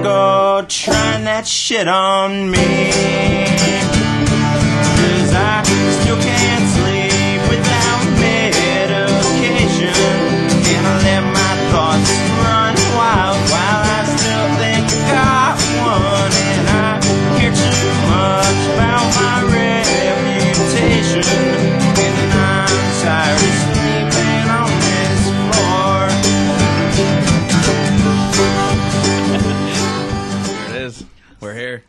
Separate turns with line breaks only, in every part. out trying that shit on me. Cause I still can't sleep without medication. And I let my thoughts run wild while I still think I got one. And I hear too much about my reputation. And I'm tired of sleeping on this floor.
There it is. We're here.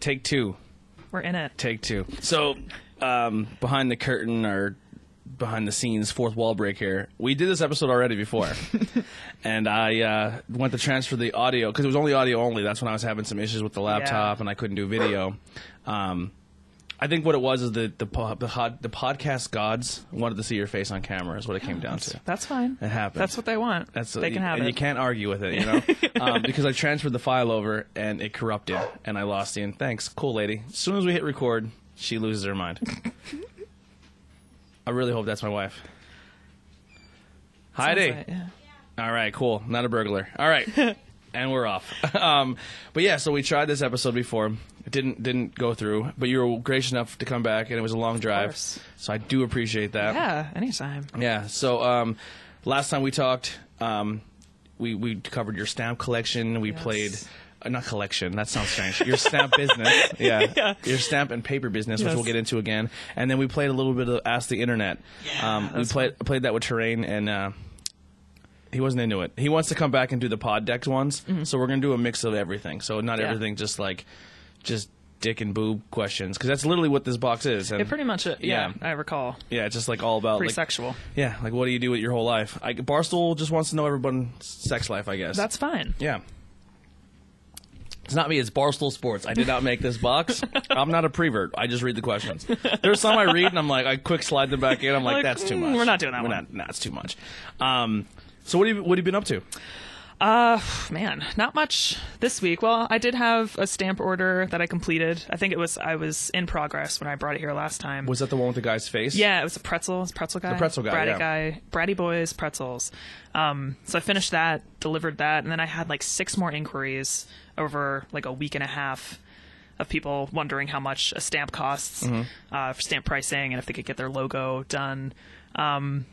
Take two.
We're in it.
Take two. So, um, behind the curtain or behind the scenes, fourth wall break here. We did this episode already before, and I uh, went to transfer the audio because it was only audio only. That's when I was having some issues with the laptop and I couldn't do video. Um, I think what it was is that the po- the, hod- the podcast gods wanted to see your face on camera is what it came down to.
That's fine.
It happened.
That's what they want.
That's
they
you,
can have
and
it.
You can't argue with it, you know, um, because I transferred the file over and it corrupted, and I lost the. And thanks, cool lady. As soon as we hit record, she loses her mind. I really hope that's my wife.
Sounds
Heidi.
right, yeah.
All right, cool. Not a burglar. All right, and we're off. Um, but yeah, so we tried this episode before. It didn't didn't go through, but you were gracious enough to come back, and it was a long drive.
course.
So I do appreciate that.
Yeah, anytime.
Yeah. So um, last time we talked, um, we we covered your stamp collection. We
Yes.
played. Uh, not collection. That sounds strange. Your stamp business, yeah. Your stamp and paper business, which
Yes.
we'll get into again, and then we played a little bit of Ask the Internet. um, we
that's
played played that with Terrain, and uh, he wasn't into it. He wants to come back and do the pod decked ones, so we're gonna do a mix of everything. So not
Mm-hmm. Yeah.
everything just like just dick and boob questions, because that's literally what this box is. And
It pretty much, uh, yeah,
Yeah.
I recall.
yeah, it's just like all about
Pretty
like,
sexual.
yeah, like what do you do with your whole life? I, Barstool just wants to know everyone's sex life, I guess.
That's fine.
yeah. It's not me. It's Barstool Sports. I did not make this box. I'm not a prevert. I just read the questions. There's some I read and I'm like, I quick slide them back in. I'm like,
Like,
that's too
mm,
much.
we're not doing that
We're
one.
Not, nah, it's too much. Um, so what have you what have you been up to?
Uh, man, not much this week. Well, I did have a stamp order that I completed. I think it was I was in progress when I brought it here last time.
Was that the one with the guy's face?
Yeah, it was a pretzel. It was a pretzel guy. The
pretzel guy,
Bratty
yeah.
guy. Bratty boys, pretzels. Um, so I finished that, delivered that, and then I had like six more inquiries over like a week and a half of people wondering how much a stamp costs
Mm-hmm.
uh, for stamp pricing and if they could get their logo done. Um,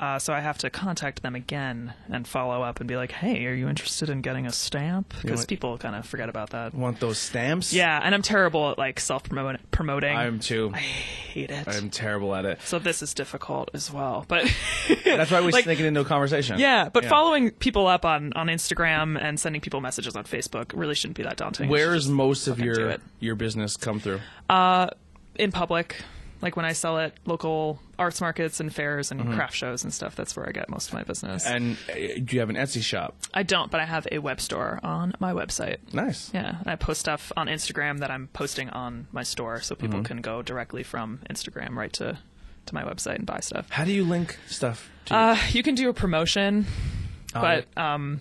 uh, so I have to contact them again and follow up and be like, "Hey, are you interested in getting a stamp?" Because
want-
people kind of forget about that.
Want those stamps?
Yeah, and I'm terrible at like self promoting. I
I'm too.
hate it.
I'm terrible at it.
So this is difficult as well. But
That's why we
Like-
sneak it into a conversation.
yeah, but
Yeah.
following people up on, on Instagram and sending people messages on Facebook really shouldn't be that daunting.
Where is most of
fucking do
your
it.
your business come through?
in public, like when I sell at local arts markets and fairs and craft shows and stuff, that's where I get most of my business.
Mm-hmm. And uh, do you have an Etsy shop?
I don't, but I have a web store on my website.
Nice.
Yeah, and I post stuff on Instagram that I'm posting on my store so
Mm-hmm.
people can go directly from Instagram right to to my website and buy stuff.
How do you link stuff? To
Uh, you can do a promotion, but um,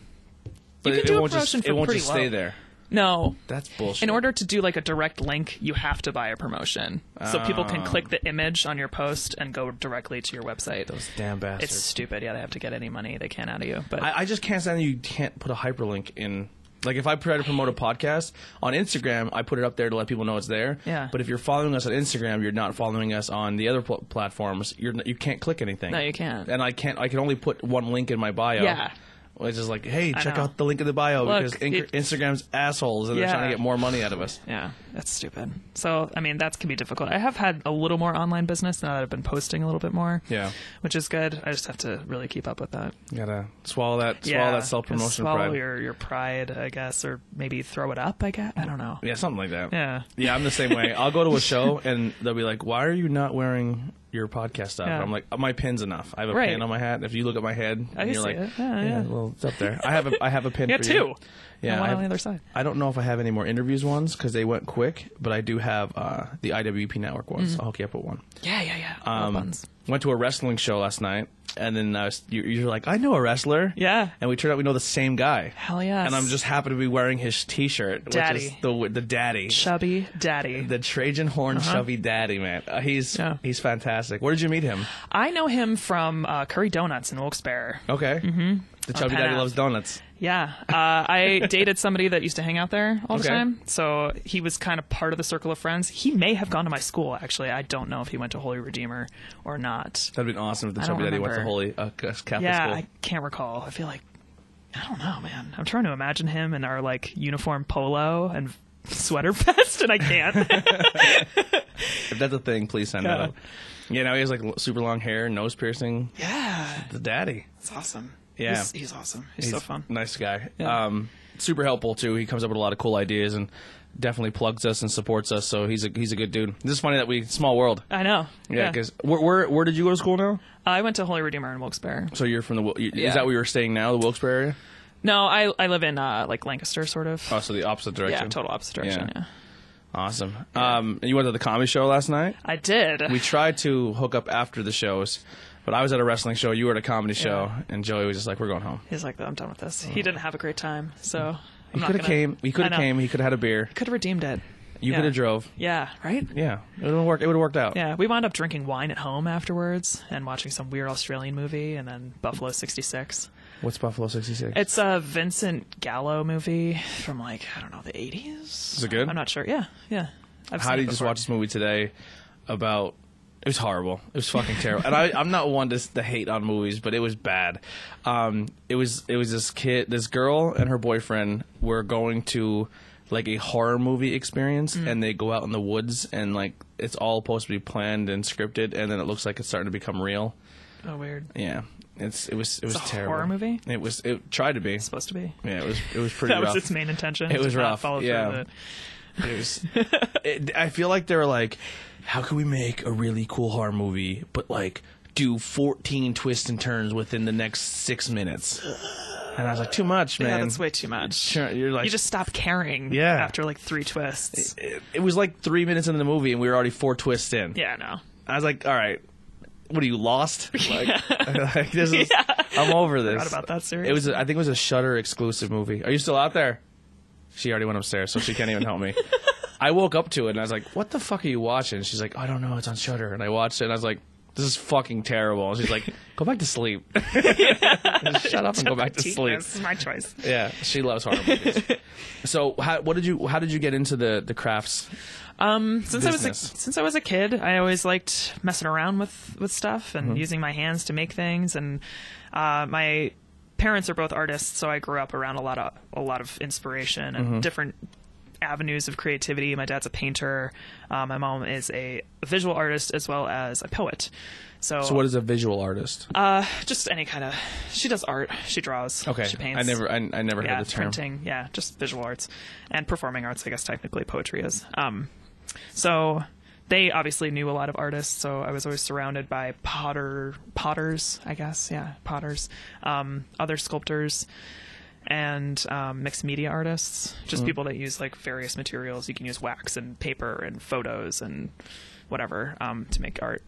but
you
it,
can do a
won't just
promotion for
it won't
pretty
just stay
low.
there.
no,
That's bullshit.
in order to do like a direct link, you have to buy a promotion. So people can click the image on your post and go directly to your website.
Ah. those damn bastards.
it's stupid. Yeah, they have to get any money they can out of you. But
I, I just can't stand that you can't put a hyperlink in. Like if I try to promote a podcast on Instagram, I put it up there to let people know it's there.
Yeah.
But if you're following us on Instagram, you're not following us on the other pl- platforms. You're n- you can't click anything.
No, you can't.
And I can't. I can only put one link in my bio.
Yeah.
Which is like, hey, check
know.
out the link in the bio
Look,
because Inc-
it-
Instagram's assholes and they're
Yeah.
trying to get more money out of us.
yeah, that's stupid. So I mean, that can be difficult. I have had a little more online business now that I've been posting a little bit more.
Yeah.
which is good. I just have to really keep up with that.
You gotta swallow that. Swallow
yeah,
that self promotion
Swallow
pride.
your your pride, I guess, or maybe throw it up. I guess I don't know.
Yeah, something like that.
Yeah.
Yeah, I'm the same way. I'll go to a show and they'll be like, "Why are you not wearing your podcast stuff?"
Yeah.
I'm like, "My pin's enough. I have a
Right.
pin on my hat. If you look at my head,
I
and
can
you're
see
like,
it. Yeah, yeah.
well, it's up there. I have a, I have a pin.
Yeah,
for
two.
You.
And
Yeah,
one
I
on the
have-
other side.
I don't know if I have any more interviews ones because they went quick, but I do have uh, the IWP network ones. I'll hook you up with one.
Yeah, yeah, yeah. Love
Um,
Mm-hmm. buns.
went to a wrestling show last night, and then I was, you, you're like, "I know a wrestler."
Yeah.
and we turned out we know the same guy.
Hell yes.
And I'm just happy to be wearing his T-shirt,
Daddy.
which is the the daddy.
chubby daddy.
The Trajan Horn Chubby Daddy, man. Uh, he's
Uh-huh. Yeah.
he's fantastic. Where did you meet him?
I know him from uh, Curry Donuts in Wilkes-Barre.
Okay. Mm-hmm. The chubby
Penn
daddy
Ave.
loves donuts.
Yeah, uh, I dated somebody that used to hang out there all
Okay.
the time, so he was kind of part of the circle of friends. He may have gone to my school, actually. I don't know if he went to Holy Redeemer or not.
That'd been awesome if the
I don't
chubby daddy went to
remember.
holy uh, c- Catholic
yeah,
school.
I can't recall. I feel like I don't know, man. I'm trying to imagine him in our like uniform polo and sweater vest, and I can't.
if that's a thing, please send that
Yeah.
up. Yeah, now he has like l- super long hair, nose piercing.
yeah,
The daddy.
it's awesome.
Yeah.
he's, he's awesome. He's, so fun.
Nice guy.
Yeah.
Um, super helpful too. He comes up with a lot of cool ideas and definitely plugs us and supports us. So he's a he's a good dude. This is funny that we small world.
I know.
Yeah, because where, where where did you go to school now?
I went to Holy Redeemer in Wilkes-Barre.
So you're from the Wil- you,
Yeah.
is that where you're staying now, the Wilkes-Barre area?
No, I I live in uh, like Lancaster, sort of.
Oh, so the opposite
yeah,
direction.
total opposite direction.
Yeah.
Yeah.
Awesome. Um, and you went to the comedy show last night.
I did.
We tried to hook up after the shows, but I was at a wrestling show. You were at a comedy show, and Joey was just like, "We're going home."
He's like, I'm done with this. He didn't have a great time, so
He could have Oh. came. He could have came. He could have had a beer.
Could have redeemed it.
You
Yeah.
could have drove.
Yeah, right.
Yeah, it would have worked. It would have worked out.
Yeah, we wound up drinking wine at home afterwards and watching some weird Australian movie, and then Buffalo '66.
What's Buffalo '66?
It's a Vincent Gallo movie from like I don't know the '80s. Is
it good?
I'm not sure. Yeah, yeah. I've
How
seen
do
it
you just
before.
watch this movie today? About it was horrible. It was fucking terrible. And I, I'm not one to, s- to hate on movies, but it was bad. Um, it was it was this kid, this girl, and her boyfriend were going to like a horror movie experience,
Mm.
and they go out in the woods, and like it's all supposed to be planned and scripted, and then it looks like it's starting to become real.
Oh, weird. It's
Yeah, it's it was it was
a
terrible.
horror movie?
It was it tried to be.
supposed to be.
Yeah, it was it was pretty
That
rough.
was its main intention.
It was
to not
rough,
follow through
yeah.
with it.
It was- it- I feel like they're like, how can we make a really cool horror movie, but like do 14 twists and turns within the next six minutes? And I was like, too much, man.
Yeah, that's way too much.
Sure, You're like,
You just stop caring.
Yeah.
After like three twists.
it, it was like three minutes into the movie, and we were already four twists in.
Yeah, no.
I was like, all right, what are you lost? Like, like, this is, I'm over this.
Forgot about that series.
It was, a, I think, it was a Shutter exclusive movie. Are you still out there? She already went upstairs, so she can't even help me. I woke up to it and I was like, "What the fuck are you watching?" She's like, "I don't know, it's on Shutter." And I watched it and I was like, "This is fucking terrible." And she's like, "Go back to sleep. Shut up and go back to sleep."
This is my choice.
Yeah, she loves horror movies. so, how, what did you? How did you get into the the crafts?
since I was a,
business.
since I was a kid, I always liked messing around with with stuff and
Mm-hmm.
using my hands to make things. And uh, my parents are both artists, so I grew up around a lot of a lot of inspiration and
Mm-hmm.
different avenues of creativity. My dad's a painter. Uh, my mom is a visual artist as well as a poet. So,
So, what is a visual artist?
uh, just any kind of she does art. She draws.
okay,
She paints.
I never, I, I never
yeah,
heard the term.
printing, yeah, just visual arts and performing arts. I guess technically poetry is. Um, so they obviously knew a lot of artists, so I was always surrounded by potter, potters, I guess, yeah, potters, um, other sculptors, and um, mixed media artists, just
Hmm.
people that use like various materials. You can use wax and paper and photos and whatever um, to make art.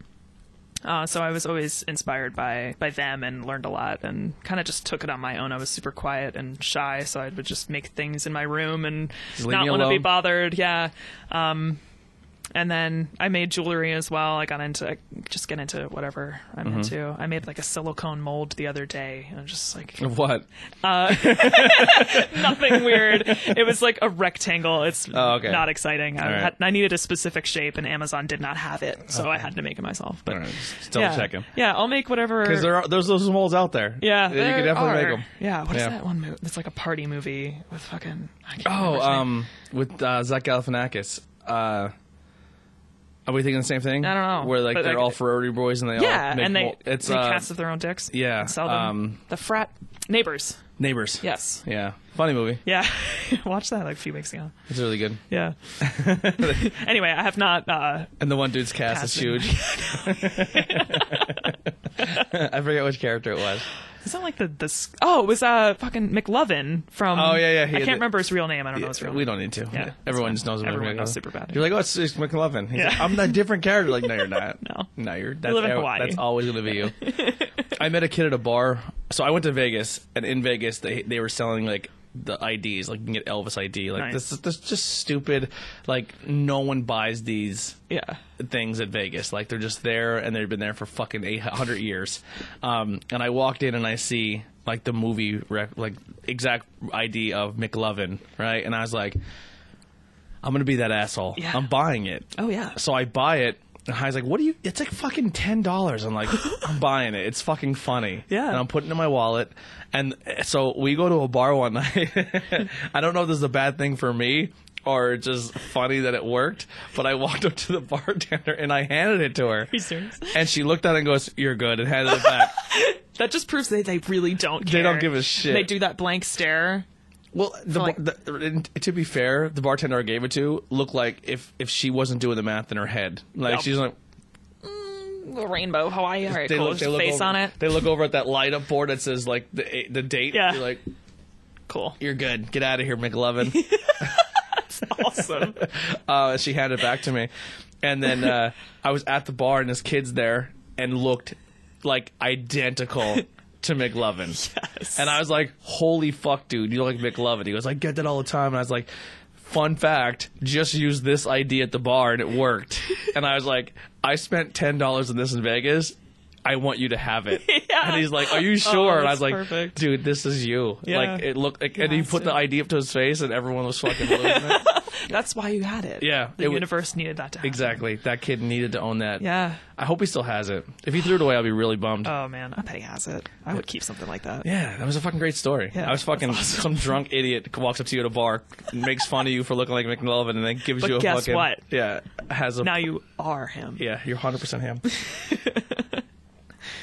Uh, so I was always inspired by by them and learned a lot and kind of just took it on my own. I was super quiet and shy, so I would just make things in my room and
leave
not
me
want to be
alone.
bothered. Yeah. Um, and then I made jewelry as well. I got into just get into whatever I'm
Mm-hmm.
into. I made like a silicone mold the other day. and just like
Of what?
nothing weird. It was like a rectangle. It's
Oh, okay.
not exciting. I,
All right.
had, I needed a specific shape, and Amazon did not have it, so I had to make it myself. But
All right, just double
yeah,
check him.
yeah, I'll make whatever.
Because there are there's those moles out there.
Yeah,
you can
there
definitely
are.
make them.
Yeah, what is
Yeah.
that one movie? It's like a party movie with fucking. I can't remember
Oh,
his name.
um, with uh, Zach Galifianakis. Uh, are we thinking the same thing?
I don't know,
Where like
but,
they're
like,
all Ferrari boys and they
Yeah,
all make
and they
mol- it's
they
uh,
cast of their own dicks.
yeah,
and sell them.
um,
the frat neighbors.
neighbors.
Yes.
Yeah, funny movie.
Yeah, watched that like a few weeks ago.
It's really good.
Yeah. anyway, I have not. Uh,
And the one dude's cast is
Casting.
huge. I forget which character it was.
is that like the this? Oh, it was uh fucking McLovin from.
Oh, yeah, yeah, he had
I can't
the-
remember his real name. I don't know his real.
We
name.
don't need to.
Yeah,
everyone
it's
just knows.
fine.
about
Everyone knows
McLovin.
Superbad.
You're like, oh, it's, it's McLovin. He's
Yeah.
like, I'm a different character. Like, no, you're not.
No.
no, you're. That's,
live in
ev-
Hawaii.
That's always gonna be you. I met a kid at a bar. So I went to Vegas, and in Vegas, they they were selling like the IDs. Like you can get Elvis ID. Like
Nice.
this, this is just stupid. Like no one buys these
Yeah.
things at Vegas. Like they're just there and they've been there for fucking 800 years. Um, and I walked in and I see like the movie rec- like exact ID of McLovin, right? And I was like I'm going to be that asshole.
Yeah.
I'm buying it.
Oh, yeah.
So I buy it. And Hai's like, what do you? It's like fucking ten dollars. I'm like, I'm buying it. It's fucking funny.
Yeah.
And I'm putting it in my wallet. And uh, so we go to a bar one night. I don't know if this is a bad thing for me or just funny that it worked. But I walked up to the bartender and I handed it to her.
you serious?
And she looked at it and goes, "You're good," and handed it back.
That just proves that they really don't care.
They don't give a shit.
They do that blank stare.
Well, the,
like-
bar- the, and to be fair, the bartender I gave it to looked like if if she wasn't doing the math in her head, like
Yep.
she's like
The rainbow, Hawaii. All right, cool. Just face
over,
on it.
They look over at that light up board that says like the the date.
Yeah.
You're like,
Cool.
you're good. Get out of here, McLovin.
awesome.
uh, she handed it back to me, and then uh, I was at the bar and this kid's there and looked like identical to McLovin. And I was like, holy fuck, dude, you look like McLovin. He goes, I get that all the time. And I was like, fun fact, just use this ID at the bar and it worked. And I was like, I spent $10 on this in Vegas. I want you to have it. And he's like, Are you sure? and I was
Oh, that's
like,
perfect.
Dude, this is you.
Yeah.
Like, it looked like, and he
has
put
to.
the ID up to his face and everyone was fucking losing it.
That's why you had it.
Yeah,
The
it wa-
universe needed that to happen.
Exactly. That kid needed to own that.
Yeah.
I hope he still has it. If he threw it away, I'll be really bummed.
Oh man, I bet he has it. I would keep something like that.
Yeah, that was a fucking great story.
Yeah,
I was fucking
that's
some
awesome.
drunk idiot walks up to you at a bar, makes fun of you for looking like McLovin, and then gives
But
you a
guess
fucking
what?
yeah has a
Now you are him.
yeah you're hundred percent him.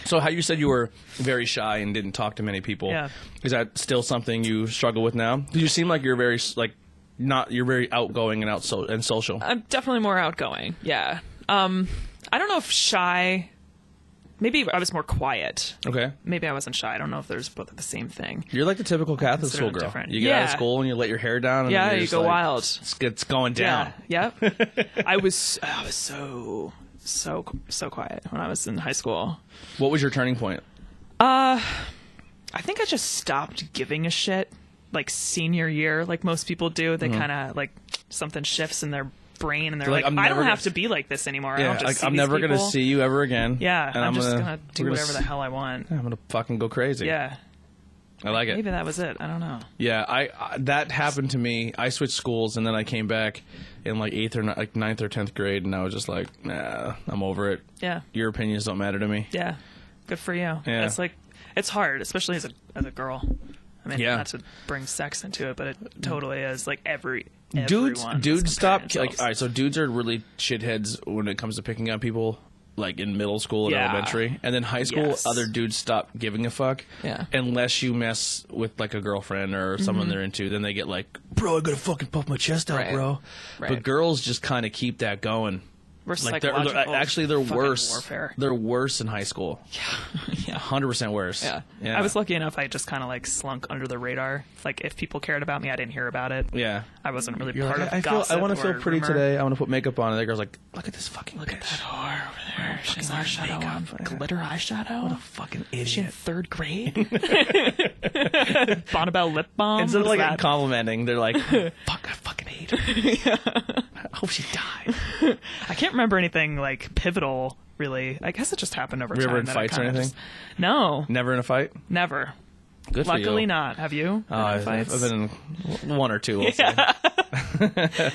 so how you said you were very shy and didn't talk to many people.
Yeah.
Is that still something you struggle with now? 'Cause You seem like you're very s- like not you're very outgoing and out so, and social.
I'm definitely more outgoing. Yeah. Um, I don't know if shy. Maybe I was more quiet.
okay.
Maybe I wasn't shy. I don't know if there's both the same thing.
You're like the typical Catholic
Consider
school
them
girl.
different.
You get out of
Yeah.
school and you let your hair down. And
Yeah,
then you're
you
just
go
like,
wild.
It's, it's going down.
Yeah. Yep. I was. I was so so so quiet when I was in high school.
What was your turning point?
I think I just stopped giving a shit like senior year, like most people do. They kind of like something shifts in their brain and they're,
Mm-hmm. like,
like,
"I'm
I
never
don't have
gonna-
to be like this anymore. I
Yeah,
don't just
like
see
I'm
these
never gonna
people."
see you ever again.
Yeah,
and
I'm, just gonna, do
we're
whatever the
s-
hell I want.
I'm gonna fucking go crazy.
Yeah,
I like it.
maybe that was it. I don't know.
Yeah, I, I that happened to me. I switched schools and then I came back in like eighth or ni- like ninth or tenth grade, and I was just like, nah, I'm over it.
Yeah,
Your opinions don't matter to me.
yeah. Good for you.
Yeah.
It's like it's hard, especially as a as a girl. I mean,
Yeah.
not to bring sex into it, but it totally is. Like every
dudes,
everyone is
dudes, stop.
comparing
Like, all right,
themselves.
so dudes are really shitheads when it comes to picking up people. Like in middle school and
Yeah.
elementary, and then high school,
Yes.
other dudes stop giving a fuck.
Yeah.
Unless you mess with like a girlfriend or someone they're into, then they get like, "Bro, I gotta fucking puff my chest out,
Right.
bro." But
Right.
girls just kind of keep that going.
We're
like they're, they're
psychological
actually they're
fucking
worse.
Warfare.
They're worse in high school.
yeah.
Hundred percent worse.
Yeah. I was lucky enough. I just kind of like slunk under the radar. Like if people cared about me, I didn't hear about it.
Yeah.
I wasn't really
You're
part
like,
of
I, I feel. I
gossip
want to feel
or
pretty
rumor.
today. I want to put makeup on. And the girl's like, "Look at this fucking look at
That whore over there. She's eyeshadow on. Glitter eyeshadow. What a fucking
idiot.
Is she in third grade? Bonnabelle lip balm.
Instead of
What
like
is that?
complimenting, they're like, "Fuck, I fucking hate her. I hope she died."
I can't remember anything like pivotal. Really, I guess it just happened over
Were you
time.
ever in
that I
fights or
kinda
anything?
just- no,
Never in a fight.
never.
Good for you.
Luckily, not. Have you?
Uh,
Been in
I've,
fights?
I've been in one or two. I'll say. yeah.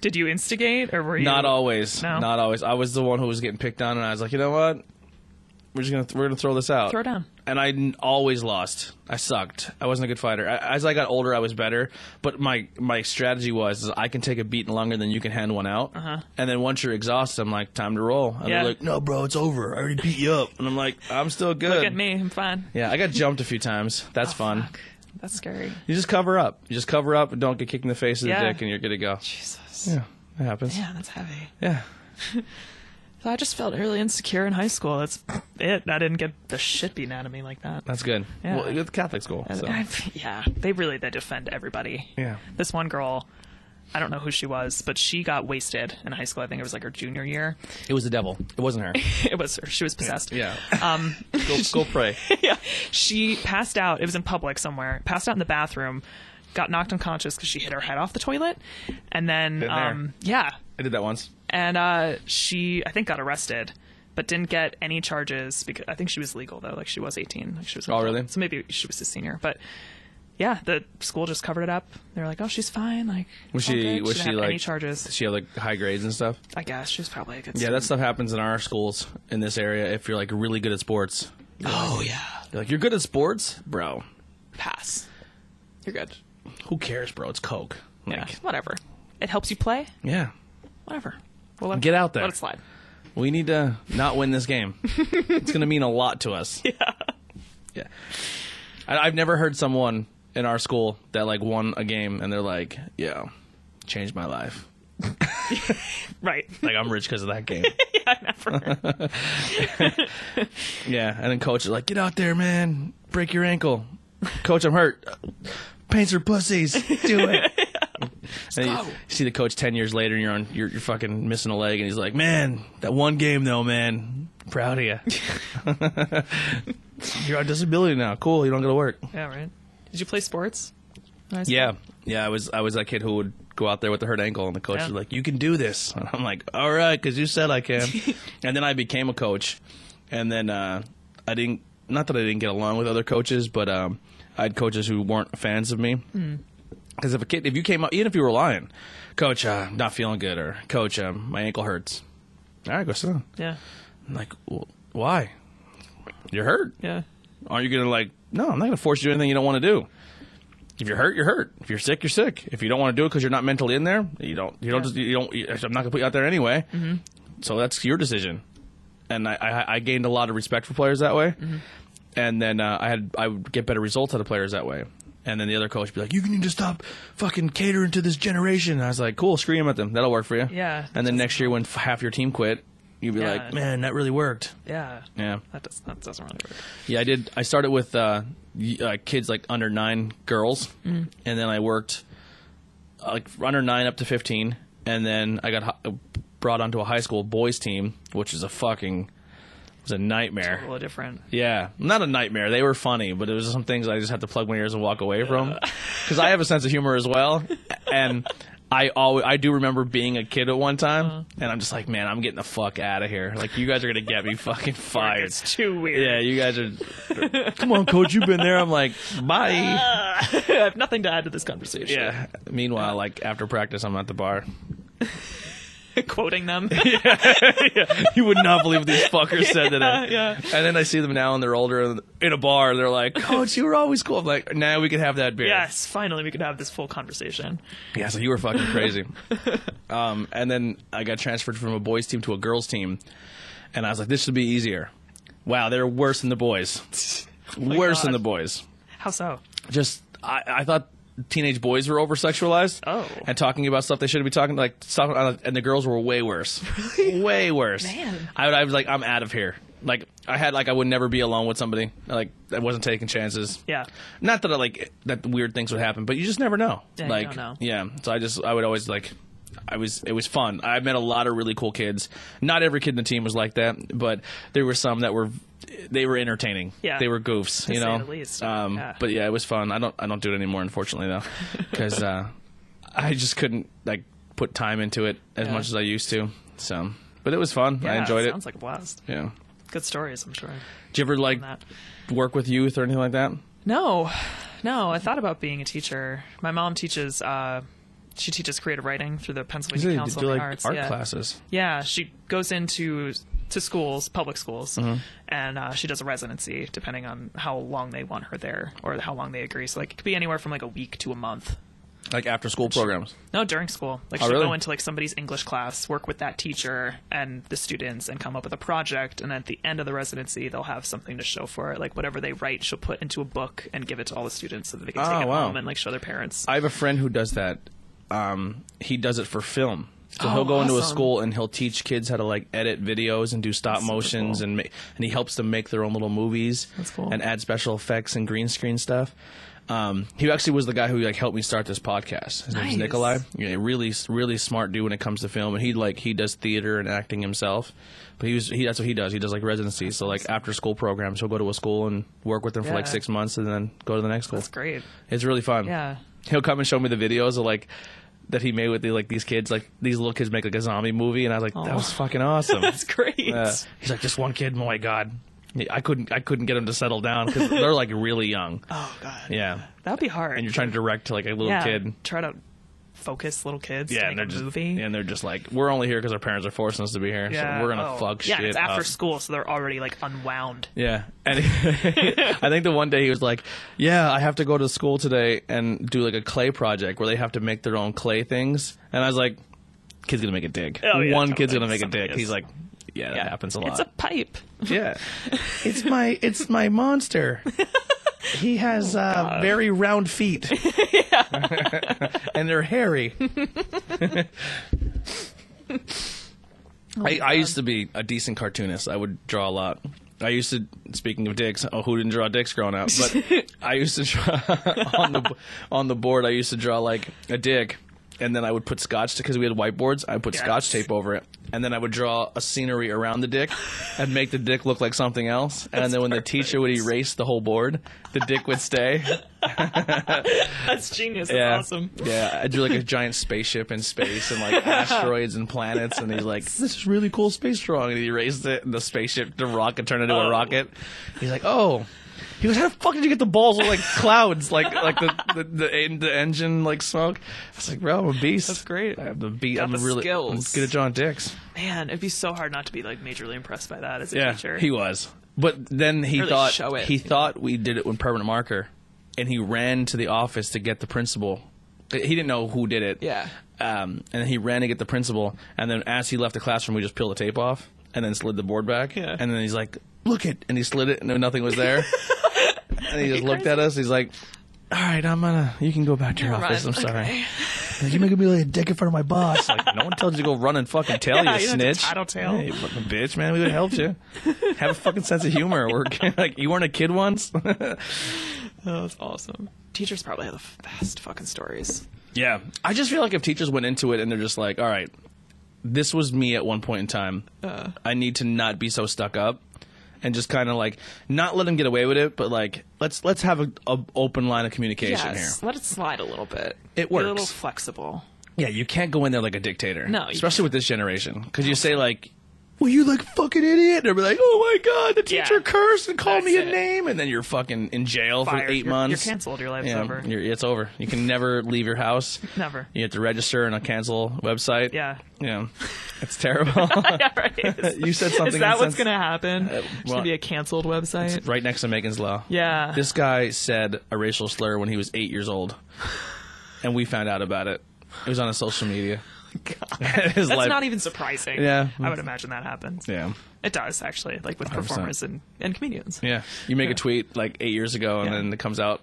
Did you instigate or were you
Not always.
No?
Not always. I was the one who was getting picked on, and I was like, you know what? We're just gonna we're gonna throw this out.
Throw down.
and I n- always lost. I sucked. I wasn't a good fighter. I, as I got older, I was better. But my my strategy was is I can take a beating longer than you can hand one out. Uh-huh. And then once you're exhausted, I'm like, time to roll. And
Yeah.
they're like, no, bro, it's over. I already beat you up. And I'm like, I'm still good.
Look at me. I'm fine.
Yeah, I got jumped a few times. That's fun.
Oh, Fuck. That's scary.
You just cover up. You just cover up and don't get kicked in the face of the
Yeah.
dick, and you're good to go.
Jesus.
Yeah, that happens.
Yeah, that's heavy.
yeah.
So I just felt really insecure in high school. That's it. I didn't get the shit beaten out of me like that.
That's good.
Yeah.
Well, it's Catholic school. So.
yeah, they really they defend everybody.
Yeah.
This one girl, I don't know who she was, but she got wasted in high school. I think it was like her junior year.
It was the devil. It wasn't her.
it was her. She was possessed.
Yeah.
Um,
go, go pray.
yeah. She passed out. It was in public somewhere. Passed out in the bathroom. Got knocked unconscious because she hit her head off the toilet, and then
there.
um, yeah,
I did that once.
and uh, she I think got arrested, but didn't get any charges because I think she was legal though. Like she was 18. Like she was.
Oh, really?
So maybe she was a senior, but. Yeah, the school just covered it up. They're like, "Oh, she's fine." Like,
Was
it's all
she-
Oh, good.
was
didn't
she,
have any
like-
charges?
Does she have like high grades and stuff?
I guess she was probably a good.
Yeah, that stuff happens in our schools in this area. If you're like really good at sports,
Oh yeah,
you're like you're good at sports, bro.
pass. You're good.
Who cares, bro? It's coke.
Yeah,
Like,
whatever. It helps you play.
yeah.
Whatever. Well, let,
Get out there.
Let it slide.
We need to not win this game. it's going to mean a lot to us. Yeah. Yeah. I, I've never heard someone in our school that like won a game and they're like, "Yeah, changed my life.
Right.
Like I'm rich because of that game."
yeah, never.
yeah, and then coach is like, "Get out there, man. Break your ankle." Coach, I'm hurt. Paints her pussies. Do it. And you
go.
see the coach ten years later, and you're on. You're, you're fucking missing a leg, and he's like, "Man, that one game though, man. Proud of you. you're on disability now. Cool. You don't go to work.
yeah, right. Did you play sports? Nice.
Yeah, yeah. I was I was that kid who would go out there with a hurt ankle, and the coach
Yeah.
was like, "You can do this," and I'm like, "All right," because you said I can. and then I became a coach, and then uh, I didn't. Not that I didn't get along with other coaches, but um, I had coaches who weren't fans of me. Because if a kid, if you came up, even if you were lying, coach, uh, I'm not feeling good, or coach, um, my ankle hurts. All right, go sit down.
Yeah.
I'm like, "Wh- why? You're hurt.
Yeah.
Aren't you gonna like? No, I'm not gonna force you to do anything you don't want to do. If you're hurt, you're hurt. If you're sick, you're sick. If you don't want to do it because you're not mentally in there, you don't. You don't.
Yeah. Mm-hmm.
Just, you don't. you- I'm not gonna put you out there anyway. So that's your decision. And I, I, I gained a lot of respect for players that way.
Mm-hmm.
And then uh, I had I would get better results out of players that way. And then the other coach would be like, "You need to stop fucking catering to this generation." And I was like, "Cool, scream at them. That'll work for you."
Yeah.
And then next year, when f- half your team quit, you'd be
Yeah.
like, "Man, that really worked."
Yeah.
Yeah.
That does that doesn't really work.
Yeah, I did. I started with uh, y- uh, kids like under nine girls, and then I worked uh, like under nine up to fifteen, and then I got hi- uh, brought onto a high school boys team, which is a fucking it was a nightmare.
A little different.
Yeah, not a nightmare. They were funny, but it was some things I just had to plug my ears and walk away from because I have a sense of humor as well, and. I always, I do remember being a kid at one time, and I'm just like, man, I'm getting the fuck out of here. Like, you guys are gonna get me fucking fired.
It's too weird.
Yeah, you guys are. Come on, coach, you've been there. I'm like,
Uh,
bye.
I have nothing to add to this conversation.
Yeah. Meanwhile, like after practice, I'm at the bar.
Quoting them.
You would not believe what these fuckers said
yeah.
today.
yeah.
And then I see them now, and they're older, and in a bar, and they're like, "Coach, you were always cool." I'm like, "Now we can have that beer."
Yes, finally we could have this full conversation.
Yeah, so you were fucking crazy. um, and then I got transferred from a boys team to a girls team, and I was like, "This should be easier." Wow, they're worse than the boys. worse than
Oh God.
the boys.
How so?
just I, I thought teenage boys were over sexualized
Oh.
and talking about stuff they shouldn't be talking like stuff uh, and the girls were way worse way worse
Man.
I, would, I was like i'm out of here like i had like i would never be alone with somebody like i wasn't taking chances
Yeah.
not that i like that weird things would happen but you just never know
Yeah, you
like
don't know.
yeah so i just i would always like i was it was fun i met a lot of really cool kids not every kid in the team was like that but there were some that were they were entertaining
Yeah.
they were goofs you
say
know
the least.
um
Yeah.
but yeah it was fun i don't i don't do it anymore unfortunately though because uh i just couldn't like put time into it as
Yeah.
much as i used to so but it was fun i
Yeah,
enjoyed it
Sounds like a blast.
yeah
Good stories, I'm sure.
did you ever like
That.
work with youth or anything like that
No, no. I thought about being a teacher. My mom teaches. Uh, she teaches creative writing through the Pennsylvania
Did you
Council
do
of
like
the Arts.
art
yeah.
classes
Yeah, she goes into to schools, public schools,
Mm-hmm.
and uh, she does a residency depending on how long they want her there or how long they agree. So like it could be anywhere from like a week to a month.
like after school programs
No, during school. Like
Oh,
she'll go
really?
into like somebody's English class, work with that teacher and the students and come up with a project and at the end of the residency they'll have something to show for it. Like whatever they write, she'll put into a book and give it to all the students so that they can
Oh,
take it
wow.
home and like show their parents.
I have a friend who does that. Um, he does it for film. So
Oh,
he'll go into a
awesome.
school and he'll teach kids how to like edit videos and do stop
super
motions
cool.
and ma- and he helps them make their own little movies
That's cool.
and add special effects and green screen stuff. Um, he actually was the guy who like helped me start this podcast. His name's
Nice.
Nikolai. Yeah, really, really smart dude when it comes to film, and he like he does theater and acting himself. But he was he that's what he does. He does like residency, so like after school programs. He'll go to a school and work with them for like
Yeah.
six months, and then go to the next school.
That's great.
It's really fun.
Yeah.
He'll come and show me the videos of like that he made with the, like these kids, like these little kids make like a zombie movie, and I was like, that
Aw.
was fucking awesome.
That's great.
Yeah. He's like, just one kid. Oh my god, Yeah, I couldn't, I couldn't get him to settle down because they're like really young.
Oh god.
Yeah,
That'd be hard.
and you're trying to direct to like a little
yeah.
kid.
Try to focus little kids.
Yeah,
to
and
make
they're
a
just
movie.
and they're just like, we're only here because our parents are forcing us to be here.
Yeah.
So we're gonna
Oh.
fuck
yeah,
shit.
and it's after
up.
school, so they're already like unwound.
Yeah, and I think the one day he was like, "Yeah, I have to go to school today and do like a clay project where they have to make their own clay things." And I was like, "Kid's gonna make a dig.
Oh, yeah,
one kid's
totally.
gonna make a
Somebody
dig."
is.
He's like, "Yeah, that happens a lot."
It's a pipe.
yeah, it's my it's my monster. He has uh, very round feet, and they're hairy. I, I used to be a decent cartoonist. I would draw a lot. I used to, speaking of dicks, oh, who didn't draw dicks growing up? But I used to draw on the on the board. I used to draw like a dick, and then I would put scotch because we had whiteboards. I put scotch tape over it, and then I would draw a scenery around the dick and make the dick look like something else. and then when the teacher would erase the whole board, the dick would stay.
That's genius. That's
Yeah.
awesome.
Yeah, I drew like a giant spaceship in space and like asteroids and planets, and he's like, "This is really cool space drawing." And he erased it, and the spaceship, the rocket turned into a
Oh.
rocket. He's like, "Oh." He goes, "How the fuck did you get the balls with like clouds, like like the the, the, en- the engine like smoke?" I was like, "Bro, I'm a beast.
That's great.
I'm a beast.
Got
I'm
the
really I'm
skills."
good at drawing dicks."
Man, it'd be so hard not to be like majorly impressed by that as a
Yeah,
teacher.
he was. But then he
Or they
thought
show it,
he
you
thought we did it with permanent marker, and he ran to the office to get the principal. He didn't know who did it.
Yeah.
Um, and then he ran to get the principal, and then as he left the classroom, we just peeled the tape off and then slid the board back.
Yeah.
And then he's like, "Look it," and he slid it, and nothing was there. and he just looked at us. He's like. All right, I'm gonna. You can go back to your
Never
office. I'm
mind.
sorry. You're making me like a dick in front of my boss. Like, no one tells you to go run and fucking tell
Yeah,
you,
you don't have to
snitch.
tattletale.
Hey, fucking bitch, man. We would have helped you. Have a fucking sense of humor. We're like, you weren't a kid once.
That was awesome. Teachers probably have the best fucking stories.
yeah, I just feel like if teachers went into it and they're just like, all right, this was me at one point in time.
Uh.
I need to not be so stuck up. And just kind of like not let them get away with it, but like let's let's have a, a open line of communication here.
let it slide a little bit.
It
Be
works.
a little flexible.
Yeah, you can't go in there like a dictator.
No, you
especially with this generation, because you say like, "Well, you like fucking idiot," and they'll be like, "Oh my god, the
Yeah.
teacher cursed and called me a
That's it.
name," and then you're fucking in jail
Fired.
for 8
You're-
months.
You're canceled. Your life's
Yeah,
over.
you're- it's over. You can never leave your house.
Never.
You have to register on a cancel website.
Yeah.
yeah, it's terrible.
yeah, right. Is-
You said something
Is that what's
insensi-
going to happen? It's
well-
going to be a canceled website.
right next to Megan's Law.
Yeah.
This guy said a racial slur when he was eight years old, and we found out about it. It was on his social media. His
That's
life-
not even surprising.
Yeah.
I would imagine that happens.
Yeah.
It does, actually, like with performers and, and comedians.
Yeah, you make a tweet like eight years ago, and
Yeah.
then it comes out.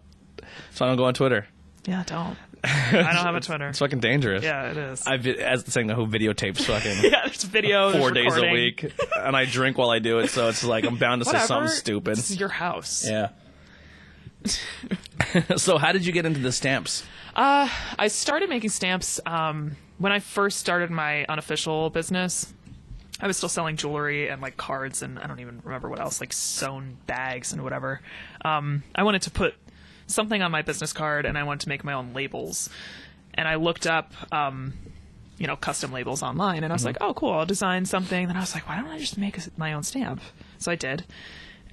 So I don't go on Twitter.
Yeah, don't. I don't have a Twitter.
It's fucking dangerous.
yeah, it is.
I vi- as the saying who videotapes fucking
yeah, there's video.
four
there's
days a
recording.
week, and I drink while I do it, so it's like I'm bound to say
Whatever.
something stupid.
This is your house.
Yeah. so how did you get into the stamps?
I started making stamps um, when I first started my unofficial business. I was still selling jewelry and like cards and I don't even remember what else, like sewn bags and whatever. Um, I wanted to put something on my business card and I wanted to make my own labels. And I looked up, um, you know, custom labels online and I was like, oh, cool, I'll design something. Then I was like, why don't I just make a- my own stamp? So I did.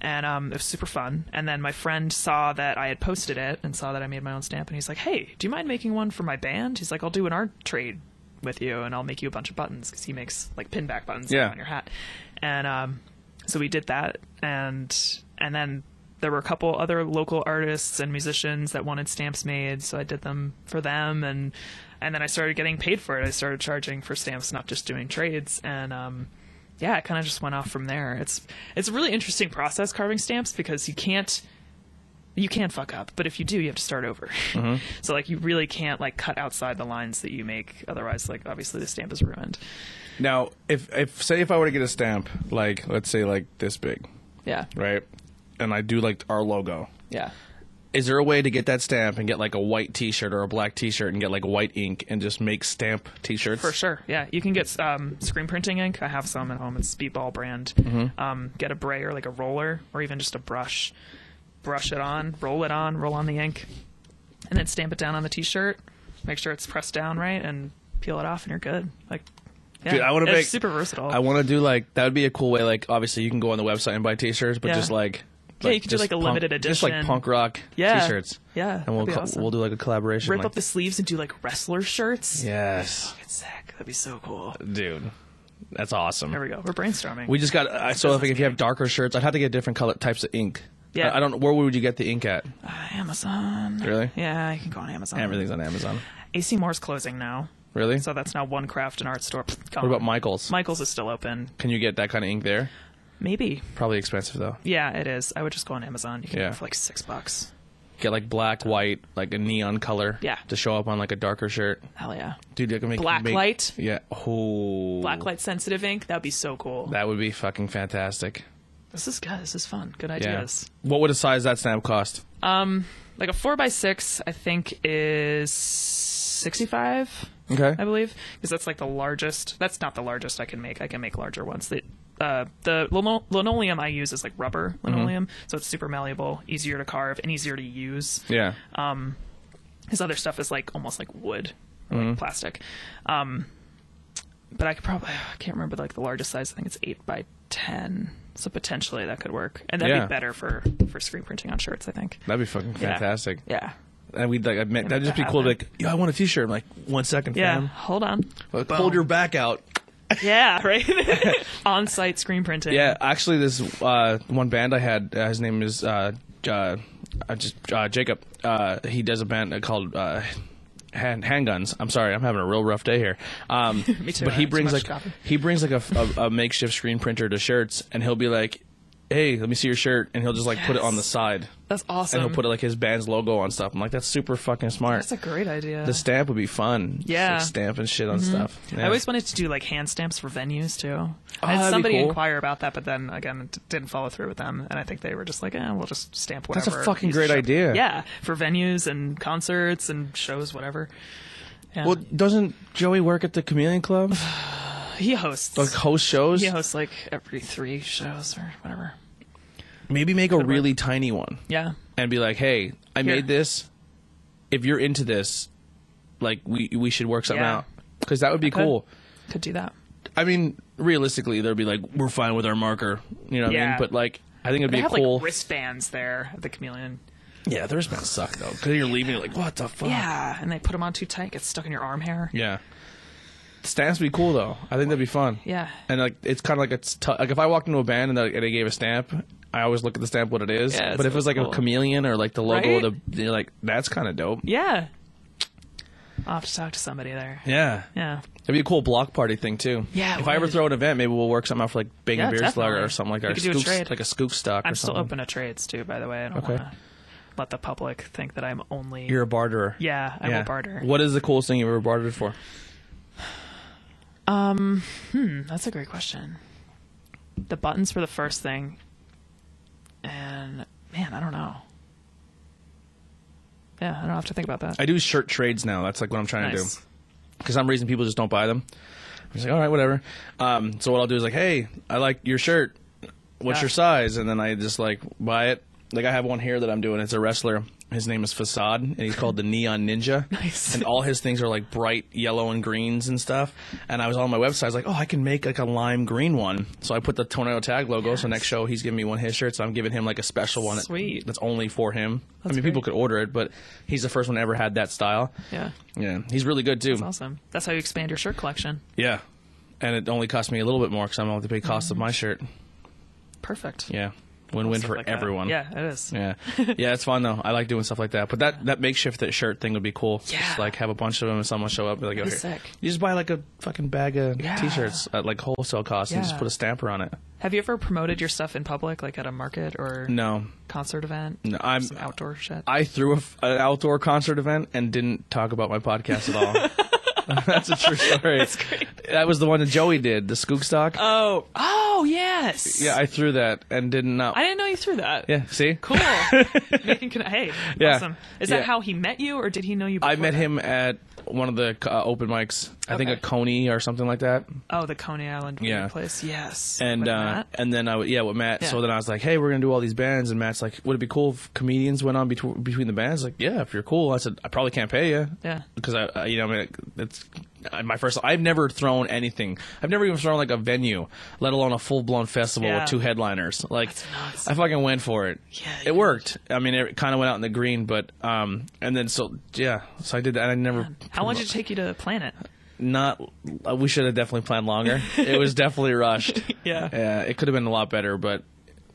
And um, it was super fun. And then my friend saw that I had posted it and saw that I made my own stamp. And he's like, hey, do you mind making one for my band? He's like, I'll do an art trade with you and I'll make you a bunch of buttons because he makes like pin back buttons
Yeah.
on your hat. And um, so we did that, and and then there were a couple other local artists and musicians that wanted stamps made, so I did them for them, and and then I started getting paid for it. I started charging for stamps, not just doing trades, and um, yeah, it kind of just went off from there. It's it's a really interesting process carving stamps because you can't you can fuck up, but if you do, you have to start over. so like you really can't like cut outside the lines that you make, otherwise like obviously the stamp is ruined.
Now, if if say if I were to get a stamp, like let's say like this big,
Yeah.
right, and I do like our logo,
Yeah.
is there a way to get that stamp and get like a white T-shirt or a black T-shirt and get like white ink and just make stamp T-shirts?
For sure, yeah. You can get um, screen printing ink. I have some at home. It's Speedball brand.
Mm-hmm.
Um, get a brayer, like a roller, or even just a brush. Brush it on, roll it on, roll on the ink, and then stamp it down on the T-shirt. Make sure it's pressed down right, and peel it off, and you're good. Like, yeah,
Dude, I wanna
it's
make-
super versatile.
I want to do like that would be a cool way. Like obviously you can go on the website and buy T-shirts, but
Yeah.
just like
Yeah, you could do,
just
like, a
punk-
limited
just like
edition.
punk rock
Yeah.
T-shirts.
Yeah,
and we'll
that'd be
co-
awesome.
we'll do like a collaboration.
Rip
like,
up the sleeves and do like wrestler shirts.
yes,
Sick. That'd be so cool.
dude, that's awesome.
There we go. We're brainstorming.
We just got. I so like if you have darker shirts, I'd have to get different color types of ink.
Yeah.
I, I don't. Where would you get the ink at?
Amazon.
Really?
Yeah, you can go on Amazon.
Everything's on Amazon.
AC Moore's closing now,
Really?
so that's now one craft and art store. Gone.
what about Michael's?
Michael's is still open.
Can you get that kind of ink there?
Maybe.
Probably expensive though.
Yeah, it is. I would just go on Amazon. You can
Yeah.
get it for like six bucks.
Get like black, white, like a neon color.
Yeah.
To show up on like a darker shirt,
Hell yeah.
dude. You can make
Black
make-
light?
Yeah. Oh.
Black light sensitive ink. That'd be so cool.
That would be fucking fantastic.
This is good. This is fun. Good
Yeah.
ideas.
What would a size that stamp cost?
Like a four by six, I think is sixty-five.
Okay.
I believe, because that's like the largest. That's not the largest I can make. I can make larger ones. The uh, the lino- linoleum I use is like rubber
Mm-hmm.
linoleum, so it's super malleable, easier to carve, and easier to use.
yeah.
Um, His other stuff is like almost like wood, or
Mm-hmm.
like plastic. Um, but I could probably I can't remember like the largest size. I think it's eight by ten, so potentially that could work, and that'd
Yeah.
be better for for screen printing on shirts. I think.
That'd be fucking
Yeah.
fantastic.
Yeah.
And we'd like, I'd make, that'd just be
that
cool. to be Like,
happen.
yo, I want a t-shirt. I'm like, one second,
Yeah.
fam.
Hold on.
Like,
Boom.
hold your back out.
Yeah. Right. on site screen printing.
Yeah, actually, this uh, one band I had, uh, his name is uh, uh, I just uh, Jacob. Uh, he does a band called uh, Hand, Handguns. I'm sorry, I'm having a real rough day here. Um,
Me too,
But
I
he
had too
brings like
much coffee.
he brings like a, a, a makeshift screen printer to shirts, and he'll be like, "Hey, let me see your shirt," and he'll just like put it on the
Yes.
side,
That's awesome.
and he'll put like his band's logo on stuff. I'm like, that's super fucking smart.
That's a great idea.
the stamp would be fun. Just,
Yeah. Mm-hmm.
like, stamping shit on stuff. Yeah. Oh,
I always wanted to do like hand stamps for venues too. I
that'd
had
be
somebody
cool.
inquire about that, but then again, it d- didn't follow through with them. And I think they were just like, eh, we'll just stamp whatever.
a fucking
Use the
great
shop.
idea.
Yeah, for venues and concerts and shows, whatever. Yeah.
well, doesn't Joey work at the Chameleon Club?
he hosts.
Like host shows?
He hosts like every three shows or whatever.
Maybe make a really tiny one
Yeah.
and be like, "Hey, I
Here.
made this. If you're into this, like we we should work something
Yeah.
out." 'Cause out." Cuz that would be
Could-
cool.
Could do that.
I mean, realistically, they'd be like, "We're fine with our marker." You know what I mean?
Yeah.
But like I think it'd
They
be
have
cool.
like wristbands there at the Chameleon.
yeah, the wristbands suck though. Cuz you're leaving you're like, "What the fuck?"
Yeah, and they put them on too tight, gets stuck in your arm hair.
Yeah. Stamps would be cool though. I think that'd be fun.
Yeah.
And like it's kind of like it's t- like if I walked into a band and they, and they gave a stamp, I always look at the stamp what it is.
Yeah, it's
but if it was like a
really cool.
chameleon or like the logo,
Right?
of the you're like that's kind of dope.
Yeah. I'll have to talk to somebody there.
Yeah.
Yeah.
It'd be a cool block party thing too.
Yeah, it
If I ever
would.
throw an event, maybe we'll work something out for like Bang
Yeah,
and Beer Slugger
definitely.
or something like that.
We
or
could do a
Skooks-
trade.
Like a scoop stock. or
I'm still
something.
open to trades too, by the way. I don't
Okay.
want to let the public think that I'm only.
You're a barterer.
yeah, I will barter.
What is the coolest thing you've ever bartered for?
That's a great question. The buttons were the first thing, and man, I don't know. Yeah, I don't have to think about that.
I do shirt trades now. That's like what I'm trying
nice.
to do. For some reason, people just don't buy them. I'm just like, all right, whatever. Um, so what I'll do is like, hey, I like your shirt. What's
Yeah.
your size? And then I just like buy it. Like I have one here that I'm doing. It's a wrestler. His name is Facade, and he's called the Neon Ninja.
Nice.
And all his things are like bright yellow and greens and stuff. And I was on my website. I was like, oh, I can make like a lime green one. So I put the Tornado Tag logo. So next show, he's giving me one of his shirts. So I'm giving him like a special one.
Sweet.
That's only for him. I
That's
mean, people
great.
could order it, but he's the first one that ever had that style.
Yeah,
Yeah, he's really good too.
awesome. That's how you expand your shirt collection.
Yeah, and it only cost me a little bit more because I'm only the big cost of my shirt.
Perfect.
Yeah, win-win
Mm. Stuff
for
like that.
everyone.
Yeah, it is.
yeah, yeah. It's fun though. I like doing stuff like that. But that that makeshift that shirt thing would be cool.
Yeah.
Just like have a bunch of them and someone show up and be like,
That'd
"Here."
be sick.
You just buy like a fucking bag of
Yeah.
t-shirts at like wholesale cost and just
Yeah.
put a stamper on it.
Have you ever promoted your stuff in public, like at a market or
No,
concert event?
no. I'm
Some outdoor shit.
I threw a f an outdoor concert event and didn't talk about my podcast at all.
Uh,
That's a true story. That's great. That was the one that Joey did, the Skookstock.
oh, oh yeah, Yes.
Yeah, I threw that and did not.
I didn't know you threw that.
yeah, see?
Cool. Making conne- hey,
Yeah.
awesome. Is
Yeah.
that how he met you, or did he know you? Before
I met
that?
him at one of the uh, open mics. I think a
Okay.
Coney or something like that.
Oh, the Coney Island video
Yeah.
place. Yes.
And
With
uh,
Matt.
and then I would, yeah with Matt. So
Yeah.
then I was like, hey, we're gonna do all these bands, and Matt's like, would it be cool if comedians went on between between the bands? Like, yeah, if you're cool. I said, I probably can't pay you.
Yeah.
Because I, I, you know, I mean, it's I- my first. I've never thrown anything. I've never even thrown like a venue, let alone a full blown festival
Yeah.
with two headliners. Like,
nuts.
I fucking went for it.
Yeah,
It
you-
worked. I mean, it kind of went out in the green, but um, and then so yeah, so I did that. And I never.
how long did it take you to plan it?
not uh, we should have definitely planned longer it was definitely rushed
Yeah.
yeah it could have been a lot better but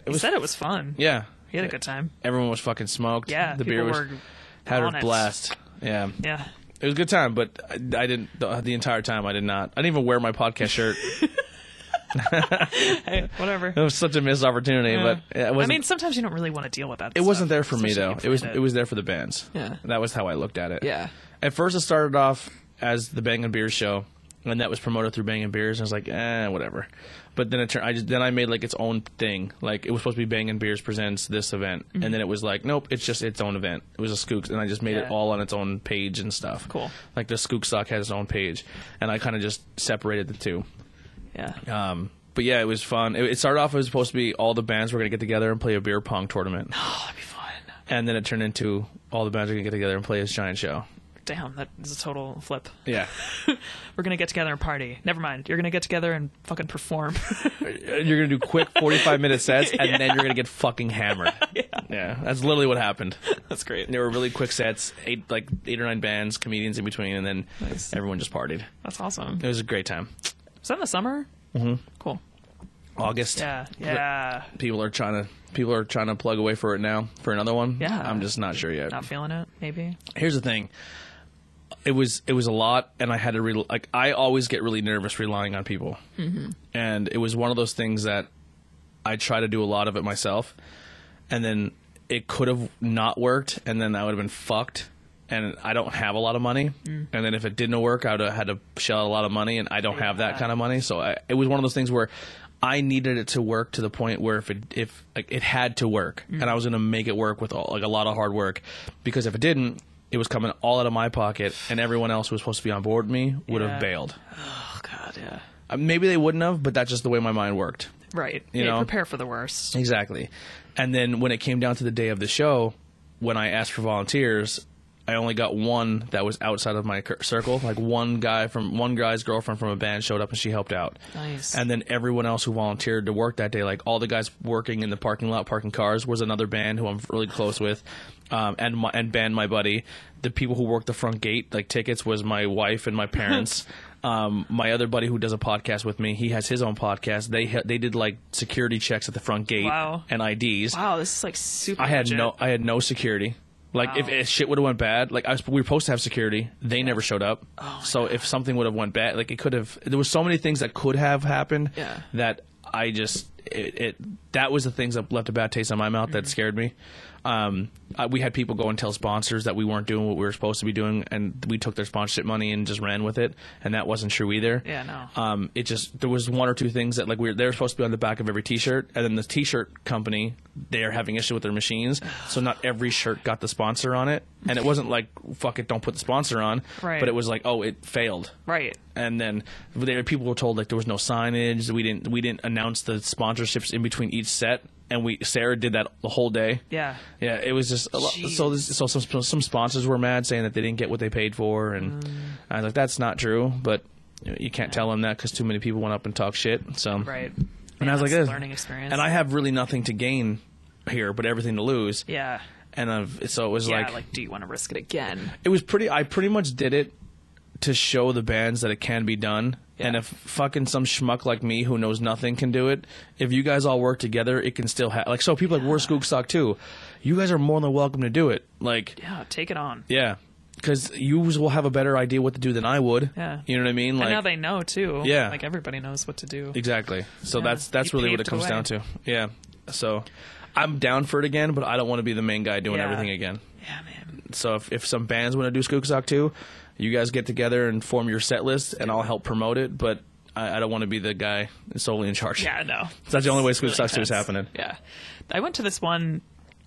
You said it was fun.
yeah
You had a good time.
everyone was fucking smoked
Yeah.
the beer
people
was
were
had
on
a
it.
blast yeah
Yeah.
it was a good time but i, I didn't the, the entire time i did not i didn't even wear my podcast shirt
Hey, whatever.
it was such a missed opportunity but it
I
wasn't
mean, sometimes you don't really want to deal with that.
it wasn't there for me though it was it was there for the bands
Yeah.
that was how i looked at it
Yeah.
at first it started off as the Bang and Beers show, and that was promoted through Bang and Beers. And I was like, eh, whatever. But then it turned. I just then I made like its own thing. Like it was supposed to be Bang and Beers presents this event, and then it was like, nope, it's just its own event. It was a Skooks, and I just made
Mm-hmm. Yeah.
it all on its own page and stuff.
Cool.
Like the Skook Sock has its own page, and I kind of just separated the two.
Yeah.
Um, but yeah, it was fun. It, it started off. It was supposed to be all the bands were going to get together and play a beer pong tournament,
Oh, that'd be fun.
and then it turned into all the bands are going to get together and play this giant show.
Damn, that is a total flip.
Yeah.
We're gonna get together and party. Never mind. You're gonna get together and fucking perform.
you're gonna do quick 45 minute sets and then you're gonna get fucking hammered yeah. that's literally what happened
That's great.
there were really quick sets eight like eight or nine bands comedians in between and then
Nice.
everyone just partied
That's awesome.
it was a great time
Is that in the summer? Mm-hmm. Cool.
august
Yeah. Yeah.
people are trying to people are trying to plug away for it now for another one
Yeah.
i'm just not sure yet
Not feeling it, maybe.
here's the thing it was it was a lot and i had to re- like i always get really nervous relying on people
Mm-hmm.
and it was one of those things that i try to do a lot of it myself and then it could have not worked and then i would have been fucked and i don't have a lot of money
Mm.
and then if it didn't work i would have had to shell out a lot of money and i don't have that
Yeah.
kind of money so I, it was one of those things where i needed it to work to the point where if it if like it had to work
Mm.
and i was going to make it work with all, like a lot of hard work because if it didn't it was coming all out of my pocket and everyone else who was supposed to be on board with me would
Yeah.
have bailed
Oh God, yeah.
Uh, maybe they wouldn't have but that's just the way my mind worked
Right.
You
yeah,
know?
prepare for the worst.
Exactly. And then when it came down to the day of the show, when I asked for volunteers, I only got one that was outside of my cir- circle. Like one guy from one guy's girlfriend from a band showed up and she helped out.
Nice.
And then everyone else who volunteered to work that day, like all the guys working in the parking lot parking cars, was another band who I'm really close with, um, and my, and band my buddy. The people who worked the front gate, like tickets, was my wife and my parents. um, my other buddy who does a podcast with me, he has his own podcast. They ha- they did like security checks at the front gate
Wow.
and IDs.
Wow, this is like super.
I had
legit.
no I had no security. Like if,
Wow.
if shit would have went bad, like I was, we were supposed to have security, they never showed up.
Oh
so if something would have went bad, like it could have. There was so many things that could have happened
Yeah.
that I just it, it that was the things that left a bad taste in my mouth
Mm-hmm.
that scared me. Um, I, we had people go and tell sponsors that we weren't doing what we were supposed to be doing, and we took their sponsorship money and just ran with it, and that wasn't true either.
Yeah, no.
Um, it just there was one or two things that like we were, they were supposed to be on the back of every T-shirt, and then the T-shirt company they are having issue with their machines, so not every shirt got the sponsor on it, and it wasn't like fuck it, don't put the sponsor on,
Right.
but it was like oh it failed,
Right.
and then there people were told like there was no signage, we didn't we didn't announce the sponsorships in between each set, and we Sarah did that the whole day.
Yeah.
Yeah, it was just a lot. So, this, so some some sponsors were mad, saying that they didn't get what they paid for, and
Mm.
I was like, "That's not true." But you can't tell them that because too many people went up and talked shit. So
Right.
and I was like,
that's a
"Eh."
learning experience.
and I have really nothing to gain here, but everything to lose.
Yeah.
And I've, so it was
Yeah.
like,
Like, do you want to risk it again?
it was pretty. I pretty much did it to show the bands that it can be done.
Yeah.
And if fucking some schmuck like me who knows nothing can do it, if you guys all work together, it can still happen. Like so, people like we're Skookstock too. You guys are more than welcome to do it. Like
Yeah. Take it on.
yeah, because you will have a better idea what to do than I would.
Yeah.
you know what I mean. Like
and now they know too.
Yeah.
Like everybody knows what to do.
exactly. So that's that's
You
really what it
paved the
comes
way.
down to. Yeah. So I'm down for it again, but I don't want to be the main guy doing
Yeah.
everything again.
Yeah, man.
So if, if some bands want to do Skooksock too, you guys get together and form your set list, and I'll help promote it. But I, I don't want to be the guy solely in charge.
Yeah, no.
That's the only way Scoop
Really
Sucks to is
intense.
happening.
Yeah. I went to this one.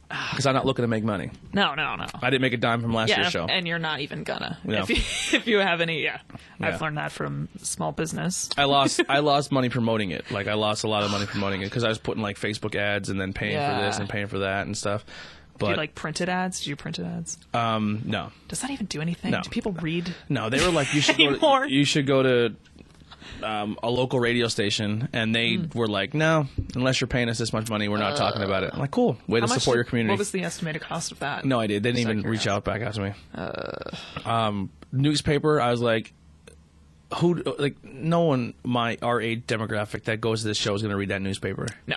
because I'm not looking to make money.
No, no, no.
I didn't make a dime from last
yeah,
year's
and-
show.
and you're not even gonna.
No.
If, you, if you have any, yeah.
Yeah. Uh,
I've learned that from small business.
I lost I lost money promoting it. Like I lost a lot of money promoting it because I was putting like Facebook ads and then paying for this
Yeah.
and paying for that and stuff.
Do you
But
like printed ads? Do you do printed ads?
um, no,
Does that even do anything?
No.
Do people read?
no, they were like you should go
Anymore.
to, you should go to um, a local radio station and they
Hmm.
were like no unless you're paying us this much money we're not talking about it. I'm like cool way to
How much
support
did-
your community.
What was the estimated cost of that?
No, I did. They didn't
Just
even
out of Uh.
reach out back out to me. Um, newspaper. I was like, who? Like, no one my our age demographic that goes to this show is going to read that newspaper.
No.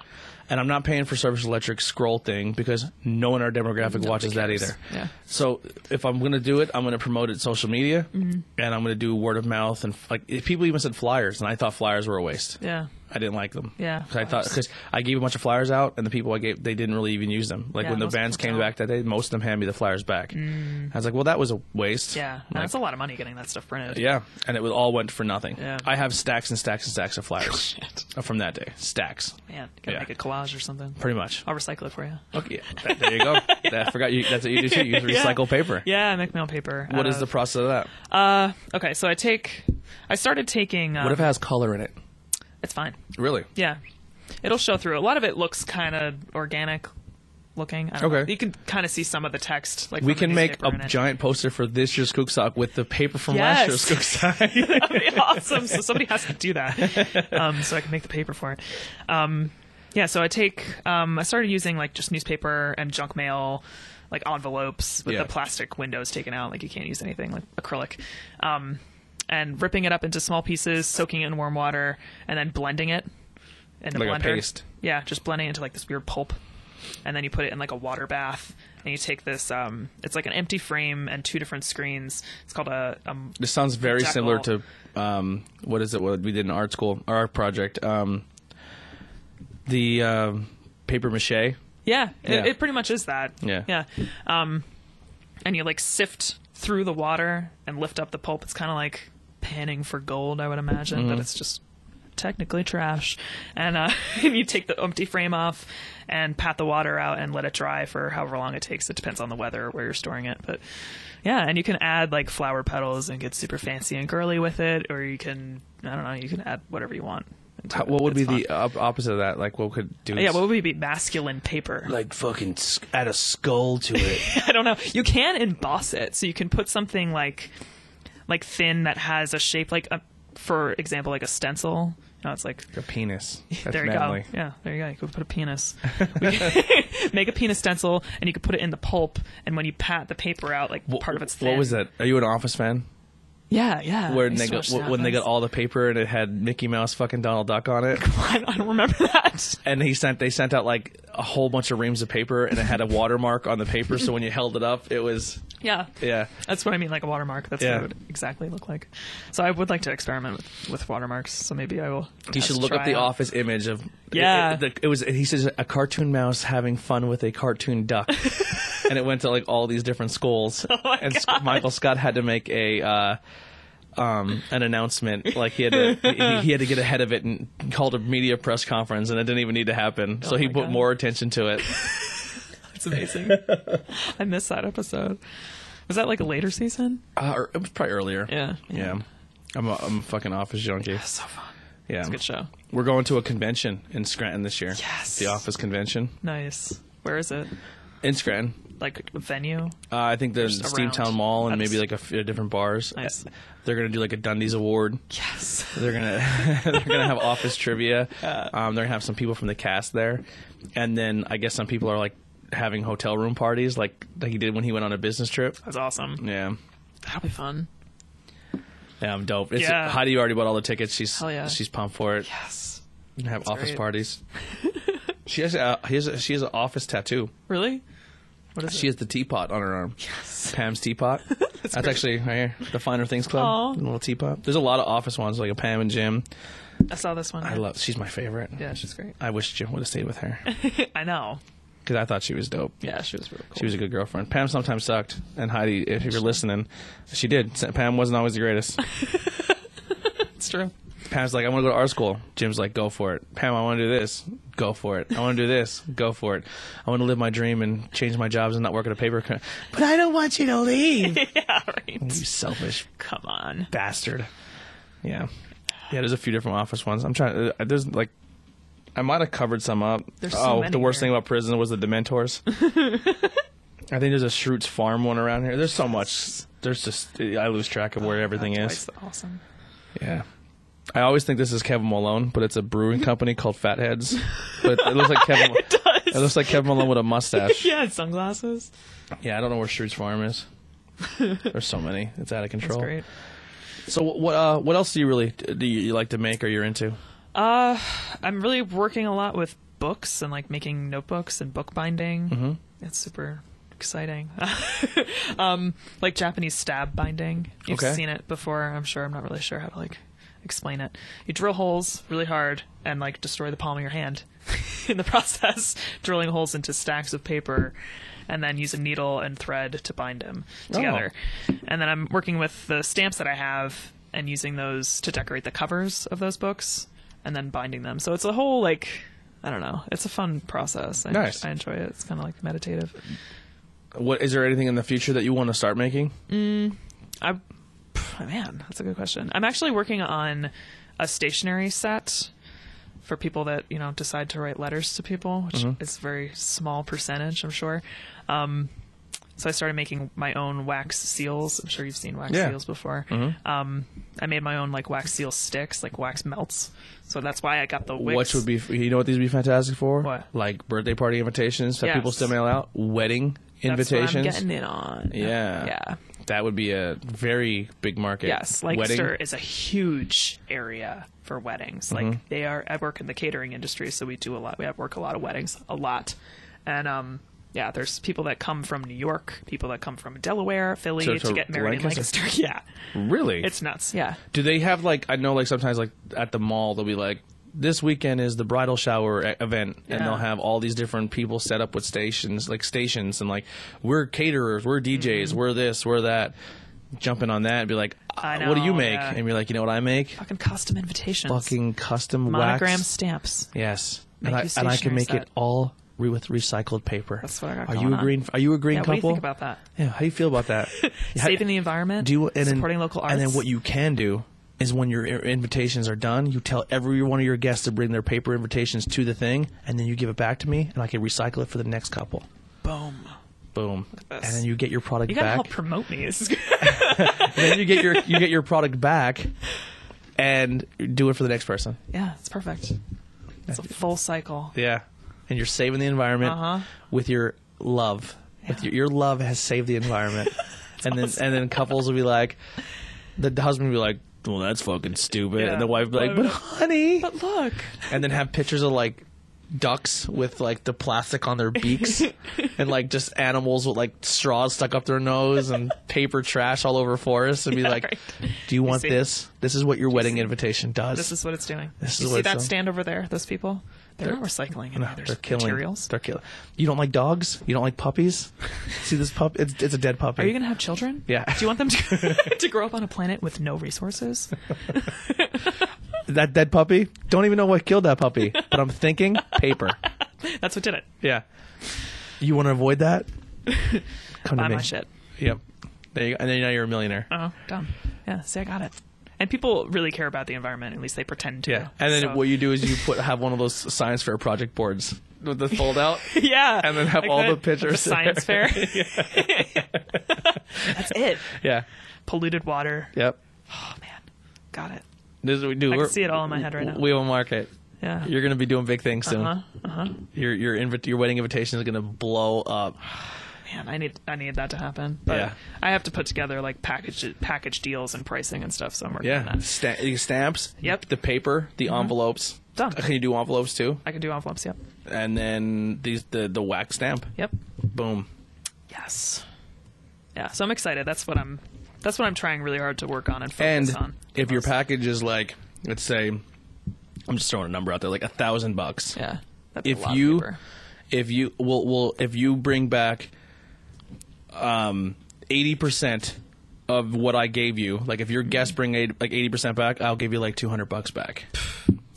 And I'm not paying for Service Electric scroll thing because no one in our demographic watches that
cares.
either.
Yeah.
So if I'm going to do it, I'm going to promote it social media,
Mm-hmm.
and I'm going to do word of mouth and like if people even said flyers, and I thought flyers were a waste.
Yeah.
I didn't like them.
Yeah,
'Cause I thought
flyers.
because I gave a bunch of flyers out, and the people I gave they didn't really even use them. Like
Yeah,
when the
most
bands
people
came
don't. Mm.
back that day, most of them handed me the flyers back. I was like, well, that was a waste.
Yeah. No,
Like,
that's a lot of money getting that stuff printed.
yeah, and it was- all went for nothing.
Yeah.
I have stacks and stacks and stacks of flyers from that day. Stacks,
Man, you gotta
Yeah.
make a collage or something.
pretty much.
I'll recycle it for you.
Okay, yeah, there you go. I forgot you. That's what you do too. You
Yeah.
recycle paper.
Yeah, I make my own paper.
What
out
is
of-
the process of that?
Uh, okay, so I take. I started taking. Um,
What if it has color in it?
it's fine.
Really?
Yeah, it'll show through. A lot of it looks kind of organic looking. I don't
Okay.
know. you can kind of see some of the text. Like
We
from the
can make
newspaper in
a
it.
giant poster for this year's Kook Sock with the paper from last
Yes.
year's Kook Sock.
That'd be awesome. So somebody has to do that, um, so I can make the paper for it. Um, yeah, so I take. Um, I started using like just newspaper and junk mail, like envelopes with
Yeah.
the plastic windows taken out. Like you can't use anything like acrylic. Um, and ripping it up into small pieces, soaking it in warm water, and then blending it in a
Like a
blender.
paste.
Yeah, just blending it into like this weird pulp, and then you put it in like a water bath. And you take this. Um, it's like an empty frame and two different screens. It's called a, um
This sounds very
Jackal.
similar to um, what is it? What we did in art school, our art project. Um, the um paper mache.
Yeah,
Yeah.
It, it pretty much is that.
Yeah.
Yeah. Um, and you like sift through the water and lift up the pulp. It's kind of like panning for gold, I would imagine,
Mm-hmm.
but it's just technically trash. And uh, you take the empty frame off and pat the water out and let it dry for however long it takes. It depends on the weather or where you're storing it. But yeah, and you can add like flower petals and get super fancy and girly with it, or you can, I don't know, you can add whatever you want. into
How,
it.
what would be
It's fun.
the op- opposite of that? Like, what could do?
yeah? What would be masculine paper?
like fucking s- add a skull to it.
I don't know. You can emboss it, so you can put something like like thin that has a shape like a, for example, like a stencil. You know, it's like
a penis. That's
there you
manly.
go. Yeah, there you go. You could put a penis. Make a penis stencil, and you could put it in the pulp. And when you pat the paper out, like
Wh-
part of it's thin.
What was that? Are you an Office fan?
Yeah, yeah. I
Where
used
they
to
got,
watch
wh-
The
when they got
Office.
all the paper and it had Mickey Mouse fucking Donald Duck on it,
I don't- I don't remember that.
and he sent they sent out like a whole bunch of reams of paper and it had a watermark on the paper, so when you held it up, it was
Yeah.
yeah.
That's what I mean, like a watermark. That's
Yeah.
what it would exactly look like. So I would like to experiment with, with watermarks. So maybe I will.
You should
test
look up
try
the
out.
office image of
Yeah.
It, it- it was he says a cartoon mouse having fun with a cartoon duck, and it went to like all these different schools.
Oh my
and Sc- Michael Scott had to make a uh, um, an announcement like he had to he, he had to get ahead of it and called a media press conference, and it didn't even need to happen. so
Oh
he
my
put
God.
more attention to it.
It's amazing. I missed that episode. Was that like a later season?
Uh, or it was probably earlier.
Yeah.
yeah. I'm a, I'm a fucking office junkie.
So fun.
Yeah,
It's a good show.
we're going to a convention in Scranton this year.
Yes.
the office convention
Nice. Where is it?
in Scranton.
Like a venue?
Uh, I think the
around.
Steamtown Mall and
That's-
maybe like a f- uh, different bars.
Nice.
They're gonna do like a Dundee's Award.
Yes.
They're gonna they're gonna have office trivia. Um, they're gonna have some people from the cast there, and then I guess some people are like having hotel room parties, like like he did when he went on a business trip.
That's awesome.
Yeah,
That'll be fun.
yeah, I'm dope. It's,
Yeah.
Heidi already bought all the tickets. She's
Hell yeah.
she's pumped for it.
Yes.
have office
great.
parties. she has a, she has a, she has an office tattoo.
Really? What is
She
it?
has the teapot on her arm. Pam's teapot. That's, actually right here. The Finer Things Club.
Aw.
The little teapot. There's a lot of office ones like a Pam and Jim.
I saw this one.
I love. She's my favorite.
Yeah, she's great.
I wish Jim would have stayed with her
I know.
because I thought she was dope.
Yeah, she was really cool.
She was a good girlfriend. Pam sometimes sucked, and Heidi, if you're listening, she did. Pam wasn't always the greatest.
It's true.
Pam's like, I want to go to art school. Jim's like, go for it. Pam, I want to do this. Go for it. I want to do this. Go for it. I want to live my dream and change my jobs and not work at a paper. Co- but I don't want you to leave. Oh,
yeah, right.
you selfish
Come on.
bastard. Yeah, yeah. There's a few different office ones. I'm trying. uh, There's like, I might have covered some up.
There's
oh,
so many
the worst
here.
thing about prison was the Dementors. I think there's a Schroot's Farm one around here. There's so much. There's just I lose track of where everything
Oh, That's why
is.
it's Awesome.
Yeah. I always think this is Kevin Malone, but it's a brewing company called Fatheads. But it looks like Kevin. it does. It looks like Kevin Malone with a mustache. yeah.
Yeah, and sunglasses.
I don't know where Schroot's Farm is. There's so many. It's out of
That's
control.
great.
So wh- what? Uh, what else do you really do you, you like to make or you're into?
Uh, I'm really working a lot with books and like making notebooks and book binding. Mm-hmm. It's super exciting. um, like Japanese stab binding. You've
Okay.
seen it before, I'm sure. I'm not really sure how to like explain it. You drill holes really hard and like destroy the palm of your hand in the process, drilling holes into stacks of paper. And then use a needle and thread to bind them together. And then I'm working with the stamps that I have and using those to decorate the covers of those books and then binding them. So it's a whole like I don't know. It's a fun process. I,
Nice.
I enjoy it. It's kind of like meditative.
What is there anything in the future that you want to start making?
I pff, man, that's a good question. I'm actually working on a stationery set for people that you know decide to write letters to people, which
Mm-hmm.
is a very small percentage, I'm sure. Um, so I started making my own wax seals. I'm sure you've seen wax
Yeah. Mm-hmm.
seals before. Um, I made my own like wax seal sticks, like wax melts. So that's why I got the wicks.
Which would be you know what these would be fantastic for?
What?
Like birthday party invitations that
Yes.
people still mail out, wedding
That's what
invitations.
I'm getting in on.
Yeah.
yeah.
That would be a very big market.
Yes,
wedding.
Lancaster is a huge area for weddings.
Mm-hmm.
Like they are. I work in the catering industry, so we do a lot. We have work a lot of weddings, a lot, and um, yeah. There's people that come from New York, people that come from Delaware, Philly
So-
to,
so
get married
Lancaster-
in Lancaster. Yeah,
Really?
it's nuts. Yeah,
Do they have like I know like sometimes like at the mall they'll be like this weekend is the bridal shower e- event and
Yeah.
they'll have all these different people set up with stations like stations and like we're caterers, we're DJs,
Mm-hmm.
we're this, we're that. Jumping on that and be like, "Uh,
I
what do you
know,
make?
yeah.
And be like, you know what I make?
fucking custom invitations,
Fucking custom
monogram
wax.
stamps.
Yes,
Make
and I,
your
and I can
stationery
make it
set.
all re- with recycled paper.
That's what I got
Are
going
you
on.
agreeing? Are you agreeing,
Yeah,
couple?
what do you think about that?
Yeah, how do you feel about that? How-
Saving the environment,
do you, and then-
supporting local arts,
and then what you can do is when your i- invitations are done, you tell every one of your guests to bring their paper invitations to the thing, and then you give it back to me, and I can recycle it for the next couple.
boom.
Boom, and
this.
then you get your product
You gotta
back.
help promote me. This is good.
and then you get your you get your product back, and do it for the next person.
yeah, it's perfect. It's a full cycle.
Yeah. And you're saving the environment
Uh-huh.
with your love. With
Yeah.
your, your love has saved the environment. and then and then couples will be like the, the husband will be like, Well that's fucking stupid
Yeah.
and the wife will be like, But
Why would
honey
But look,
and then have pictures of like ducks with like the plastic on their beaks and like just animals with like straws stuck up their nose and paper trash all over forests and be
Yeah,
like
right.
do you want
see?
this this is what your wedding invitation does
This is what it's doing.
This
you
is
see
what it's
that
doing.
stand over there? Those people? They're, not recycling any
No,
of their
Ah, they're killing.
materials.
They're killing. You don't like dogs? You don't like puppies? See this pup? It's, it's a dead puppy.
Are you going to have children?
Yeah.
Do you want them to, to grow up on a planet with no resources?
that dead puppy? Don't even know what killed that puppy. but I'm thinking paper.
That's what did it.
Yeah. You want to avoid that? Come
Buy
to me.
my shit.
Yep. There you go. And then now you're a millionaire.
Oh, dumb. Yeah, see, I got it. And people really care about the environment. At least they pretend to.
yeah. And then
So-
what you do is you put have one of those science fair project boards with the fold out.
Yeah.
and then have all the pictures
of the science fair. That's it.
yeah.
Polluted water.
Yep.
Oh, man. Got it.
This is what we do.
I
We're-
can see it all in my head right now.
We will market.
Yeah.
You're going to be doing big things soon.
uh-huh. Uh-huh.
Your your invit- your wedding invitation is going to blow up.
Man, I need I need that to happen. But
Yeah.
I have to put together like package package deals and pricing and stuff. So I'm working on
Yeah,
that.
Sta- the stamps.
Yep. Mm-hmm.
The paper, the envelopes.
Done.
Can you do envelopes too?
I can do envelopes. Yep.
And then these the the wax stamp.
Yep.
Boom.
Yes. Yeah. So I'm excited. That's what I'm. That's what I'm trying really hard to work on and focus
And
on.
if your package is like, let's say, I'm just throwing a number out there, like a thousand bucks.
yeah, that'd be a
If
lot of
you,
paper.
if you will will if you bring back, um, eighty percent of what I gave you. Like if your guests bring eight, like eighty percent back, I'll give you like two hundred bucks back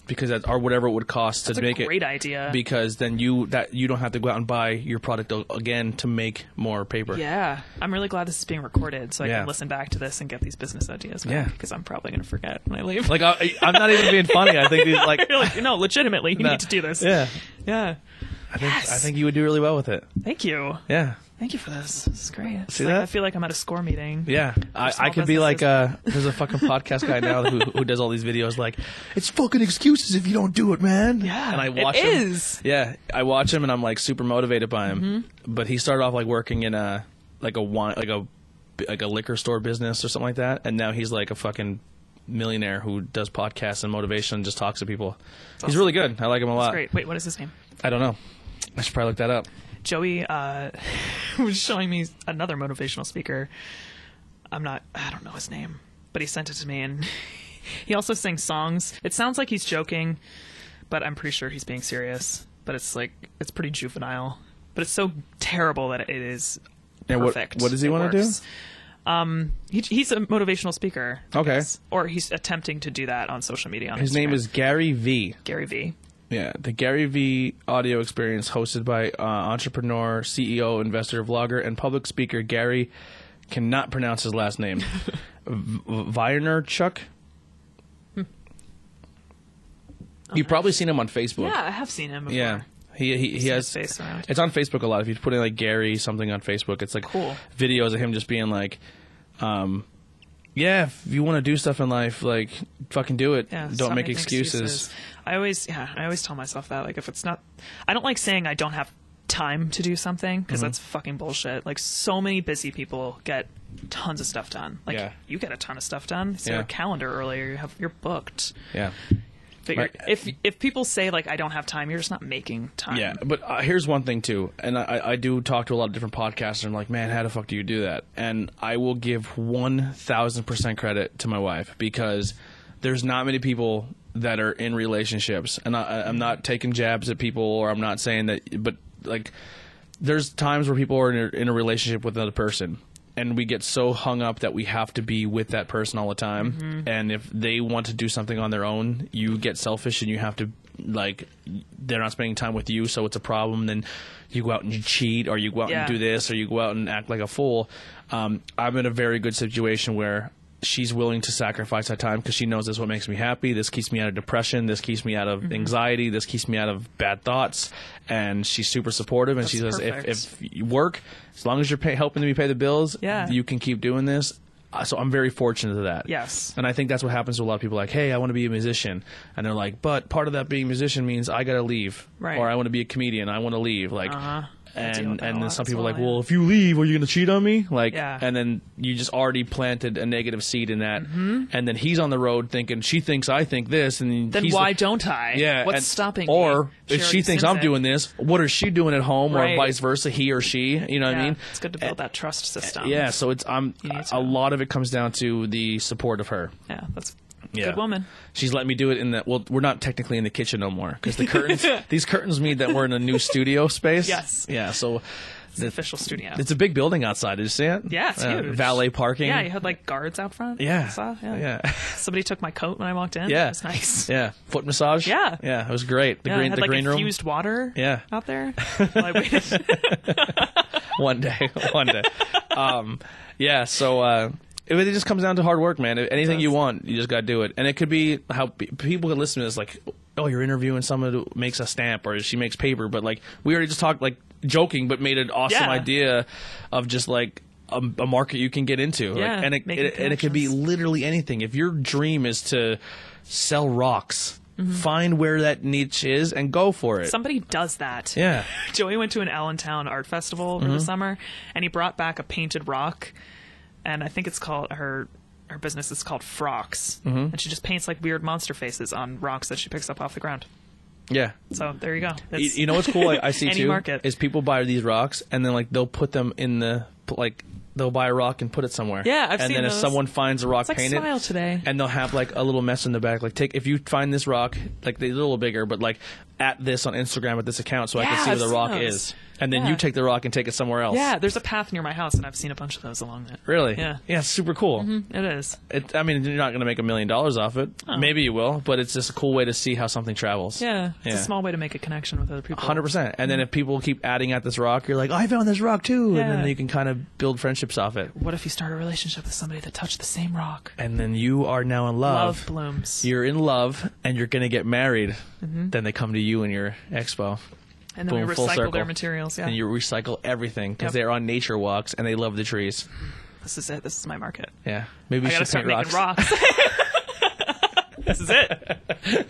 because that's or whatever it would cost
That's
to
a
make
great
it.
idea.
Because then you that you don't have to go out and buy your product a- again to make more paper.
yeah, I'm really glad this is being recorded, so I
Yeah.
can listen back to this and get these business ideas.
Yeah.
because I'm probably gonna forget when I leave.
Like I, I'm not even being funny. I think it's like
You're like, no, legitimately, you
No.
need to do this.
yeah,
yeah.
I think
Yes.
I think you would do really well with it.
Thank you.
Yeah.
Thank you for this. This is great. It's
See
like-
that?
I feel like I'm at a score meeting.
Yeah, I, I
small
could be like, uh,
businesses.
there's a fucking podcast guy now who, who does all these videos. Like, it's fucking excuses if you don't do it, man.
Yeah,
and I
it
watch him.
is.
Yeah, I watch him, and I'm like super motivated by him.
Mm-hmm.
But he started off like working in a like a wine like a like a liquor store business or something like that, and now he's like a fucking millionaire who does podcasts and motivation and just talks to people. He's
awesome.
really good. I like him a lot.
It's great. Wait, what is his name?
I don't know. I should probably look that up.
Joey uh, was showing me another motivational speaker. I'm not, I don't know his name, but he sent it to me, and he also sings songs. It sounds like he's joking, but I'm pretty sure he's being serious. But it's like it's pretty juvenile, but it's so terrible that it is
And what-
perfect.
what does he
It
wanna do?
works. Um, he, he's a motivational speaker. I
Okay.
guess. or he's attempting to do that on social media. On
His name
Instagram.
is Gary V.
Gary V.
Yeah, the Gary V audio experience hosted by uh, entrepreneur, CEO, investor, vlogger, and public speaker Gary cannot pronounce his last name. Viner Chuck.
Hmm.
You've probably seen him on Facebook.
Yeah, I have seen him. Before.
Yeah. He he, he
seen
has
his face around.
It's on Facebook a lot. If you put in like Gary something on Facebook, it's like
Cool.
videos of him just being like, um, yeah, if you want to do stuff in life, like fucking do it.
Yeah,
don't
stop
make
making
excuses.
I always, yeah, I always tell myself that. Like, if it's not, I don't like saying I don't have time to do something
Mm-hmm.
because that's fucking bullshit. Like, so many busy people get tons of stuff done. Like,
Yeah.
you get a ton of stuff done. So
Yeah.
your calendar earlier, you have you're booked.
Yeah.
But
My-
you're, if if people say like I don't have time, you're just not making time.
Yeah, but uh, here's one thing too, and I- I, I do talk to a lot of different podcasters. And I'm like, man, how the fuck do you do that? And I will give one thousand percent credit to my wife because there's not many people that are in relationships, and I- I, I'm not taking jabs at people, or I'm not saying that, but like, there's times where people are in a, in a relationship with another person. And we get so hung up that we have to be with that person all the time. And if they want to do something on their own, you get selfish and you have to like they're not spending time with you, so it's a problem. Then you go out and you cheat, or you go out
Yeah.
and do this, or you go out and act like a fool. Um, I'm in a very good situation where she's willing to sacrifice her time because she knows this is what makes me happy. This keeps me out of depression. This keeps me out of anxiety. This keeps me out of bad thoughts. And she's super supportive. And she
That's
says, if,
perfect.
if you work, as long as you're pay- helping me pay the bills,
Yeah.
you can keep doing this. Uh, So I'm very fortunate of that.
Yes.
And I think that's what happens to a lot of people. Like, hey, I want to be a musician, and they're like, but part of that being a musician means I gotta leave,
Right.
or I want to be a comedian, I want to leave, like.
Uh-huh. I deal with
And
that a
and then
lot
some
as
people are
well,
like,
yeah.
well, if you leave, are you gonna cheat on me? Like,
Yeah.
and then you just already planted a negative seed in that, and then he's on the road thinking she thinks I think this, and
Mm-hmm. Then
he's
why
like-
don't I?
yeah,
What's
and-
stopping me?
Or if
already
she thinks
sings
I'm
it.
doing this, what is she doing at home, or
Right.
vice versa, he or she? You know what
Yeah,
I mean? eh,
it's good to build that trust system.
Yeah, so it's I'm
need to-
a lot of it comes down to the support of her.
yeah, that's
Yeah.
good woman.
She's let me do it in the well. We're not technically in the kitchen no more because the curtains. these curtains mean that we're in a new studio space.
Yes.
Yeah. So
It's an official studio.
it's a big building outside. Did you see it? Uh,
Yeah, it's huge.
Valet parking.
Yeah, you had like guards out front. I
Yeah.
saw, yeah.
Yeah.
Somebody took my coat when I walked in.
Yeah.
It was nice.
Yeah. Foot massage.
Yeah.
Yeah. It was great. The
Yeah, I
green.
had
The
like
green room.
infused water.
Yeah.
Out there. While I waited.
one day, one day. um, yeah, so uh, it, it just comes down to hard work, man. Anything you
does.
want, you just got to do it. And it could be how pe- people could listen to this, like, oh, you're interviewing someone who makes a stamp or she makes paper, but like we already just talked, like joking, but made an awesome
Yeah.
idea of just like. A, a market you can get into, Like,
Yeah,
and it,
making
it and it could be
connections.
literally anything. If your dream is to sell rocks,
Mm-hmm.
find where that niche is and go for it.
Somebody does that.
yeah, Mm-hmm.
Joey went to an Allentown art festival over the summer, and he brought back a painted rock, and I think it's called her. Her business is called Frocks,
Mm-hmm.
and she just paints like weird monster faces on rocks that she picks up off the ground.
yeah.
So there you go.
You,
That's-
you know what's cool? I, I see
Any
too
market.
is people buy these rocks and then like they'll put them in the like they'll buy a rock and put it somewhere.
Yeah, I've
and
seen
then if
those.
someone finds a rock
like
painted,
Smile today.
and they'll have like a little mess in the back. Like take if you find this rock, like they're a little bigger, but like at this on Instagram at this account, so I
Yeah,
can see where
I've
the
seen
rock
those.
is. and then
Yeah.
you take the rock and take it somewhere else.
Yeah, there's a path near my house, and I've seen a bunch of those along that.
Really?
Yeah. Mm-hmm.
Yeah, it's super cool.
It is.
It, I mean, you're not going to make a million dollars off it. Maybe you will, but it's just a cool way to see how something travels.
Oh. Yeah, it's
Yeah.
a small way to make a connection with other people.
Hundred percent, and then if people keep adding at this rock, you're like, oh, I found this rock too, and
Yeah.
then you can kind of build friendships off it,
What if you start a relationship with somebody that touched the same rock?
and then you are now in love.
Love blooms,
You're in love, and you're gonna get married.
Mm-hmm.
Then they come to you and your expo,
and then
boom,
we
full
recycle
circle.
their materials. Yeah,
and you recycle everything because
Yep.
they're on nature walks and they love the trees.
this is it. This is my market.
Yeah, maybe
I
we
gotta
should
start
paint
making
rocks.
rocks. this is it.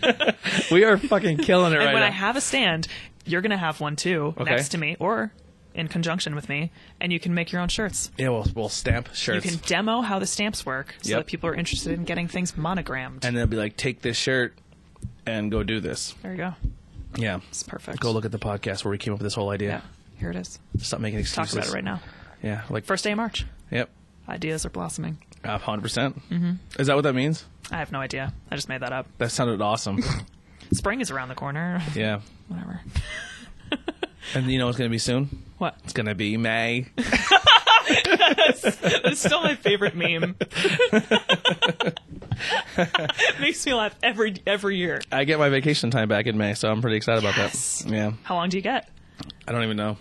We are fucking killing it
And
right
when
now.
I have a stand, you're gonna have one too
Okay.
next to me or in conjunction with me, and you can make your own shirts.
yeah, we'll, we'll stamp
You
shirts.
can demo how the stamps work so
Yep.
that people are interested in getting things monogrammed.
and they'll be like, take this shirt and go do this.
there you go.
Yeah.
It's perfect.
Go look at the podcast where we came up with this whole
Yeah,
idea.
here it is.
Stop making
Talk
excuses.
about it right now.
Yeah, like
First day of March.
Yep,
Ideas are blossoming.
hundred percent.
Mm-hmm.
Is that what that means?
I have no idea. I just made that up.
That sounded awesome.
Spring is around the corner.
yeah,
Whatever.
and you know it's gonna be soon.
What?
It's gonna be May.
It's still my favorite meme. it makes me laugh every every year.
I get my vacation time back in May, so I'm pretty excited
Yes.
about that. Yeah,
How long do you get?
I don't even know.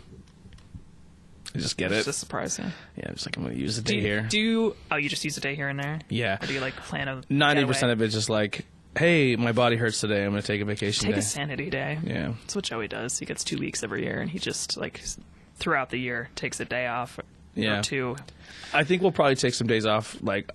I just get
It's
it.
just a surprise. Yeah.
yeah, I'm just like I'm gonna use the
Do
day
you,
here.
do you- oh you just use a day here and there?
yeah,
Or do you like plan a
ninety percent of it's just like, hey, my body hurts today. I'm gonna take a vacation
Take
day.
a sanity day.
yeah,
That's what Joey does. He gets two weeks every year, and he just like s- throughout the year takes a day off. or-
Yeah.
Or two.
I think we'll probably take some days off. Like,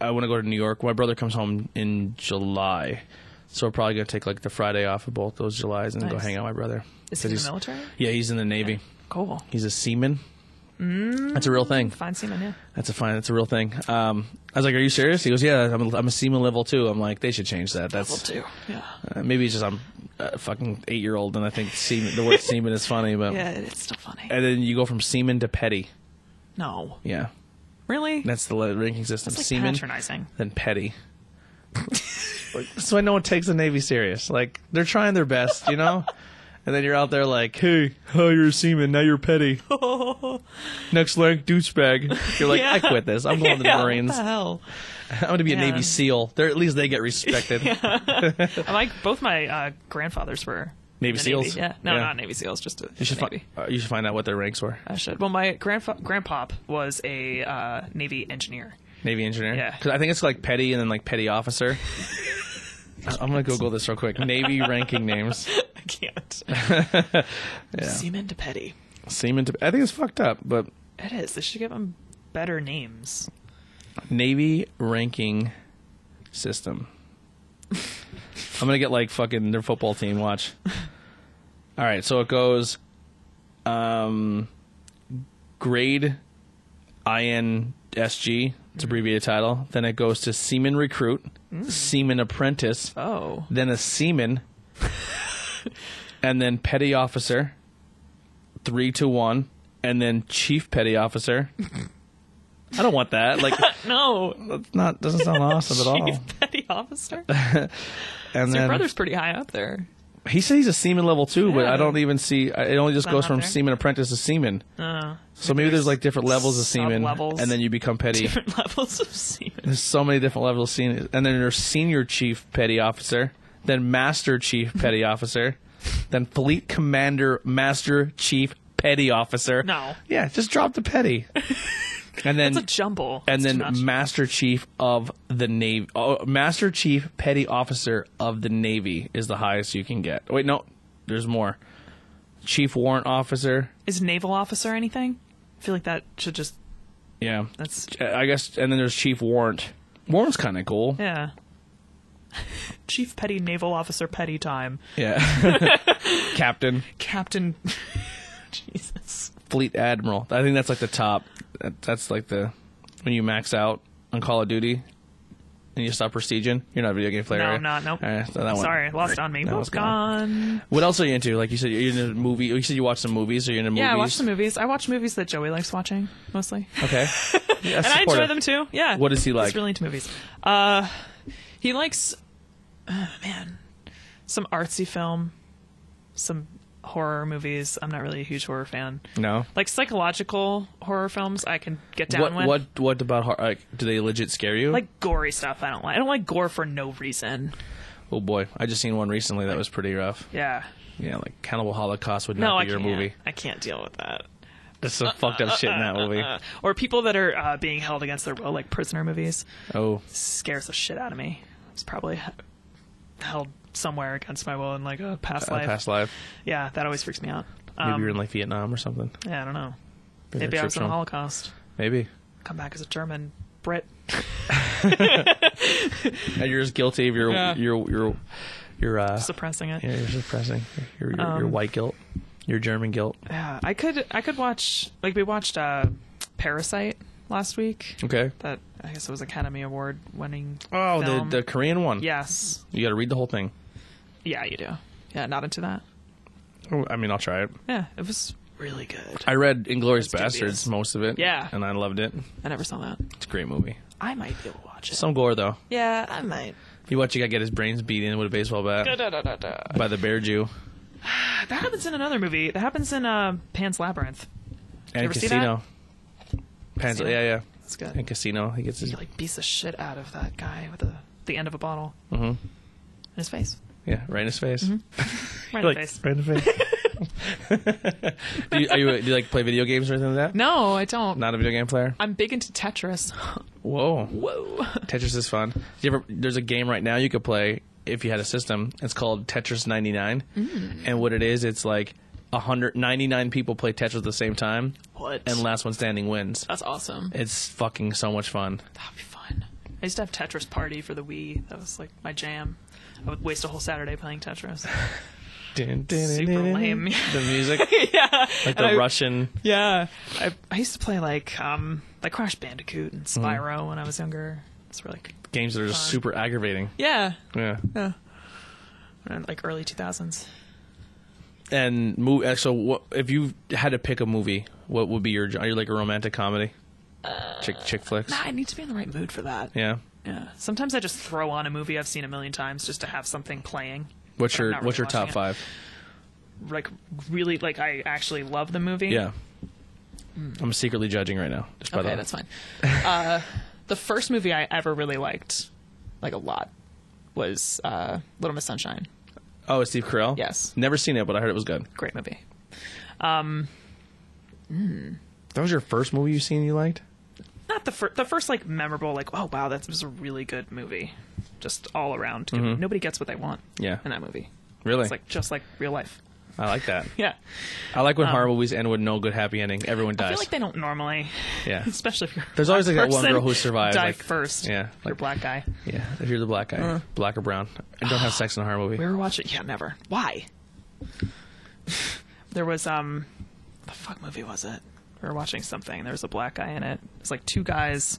I want to go to New York. My brother comes home in July, so we're probably gonna take like the Friday off of both those Julys and go
Nice.
hang out with my brother.
Is
'Cause
he in
he's-
the military?
Yeah, he's in the Navy.
Cool.
He's a seaman. That's a real thing.
Mm, Fine seaman. Yeah.
That's a fine. That's a real thing. Um, I was like, "Are you serious?" He goes, "Yeah, I'm a, I'm a seaman level two. I'm like, they should change that.
Well,
That's
too. Yeah.
uh, maybe it's just I'm a fucking eight year old, and I think seaman, the word seaman is funny, but
Yeah. It's still funny.
and then you go from seaman to petty.
no.
Yeah,
Really?
that's the le- ranking system.
It's like
seaman,
patronizing.
then petty. Like, That's why no one takes the Navy serious. Like they're trying their best, you know. And then you're out there like, hey, oh, you're a seaman, now you're petty. Next rank, douchebag. You're like, I
Yeah.
quit this. I'm going to the
Yeah, what
Marines.
the hell?
I'm going to be a
Yeah.
Navy SEAL. They're, at least they get respected.
Like both my uh, grandfathers were
Navy
in the Navy.
SEALs?
Yeah, no,
Yeah.
not Navy SEAls. Just a,
You should,
Navy.
fi- uh, you should find out what their ranks were.
I should. Well, my grandfa- grandpop was a uh, Navy engineer.
Navy engineer.
Yeah.
'Cause I think it's like petty and then like petty officer. I- I'm going to Google this real quick. Navy ranking names.
I can't. Seaman to petty.
Seaman to. I think it's fucked up, but
It is. They should give them better names.
Navy ranking system. I'm going to get like fucking their football team. Watch. All right. So it goes um, grade INSG. It's abbreviated title. Then it goes to seaman recruit, seaman apprentice,
Oh,
then a seaman, and then petty officer, three to one, and then chief petty officer. I don't want that. Like,
no,
that's not doesn't sound awesome at all.
petty officer.
And
Your
then
brother's pretty high up there.
he said he's a seaman level two, but
Yeah.
I don't even see. I- It only just
Not
goes
up
from
there.
seaman apprentice to seaman.
Uh,
So maybe there's like different levels of seaman,
sub-levels.
and then you become petty.
different levels of seaman.
There's so many different levels of seaman, and then there's senior chief petty officer, then master chief petty officer, then fleet commander master chief petty officer.
No,
Yeah, just drop the petty. and then
it's a jumble.
and
It's
then
too much.
Master Chief of the Navy, oh, Master Chief Petty Officer of the Navy is the highest you can get. Wait, no, there's more. Chief Warrant Officer,
is naval officer anything? I feel like that should just.
yeah,
That's
I guess, and then there's Chief Warrant. Warrant's kind of cool.
yeah. Chief petty naval officer petty time.
Yeah, Captain,
Captain. Jesus.
Fleet Admiral. I think that's like the top. That- That's like the when you max out on Call of Duty. And you stop prestiging. You're not a video game player.
No,
right?
I'm not. Nope.
All right, Uh, so that one.
Sorry, lost on me.
That was
Moved on.
What else are you into? Like you said, you're into movie. You said you watch some movies. Or you're into movies.
Yeah, I watch the movies. I watch movies that Joey likes watching mostly,
Okay. Yeah,
and I enjoy
supportive.
them too. Yeah.
What is he like?
He's really into movies. Uh, he likes, uh, man, some artsy film, some horror movies. I'm not really a huge horror fan.
No.
Like psychological horror films, I can get down
What
with.
what what about hor- like do they legit scare you?
Like gory stuff, I don't like. I don't like gore for no reason.
oh boy, I just seen one recently that was pretty rough.
Yeah.
Yeah, like Cannibal Holocaust would
No,
not
I
be your
can't.
movie.
I can't deal with that.
There's some fucked up shit in that movie.
Or people that are uh, being held against their will, like prisoner movies,
Oh,
scares the shit out of me. It's probably h- held somewhere against my will in like a past
uh,
life.
past life.
Yeah, that always freaks me out.
Maybe
Um,
you're in like Vietnam or something.
yeah, I don't know.
Maybe
Maybe
that
I was
ship's
in the
wrong.
Holocaust.
Maybe.
Come back as a German Brit.
And you're as guilty of your
Yeah.
your your your uh
Suppressing it.
yeah, you're suppressing your your,
Um,
your white guilt, your German guilt.
Yeah, I could I could watch like we watched uh Parasite last week.
Okay.
That I guess it was Academy Award winning.
Oh,
film.
the the Korean one.
yes,
You got to read the whole thing.
yeah, you do. Yeah, not into that.
Oh, I mean, I'll try it.
Yeah, it was really good.
I read Inglorious
That's dubious.
Bastards most of it.
Yeah.
And I loved it.
I never saw that.
It's a great movie.
I might be able to watch it.
Some gore though.
yeah, I might.
You watch a guy get his brains beat in with a baseball
Da,
bat
da, da, da, da.
by the bear Jew.
That happens in another movie. That happens in uh, Pan's Labyrinth.
And
ever see
Casino. Pans-
Casino?
yeah, yeah.
That's good.
And Casino. He gets his
He like beats the shit out of that guy with the the end of a bottle mm-hmm. in his face,
yeah right in his face.
Mm-hmm. right
Like,
in his face.
right in the face. do you, are you do you like play video games or anything like that?
No, I don't.
Not a video game player.
I'm big into Tetris.
Whoa.
Whoa.
Tetris is fun. Do you ever, there's a game right now you could play if you had a system. It's called Tetris 99.
Mm.
And what it is, it's like 199 people play Tetris at the same time,
What?
and last one standing wins.
That's awesome.
It's fucking so much fun.
That'd be fun. I used to have Tetris Party for the Wii. That was like my jam. I would waste a whole Saturday playing Tetris.
Super
lame.
The music,
yeah.
like the
I-
Russian.
Yeah. I, I used to play like um like Crash Bandicoot
Hmm.
and Spyro when I was younger. It's really good.
Games that are just
Fun.
super aggravating.
Yeah.
Yeah.
Around, like early 2000s.
And mo- uh, so, what, if you had to pick a movie, what would be your? gen- Are you like a romantic comedy?
Uh,
chick chick flicks.
I need to be in the right mood for that.
Yeah.
Yeah. Sometimes I just throw on a movie I've seen a million times just to have something playing.
What's
But I'm
your
not
What's
really
your top
watching
five?
Like really like I actually love the movie.
Yeah. I'm secretly judging right now. Just by
Hmm. Okay,
the-
that's fine. Uh, the first movie I ever really liked, like a lot, was uh, Little Miss Sunshine.
Oh, it's Steve Carell.
Yes.
Never seen it, but I heard it was good.
Great movie.
That was your first movie you seen you liked.
Not the first, the first like memorable, like oh wow, that was a really good movie. Just all around, good. nobody gets what they want.
Mm-hmm. Yeah.
in that movie,
Really?
it's like just like real life.
I like that.
Yeah,
I like when horror movies end with no good happy ending. Everyone
Um,
dies.
I feel like they don't normally,
yeah.
especially if you're. a
There's always,
black
like, that one
person,
girl who survives,
Die
like-
first.
yeah,
if you're a
like-
black guy.
Yeah. If you're the black guy, black or brown, and don't have sex in a horror movie.
We were watching. Yeah, never. Why? there was um, the fuck movie was it? We were watching something. There was a black guy in it. It's like two guys.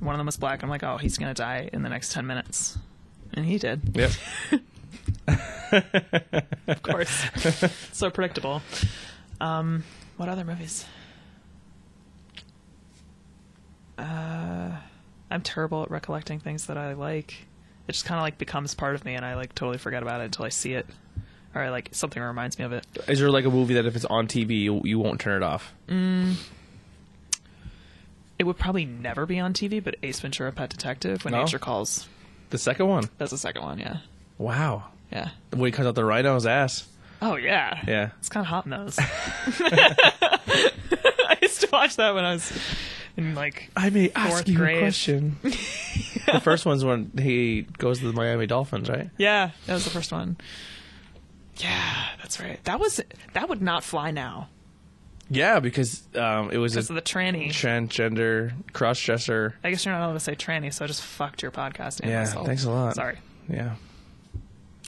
One of them was black. I'm like, oh, he's gonna die in the next ten minutes, and he did.
Yep.
Of course, so predictable. Um, what other movies? Uh, Uh, I'm terrible at recollecting things that I like. It just kind of like becomes part of me, and I like totally forget about it until I see it, or I like something reminds me of it.
Is there like a movie that if it's on TV, you, you won't turn it off?
It would probably never be on TV, but Ace Ventura: Pet Detective, When
No?
Nature Calls,
The second one.
that's the second one. Yeah,
Wow.
yeah.
When he cuts out the rhino's ass.
Oh yeah,
Yeah.
It's kind of hot in those. I used to watch that when I was in like
I may
Fourth you a grade.
question. the first one's when he goes to the Miami Dolphins, right?
Yeah, that was the first one. Yeah, that's right. That was that would not fly now
Yeah, because um, it was a
because of the tranny.
transgender crossdresser.
I guess you're not allowed to say tranny, so I just fucked your podcast. and
Yeah,
myself.
thanks a lot.
Sorry.
Yeah.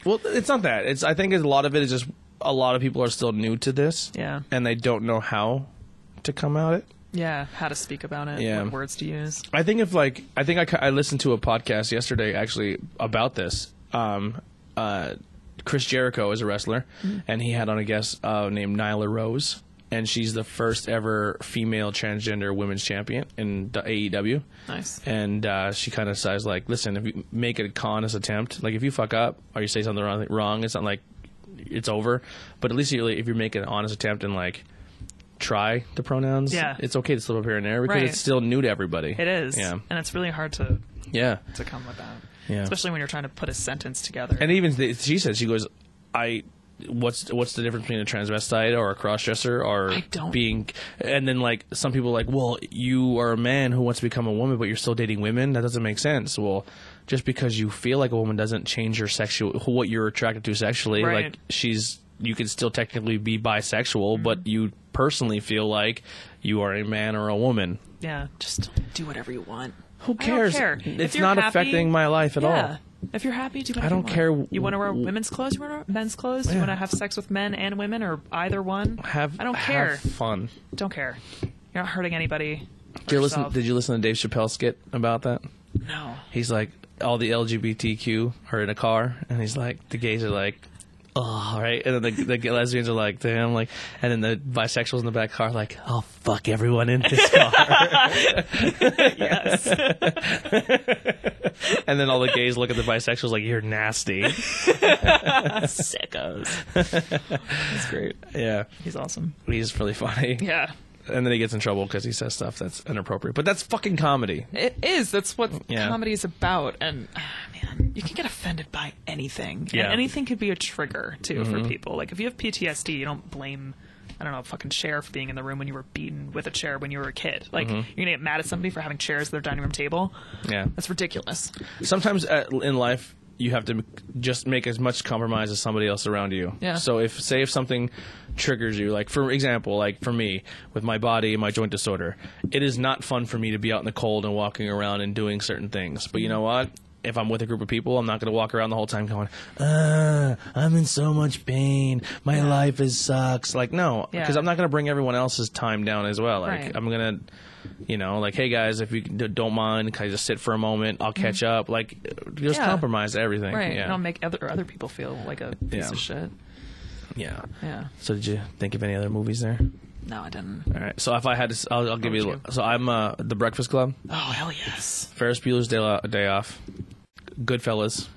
Well, it's not that. It's I think a lot of it is just a lot of people are still new to this.
Yeah.
And they don't know how to come out it.
Yeah, how to speak about it.
Yeah.
what words to use.
I think if like I think I, ca- I listened to a podcast yesterday actually about this. Um, uh, Chris Jericho is a wrestler, and he had on a guest uh, named Nyla Rose, and she's the first ever female transgender women's champion in the E AEW.
Nice.
And uh, she kind of says like, listen, if you make a honest attempt, like if you fuck up or you say something wrong, wrong, it's not like it's over. But at least you, like, if you make an honest attempt and like try the pronouns,
Yeah.
it's okay to slip up here and there because
Right.
it's still new to everybody.
It is.
Yeah.
And it's really hard to,
Yeah.
to come with that.
Yeah.
Especially when you're trying to put a sentence together.
And even th- she says, she goes, I. What's what's the difference between a transvestite or a crossdresser or
I don't-
being and then like some people are like well you are a man who wants to become a woman but you're still dating women that doesn't make sense well just because you feel like a woman doesn't change your sexual who- what you're attracted to sexually
Right.
like she's you can still technically be bisexual
Mm-hmm.
but you personally feel like you are a man or a woman
yeah. Just do whatever you want.
who
I don't
cares
care. If
it's
you're
not
happy-
affecting my life at
yeah.
all
If you're happy, do whatever
I don't
you want.
care w-
You want to wear
w-
women's clothes? You want to wear men's clothes? You
Yeah.
want to have sex with men and women or either one?
have
I don't
have
care.
fun
Don't care. You're not hurting anybody.
Did you listen?
yourself.
Did you listen to Dave Chappelle skit about that?
No.
He's like, all the LGBTQ are in a car, and he's like, the gays are like, oh, right, and then the, the gay lesbians are like, damn, like, and then the bisexuals in the back car are like, I'll fuck everyone in this car,
Yes.
and then all the gays look at the bisexuals like, you're nasty.
Sickos. That's great.
Yeah,
He's awesome.
he's really funny,
Yeah.
and then he gets in trouble because he says stuff that's inappropriate, but that's fucking comedy.
It is. That's what
Yeah.
comedy is about. And ah, man, you can get offended by anything.
Yeah. Mm-hmm.
And anything could be a trigger too for people. Like if you have PTSD, you don't blame I don't know, fucking chair for being in the room when you were beaten with a chair when you were a kid. Like
Mm-hmm.
you're gonna get mad at somebody for having chairs at their dining room table.
Yeah,
That's ridiculous.
sometimes at, in life you have to m- just make as much compromise as somebody else around you.
Yeah.
So if say if something triggers you, like for example, like for me with my body and my joint disorder, it is not fun for me to be out in the cold and walking around and doing certain things. But you know what? If I'm with a group of people, I'm not going to walk around the whole time going, "Ah, I'm in so much pain. My life is sucks." Like no,
Yeah.
because I'm not going to bring everyone else's time down as well. Like
Right.
I'm going to you know, like, hey guys, if you d- don't mind, can I just sit for a moment? I'll catch up. Like, just
Mm-hmm. Yeah.
compromise everything.
Right.
Yeah.
You don't make other other people feel like a piece
Yeah.
of shit.
yeah.
Yeah.
So, did you think of any other movies there?
No, I didn't.
All right. So, if I had to, s- I'll, I'll give
What
you.
would
a- So, I'm uh, The Breakfast Club,
Oh hell yes.
Ferris Bueller's Day, Lo- Day Off, Goodfellas.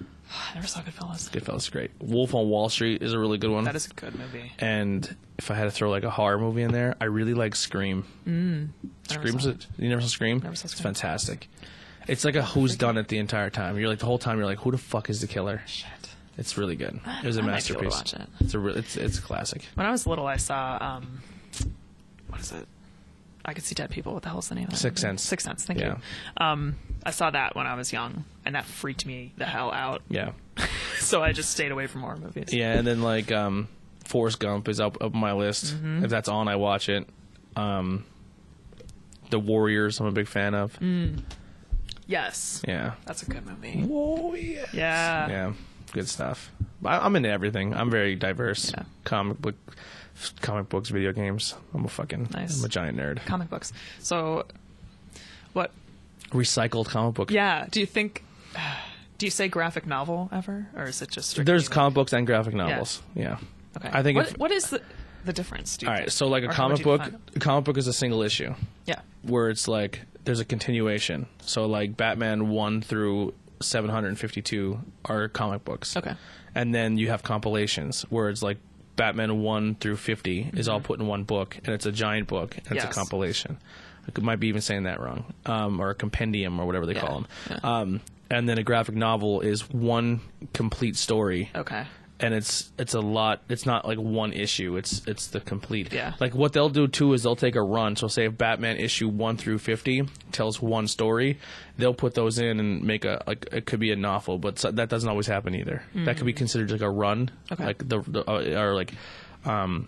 I never saw Goodfellas.
Goodfellas is great. Wolf on Wall Street is a really good one.
That is a good movie.
and if I had to throw like a horror movie in there, I really like Scream. Scream's
saw
a, you never saw Scream?
Never saw
It's
Scream.
fantastic. It's like a who's done it the entire time. You're like the whole time you're like, who the fuck is the killer?
Shit.
It's really good. It was a
I might be able to
masterpiece.
watch it.
It's a re- it's it's a classic.
When I was little, I saw um, what is it? I could see dead people. What the hell is the name of that?
Sixth
movie?
Sense.
Sixth Sense. Thank
Yeah.
you. Um, I saw that when I was young, and that freaked me the hell out.
Yeah,
So I just stayed away from horror movies.
yeah. And then like um, Forrest Gump is up up my list.
Mm-hmm.
If that's on, I watch it. Um, The Warriors, I'm a big fan of.
Mm. Yes.
Yeah.
That's a good movie.
Warriors.
Yeah.
Yeah, good stuff. I, I'm into everything. I'm very diverse.
Yeah.
Comic book, comic books, video games. I'm a fucking,
Nice.
I'm a giant nerd.
Comic books. So, what?
Recycled comic book.
Yeah. Do you think? Do you say graphic novel ever, or is it just? strictly
There's
like-
comic books and graphic novels. Yeah.
Okay.
I think.
What,
if,
what is the the difference? Do you
all
think?
right. So like a
Or how
comic
would you
book,
define it?
a comic book is a single issue
Yeah.
where it's like there's a continuation. So like Batman one through 752 are comic books.
Okay.
and then you have compilations where it's like Batman one through 50 is all put in one book, and it's a giant book, and it's
Mm-hmm. Yes.
a compilation. I could- might be even saying that wrong, um, or a compendium, or whatever they call them.
yeah.
Um, and then a graphic novel is one complete story,
Okay.
and it's it's a lot. It's not like one issue. It's it's the complete.
Yeah.
Like what they'll do too is they'll take a run. So say if Batman issue one through fifty tells one story, they'll put those in and make a like it could be a novel, but so, that doesn't always happen either. That could be considered like a run.
Okay.
Like the, the uh, or like, um,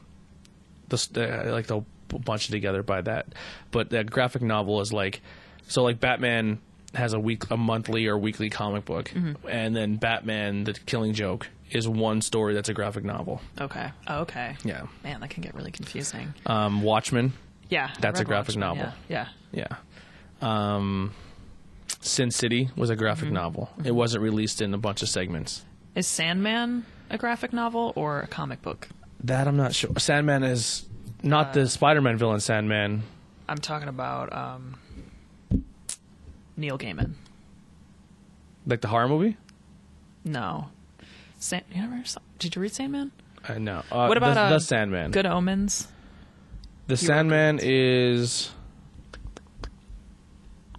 the s- uh, like they'll b- bunch it together by that. But that graphic novel is like, so like Batman has a week, a monthly or weekly comic book, and then Batman: The Killing Joke is one story that's a graphic novel.
Okay. Oh, okay.
Yeah.
Man, that can get really confusing.
Um, Watchmen,
Yeah, I
That's a
read
graphic
Watchmen,
novel.
Yeah,
yeah. Um, Sin City was a graphic novel. It wasn't released in a bunch of segments.
yeah. Is Sandman a graphic novel or a comic book?
That I'm not sure. Sandman is not the Spider-Man villain. Sandman.
I'm talking about um, Neil Gaiman.
Like the horror movie?
No, San- you never saw- did you read Sandman?
I I know. Uh,
What about,
the,
uh,
the Sandman?
Good Omens.
The Sandman is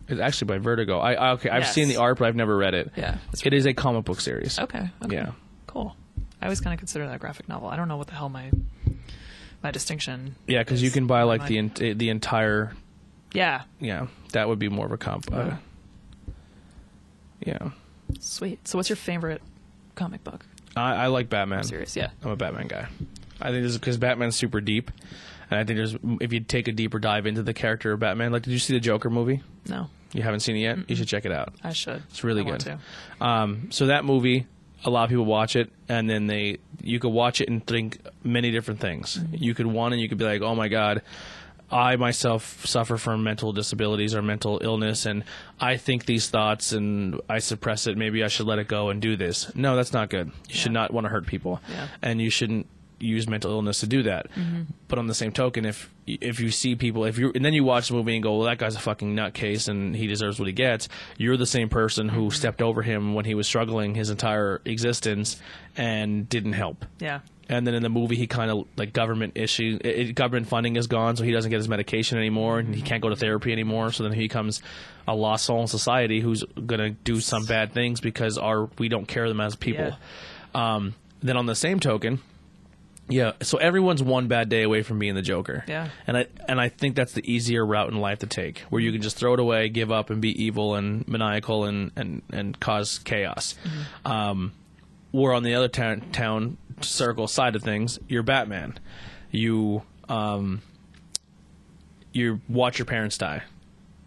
it's actually by Vertigo. I, I okay, I've
Yes.
seen the art, but I've never read it.
Yeah. that's-
It is a comic book series.
Okay. okay.
Yeah.
Cool. I always kind of consider that a graphic novel. I don't know what the hell my my distinction.
Yeah, because you
is.
can buy like
Mine.
the en- the entire.
Yeah.
Yeah, that would be more of a comp. Uh, yeah,
Sweet. So, what's your favorite comic book
I, I like Batman.
series? Yeah.
I'm a Batman guy. I think this is because Batman's super deep, and I think there's if you take a deeper dive into the character of Batman. Like, did you see the Joker movie?
No,
You haven't seen it yet. You should check it out.
I should.
It's really
I want
good.
to.
Um, so that movie, a lot of people watch it, and then they you could watch it and think many different things. You could one and you could be like, oh my god. I myself suffer from mental disabilities or mental illness, and I think these thoughts and I suppress it. Maybe I should let it go and do this. No, that's not good. You should
Yeah.
not want to hurt people,
Yeah. Mm-hmm.
and you shouldn't use mental illness to do that. But on the same token, if if you see people, if you and then you watch the movie and go, well, that guy's a fucking nutcase and he deserves what he gets. You're the same person
Mm-hmm.
who stepped over him when he was struggling his entire existence and didn't help.
Yeah.
And then in the movie, he kind of like government issue, it, it- government funding is gone, so he doesn't get his medication anymore, and he can't go to therapy anymore. So then he becomes a lost soul in society who's gonna do some bad things because our we don't care them as people. Um, then on the same token, yeah, so everyone's one bad day away from being the Joker.
Yeah.
and I and I think that's the easier route in life to take, where you can just throw it away, give up, and be evil and maniacal and and and cause chaos. Um, or on the other town town circle side of things, you're Batman. You um, you watch your parents die.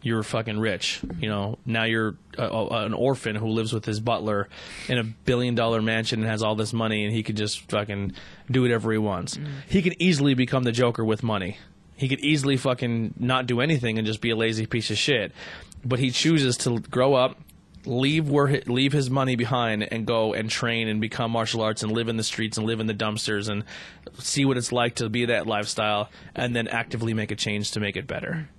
You're fucking rich, you know. Now you're a, a, an orphan who lives with his butler in a billion dollar mansion and has all this money, and he can just fucking do whatever he wants. He can easily become the Joker with money. He could easily fucking not do anything and just be a lazy piece of shit. But he chooses to grow up, leave where hi- leave his money behind and go and train and become martial arts and live in the streets and live in the dumpsters and see what it's like to be that lifestyle and then actively make a change to make it better.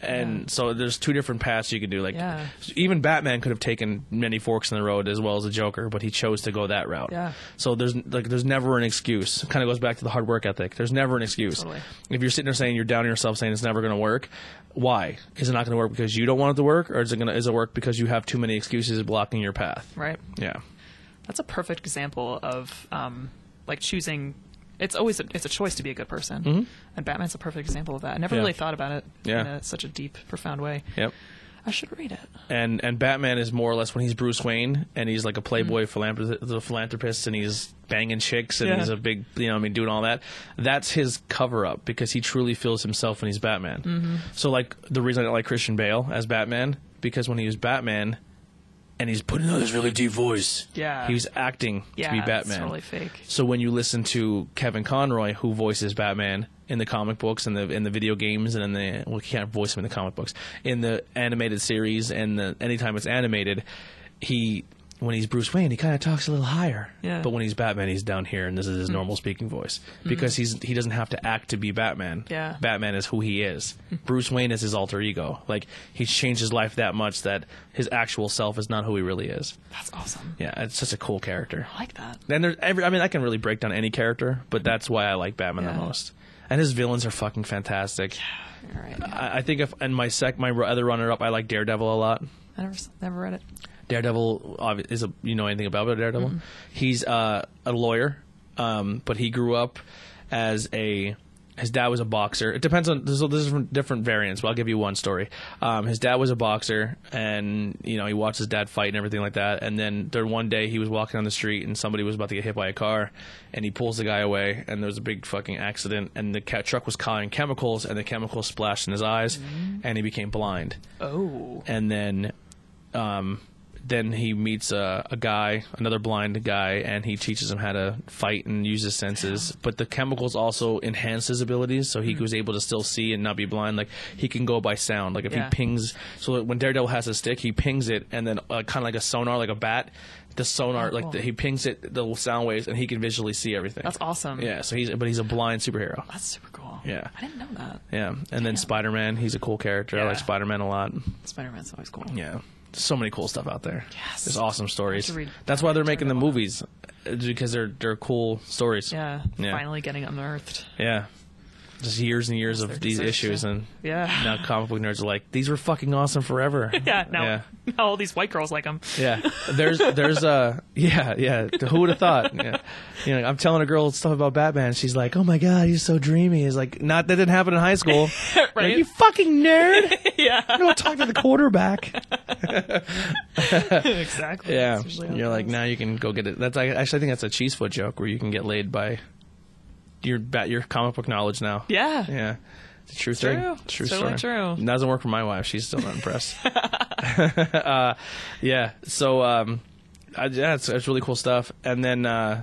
And so there's two different paths you could do. Like
Yeah.
even Batman could have taken many forks in the road as well as the Joker, but he chose to go that route.
Yeah.
So there's like there's never an excuse. It kind of goes back to the hard work ethic. There's never an excuse.
Totally.
If you're sitting there saying you're down on yourself, saying it's never going to work, why is it not going to work because you don't want it to work, or is it going to is it work because you have too many excuses blocking your path?
Right.
Yeah.
That's a perfect example of um, like choosing. It's always a, it's a choice to be a good person, and Batman's a perfect example of that. I
Mm-hmm.
never
Yeah.
really thought about it
Yeah.
in a, such a deep, profound way.
Yep.
I should read it.
And and Batman is more or less when he's Bruce Wayne and he's like a playboy philanthrop- the philanthropist and he's banging chicks and
Mm. Yeah.
he's a big you know I mean doing all that. That's his cover up because he truly feels himself when he's Batman.
Mm-hmm.
So like the reason I don't like Christian Bale as Batman because when he was Batman and he's putting on this really deep voice,
Yeah.
he was acting
Yeah,
to be Batman.
It's totally fake.
So when you listen to Kevin Conroy, who voices Batman in the comic books and the in the video games and in the well, you can't voice him in the comic books in the animated series and the anytime it's animated, he when he's Bruce Wayne, he kind of talks a little higher.
Yeah. Hmm.
But when he's Batman, he's down here, and this is his normal speaking voice because he's he doesn't have to act to be Batman.
Yeah. Hmm.
Batman is who he is. Bruce Wayne is his alter ego. Like he's changed his life that much that his actual self is not who he really is.
That's awesome.
Yeah, it's such a cool character.
I like that.
Then there's every. I mean, I can really break down any character, but that's why I like Batman
Yeah.
the most. And his villains are fucking fantastic.
All right.
I, I think if and my sec my other runner up, I like Daredevil a lot.
I never s- never read it.
Daredevil obvi- is a you know anything about Daredevil? He's uh, a lawyer, um, but he grew up as a his dad was a boxer. It depends on there's, there's different, different variants, but I'll give you one story. Um, his dad was a boxer, and you know he watched his dad fight and everything like that. And then there one day he was walking on the street, and somebody was about to get hit by a car, and he pulls the guy away, and there was a big fucking accident, and the ca- truck was carrying chemicals, and the chemicals splashed in his eyes, and he became blind
Oh.
and then um then he meets a, a guy, another blind guy, and he teaches him how to fight and use his senses. But the chemicals also enhance his abilities, so
Hmm.
he was able to still see and not be blind. Like he can go by sound. Like if
Yeah.
he pings, so that when Daredevil has a stick, he pings it, and then uh, kind of like a sonar, like a bat, the sonar,
Oh,
like
cool.
the, he pings it, the sound waves, and he can visually see everything.
That's awesome.
Yeah. So he's but he's a blind superhero.
That's super cool.
Yeah.
I didn't know that.
Yeah. And then Spider Man, he's a cool character. I
Yeah.
like Spider Man a lot.
Spider Man's always cool.
Yeah. So many cool stuff out there.
Yes.
There's awesome stories.
to read
That's why they're making the
Daredevil.
movies. It's because they're they're cool stories.
Yeah,
Yeah.
finally getting unearthed.
Yeah. Just years and years of these
deserve
issues,
to.
and
Yeah.
now comic book nerds are like, these were fucking awesome forever.
Yeah, now,
Yeah.
now all these white girls like him.
Yeah, there's there's uh yeah yeah. Who would have thought? Yeah. You know, I'm telling a girl stuff about Batman. She's like, "Oh my god, he's so dreamy." It's like, not that didn't happen in high school. Like,
Right?
you fucking nerd.
yeah,
Don't talk to the quarterback.
exactly.
Yeah,
That's usually how it
you're like
goes.
now you can go get it. That's I actually I think that's a cheese foot joke where you can get laid by your bat your comic book knowledge now.
Yeah.
Yeah. It's a true thing.
true.
True
It's
story.
totally true.
Doesn't work for my wife. She's still not impressed. uh, yeah. So um, I, yeah, it's, it's really cool stuff. And then uh,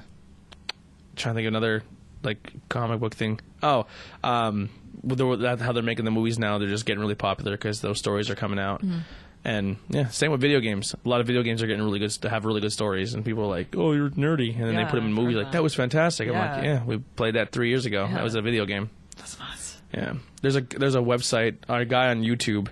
trying to think of another like comic book thing. Oh, um, with the, that's how they're making the movies now. They're just getting really popular because those stories are coming out.
Mm-hmm.
And yeah, same with video games. A lot of video games are getting really good to have really good stories, and people are like, "Oh, you're nerdy," and then
Yeah,
they put them in
I've
movies.
heard
Like
that.
that was fantastic. I'm like,
Yeah.
"Yeah, we played that three years ago. That
Yeah.
was a video game."
That's nuts.
Yeah, there's a there's a website, a guy on YouTube,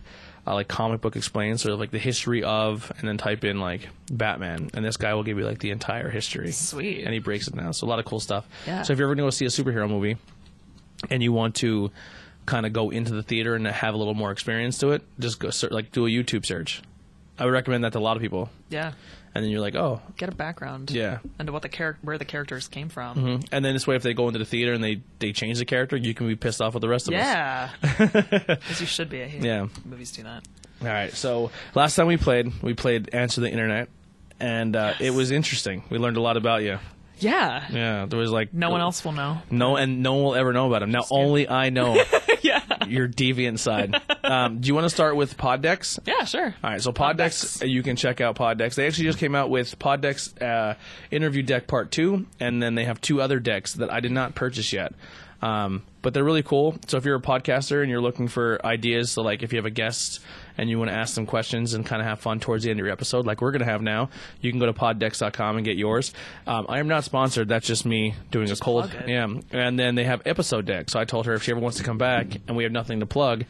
uh, like comic book explains sort of like the history of, and then type in like Batman, and this guy will give you like the entire history.
Sweet.
And he breaks it down. So a lot of cool stuff.
Yeah.
So if you're ever going to go see a superhero movie, and you want to kind of go into the theater and have a little more experience to it, just go ser- like do a YouTube search. I would recommend that to a lot of people,
Yeah,
and then you're like, oh,
get a background.
yeah. Mm-hmm.
into what the character, where the characters came from.
And then this way, if they go into the theater and they they change the character, you can be pissed off with the rest of us.
Yeah, as you should be. I hate
Yeah.
movies do that.
All right. So last time we played, we played Answer the Internet, and uh, it was interesting. We learned a lot about you.
Yeah,
Yeah, there was like
no one else will know.
no, and no one will ever know about him. Now only I know
yeah,
your deviant side. Um, do you want to start with Poddex?
yeah, sure.
All right, so Poddex, you can check out Poddex. They actually just came out with Poddex uh, Interview Deck Part 2, and then they have two other decks that I did not purchase yet. Um, but they're really cool. So if you're a podcaster and you're looking for ideas, so like if you have a guest and you want to ask them questions and kind of have fun towards the end of your episode, like we're going to have now, you can go to poddex.com and get yours. Um, I am not sponsored. That's just me doing a cold.
plug it.
Yeah, and then they have episode deck. So I told her if she ever wants to come back and we have nothing to plug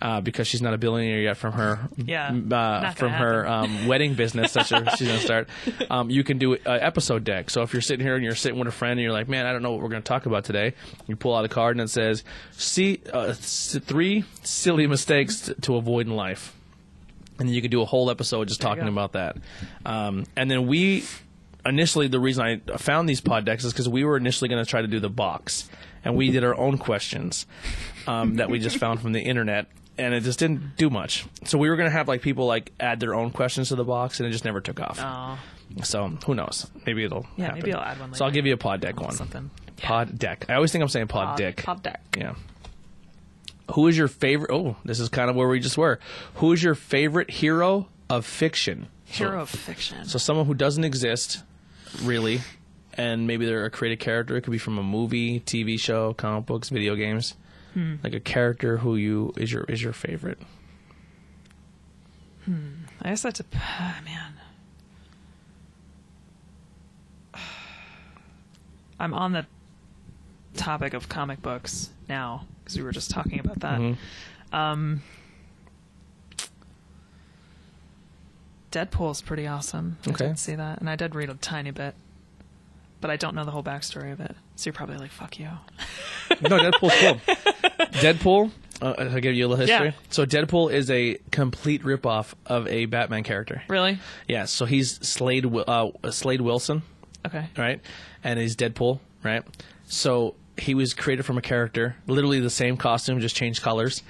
uh, because she's not a billionaire yet from her
Yeah,
m-
not
uh,
gonna
from her um, wedding business that she- she's going to start. Um, you can do an episode deck. So if you're sitting here and you're sitting with a friend and you're like, man, I don't know what we're going to talk about today, you pull out a card and it says, see uh, s- three silly mistakes t- to avoid in life. And then you could do a whole episode just talking
go.
about that. Um, and then we initially the reason I found these pod decks is because we were initially going to try to do the box, and we did our own questions um, that we just found from the internet, and it just didn't do much. So we were going to have like people like add their own questions to the box, and it just never took off.
Oh,
So who knows? Maybe it'll
Yeah,
happen.
maybe I'll add one
So I'll
later.
give you a pod deck one.
something.
Pod deck. I always think I'm saying pod,
Pod-
dick.
pod deck.
Yeah. Who is your favorite? Oh, this is kind of where we just were. Who is your favorite hero of fiction?
Hero of fiction.
So someone who doesn't exist, really, and maybe they're a created character. It could be from a movie, TV show, comic books, video games.
Hmm.
Like a character who you is your is your favorite.
I guess that's a ah, man. I'm on the topic of comic books now because we were just talking about that. Um, Deadpool's pretty awesome.
Okay.
I did see that, and I did read a tiny bit, but I don't know the whole backstory of it. So you're probably like, "Fuck you."
No, Deadpool's cool. Deadpool. Uh, I'll give you a little history.
Yeah.
So Deadpool is a complete ripoff of a Batman character.
Really?
Yeah. So he's Slade Wi- uh, Slade Wilson.
Okay.
right? And he's Deadpool, right? So he was created from a character, literally the same costume, just changed colors,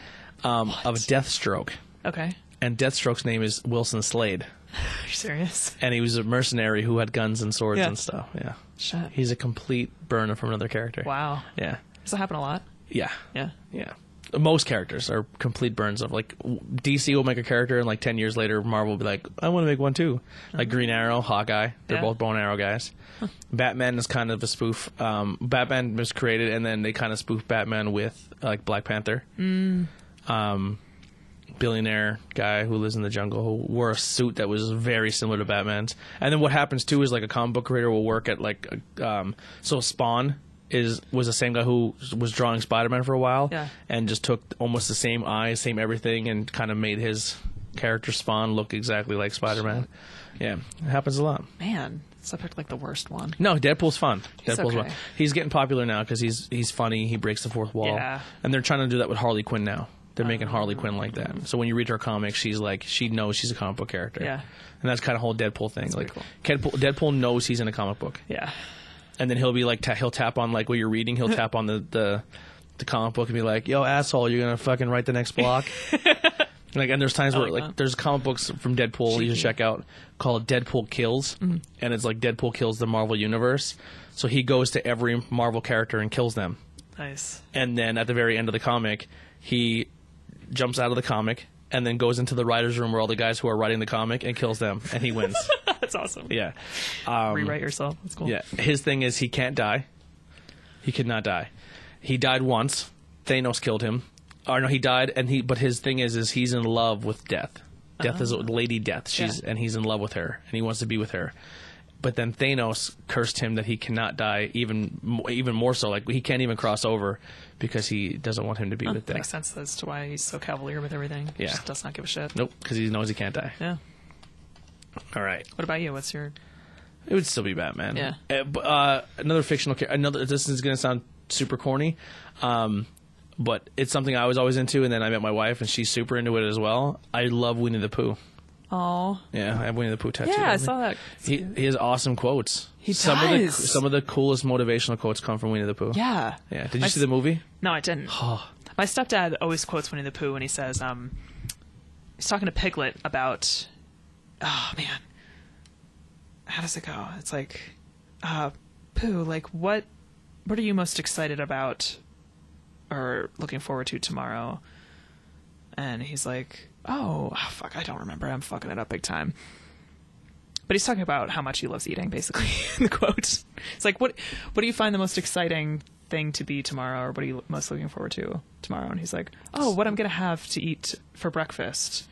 um, of Deathstroke.
Okay.
And Deathstroke's name is Wilson Slade.
Are you serious?
And he was a mercenary who had guns and swords
Yeah.
and stuff. Yeah.
Shit.
He's a complete burner from another character.
Wow.
Yeah.
Does that happen a lot?
Yeah.
Yeah.
Yeah. Most characters are complete burns of like w- DC will make a character and like 10 years later Marvel will be like I want to make one too. Like Green Arrow, Hawkeye, they're
Uh-huh. Yeah.
both bow and arrow guys. Batman is kind of a spoof. Um, Batman was created and then they kind of spoofed Batman with like Black Panther. Mm. Um billionaire guy who lives in the jungle who wore a suit that was very similar to Batman's. And then what happens too is like a comic book creator will work at like a- um so Spawn is was the same guy who was drawing Spider-Man for a while
Yeah.
and just took almost the same eyes, same everything and kind of made his character Spawn look exactly like Spider-Man. Yeah, it happens a lot.
Man, so I picked like the worst one.
No, Deadpool's fun. Deadpool's
okay.
fun. He's getting popular now because he's he's funny. He breaks the fourth wall.
Yeah. Oh.
And they're trying to do that with Harley Quinn now. They're making Harley Quinn like that. So when you read her comics, she's like she knows she's a comic book character.
Yeah.
And that's kind of whole Deadpool thing. like
pretty
Deadpool, Deadpool knows he's in a comic book,
Yeah.
and then he'll be like ta- he'll tap on like what you're reading. He'll tap on the the the comic book and be like, "Yo, asshole, you're gonna fucking write the next block." Like and there's times where
like
like
that.
there's comic books from Deadpool you can check out called Deadpool Kills, and it's like Deadpool kills the Marvel universe. So he goes to every Marvel character and kills them,
Nice.
and then at the very end of the comic, he jumps out of the comic and then goes into the writers' room where all the guys who are writing the comic and kills them, and he wins.
That's awesome. Um,
yeah,
Rewrite yourself. That's cool.
yeah. His thing is he can't die. He could not die. He died once. Thanos killed him. Or no, he died, and he. But his thing is, is he's in love with death. Death is Lady Death. She's
Oh. Yeah.
and he's in love with her, and he wants to be with her. But then Thanos cursed him that he cannot die, even mo- even more so. Like he can't even cross over because he doesn't want him to be with
Oh, Makes
death.
sense as to why he's so cavalier with everything. He
Yeah.
Just does not give a shit.
Nope, because he knows he can't die.
Yeah.
All right.
What about you? What's your
It would still be Batman.
Yeah.
Uh, b- uh, another fictional character. Another. This is going to sound super corny, um, but it's something I was always into. And then I met my wife, and she's super into it as well. I love Winnie the Pooh.
Oh.
Yeah, I have Winnie the Pooh tattooed.
Yeah, I
on me.
saw that.
He, he has awesome quotes.
He
some of the
does.
some of the coolest motivational quotes come from Winnie the Pooh.
Yeah.
Yeah. Did you
I
see
s-
the movie?
No, I didn't.
Oh,
My stepdad always quotes Winnie the Pooh when he says, um, he's talking to Piglet about, oh man, how does it go? It's like, uh, Pooh, like what, what are you most excited about or looking forward to tomorrow? And he's like, oh, ah, fuck, I don't remember. I'm fucking it up big time. But he's talking about how much he loves eating, basically, in the quote. It's like, what what do you find the most exciting thing to be tomorrow, or what are you most looking forward to tomorrow? And he's like, oh, what I'm going to have to eat for breakfast.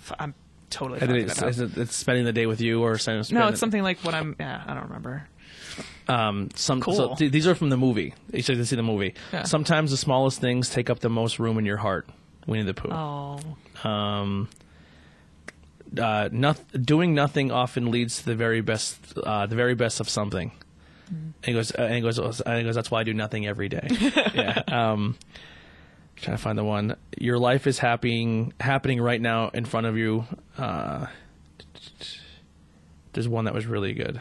F- I'm totally
I
fucking
think it's,
it up.
it's, it's spending the day with you or spending,
No, it's something like what I'm, yeah, I don't remember.
Um, some
Cool.
so th- these are from the movie. You should see the movie.
Yeah.
Sometimes the smallest things take up the most room in your heart. Winnie the Pooh.
Oh,
uh, noth- doing nothing often leads to the very best, uh, the very best of something. And he goes, uh, and he goes, uh, and he goes. That's why I do nothing every day. yeah. Um, trying to find the one. Your life is happening, happening right now in front of you. Uh, there's one that was really good.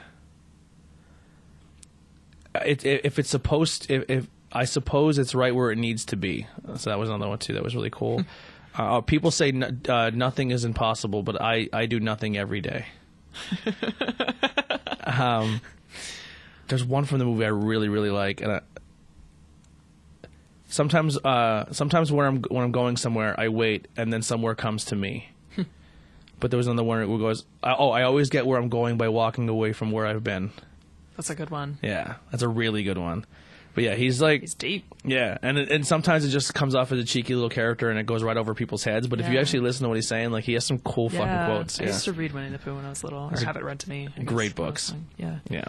Uh, It, i if it's supposed, if, if I suppose it's right where it needs to be. So that was another one too. That was really cool. Uh, people say n- uh, nothing is impossible, but I, I do nothing every day. um, there's one from the movie I really really like, and I, sometimes uh, sometimes when I'm when I'm going somewhere, I wait, and then somewhere comes to me. but there was another one where it goes, oh, I always get where I'm going by walking away from where I've been.
that's a good one.
Yeah, that's a really good one. But yeah, he's like
He's deep.
yeah, and it- and sometimes it just comes off as a cheeky little character, and it goes right over people's heads. But if you
Yeah.
actually listen to what he's saying, like he has some cool
yeah.
fucking quotes.
I used to
Yeah,
read Winnie the Pooh when I was little, or have it read to me. I guess,
great
when I was
books.
young. Yeah.
yeah.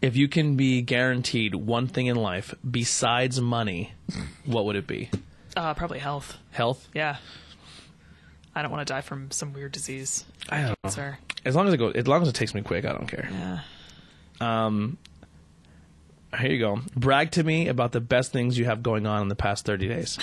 If you can be guaranteed one thing in life besides money, what would it be?
Uh, probably health.
Health.
Yeah. I don't want to die from some weird disease.
I don't know.
Cancer.
As long as it goes, as long as it takes me quick, I don't care.
Yeah.
Here you go. Brag to me about the best things you have going on in the past thirty days.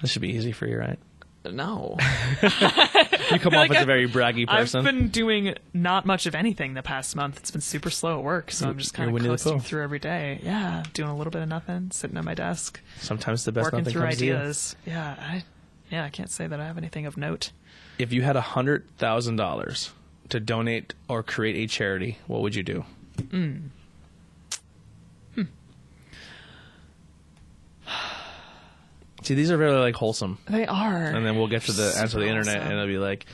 this should be easy for you, right?
No.
You come off
like
as
I-
a very braggy
I've
person.
been doing not much of anything the past month. It's been super slow at work, so I'm just
You're
kind of
Winnie the
coasting
Pooh.
through every day. Yeah, doing a little bit of nothing, sitting at my desk,
Sometimes the best
working
nothing
through
comes to you.
ideas. Yeah, I, yeah, I can't say that I have anything of note.
if you had a hundred thousand dollars to donate or create a charity, what would you do?
Hmm.
Hmm. See, these are really like wholesome,
They are.
and then we'll get to the answer to the
Super
internet,
wholesome.
and it'll be like,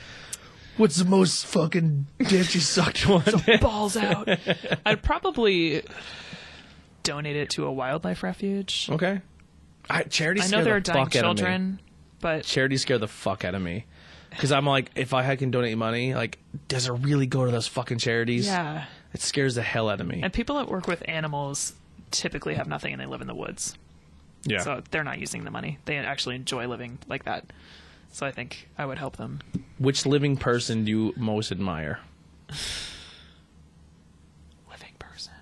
"What's the most fucking dick you sucked one?"
balls out. I'd probably donate it to a wildlife refuge.
okay, I, charities.
I know
scare
there
the
are dying
fuck out of me.
children, but
charities scare the fuck out of me because I'm like, if I can donate money, like, does it really go to those fucking charities?
yeah.
It scares the hell out of me.
And people that work with animals typically have nothing and they live in the woods.
Yeah.
So they're not using the money. They actually enjoy living like that. So I think I would help them.
Which living person do you most admire?
Living person.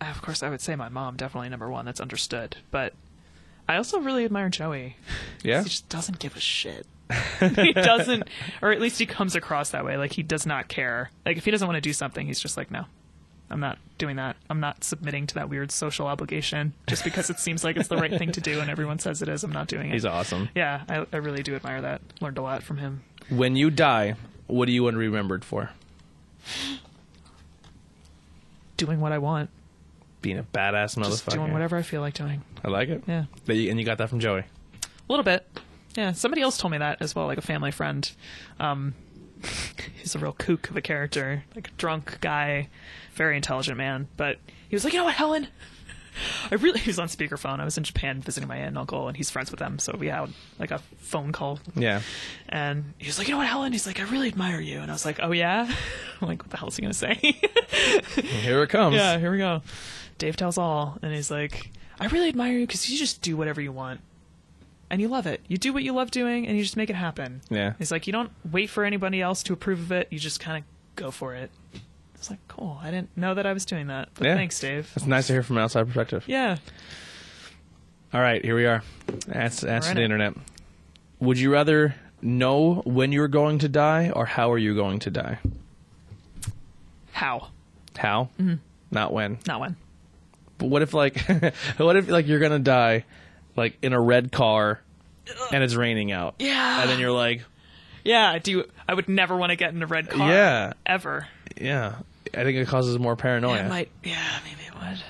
Of course, I would say my mom definitely number one. That's understood. But I also really admire Joey.
Yeah.
He just doesn't give a shit. he doesn't, or at least he comes across that way. Like he does not care. Like if he doesn't want to do something, he's just like, no, I'm not doing that. I'm not submitting to that weird social obligation just because it seems like it's the right thing to do and everyone says it is. I'm not doing it.
He's awesome.
yeah, I, I really do admire that. Learned a lot from him.
When you die, what do you want to be remembered for?
Doing what I want,
Being a badass motherfucker.
just doing whatever I feel like doing.
I like it.
Yeah.
That you- And you got that from Joey.
A little bit. Yeah, somebody else told me that as well, like a family friend. Um, he's a real kook of a character, like a drunk guy, very intelligent man. But he was like, you know what, Helen? I really, he was on speakerphone. I was in Japan visiting my aunt and uncle, and he's friends with them. So we had like a phone call.
Yeah.
And he was like, you know what, Helen? He's like, I really admire you. And I was like, oh, yeah? I'm like, what the hell is he going to say?
Here it comes.
Yeah, here we go. Dave tells all, and he's like, I really admire you because you just do whatever you want. And you love it. You do what you love doing, and you just make it happen.
Yeah.
He's like, you don't wait for anybody else to approve of it. You just kind of go for it. It's like, cool. I didn't know that I was doing that. But
Yeah.
thanks, Dave.
It's nice to hear from an outside perspective.
Yeah.
All right, here we are. That's that's
We're in
the
it.
internet. Would you rather know when you're going to die or how are you going to die?
How?
How?
Mm-hmm.
Not when.
Not when.
But what if like what if like you're gonna die like in a red car and it's raining out?
Yeah.
And then you're like,
Yeah. Do you, I would never want to get in a red car.
Yeah. Oh,
Ever.
Yeah. I think it causes more paranoia.
I might. Yeah. Maybe it would.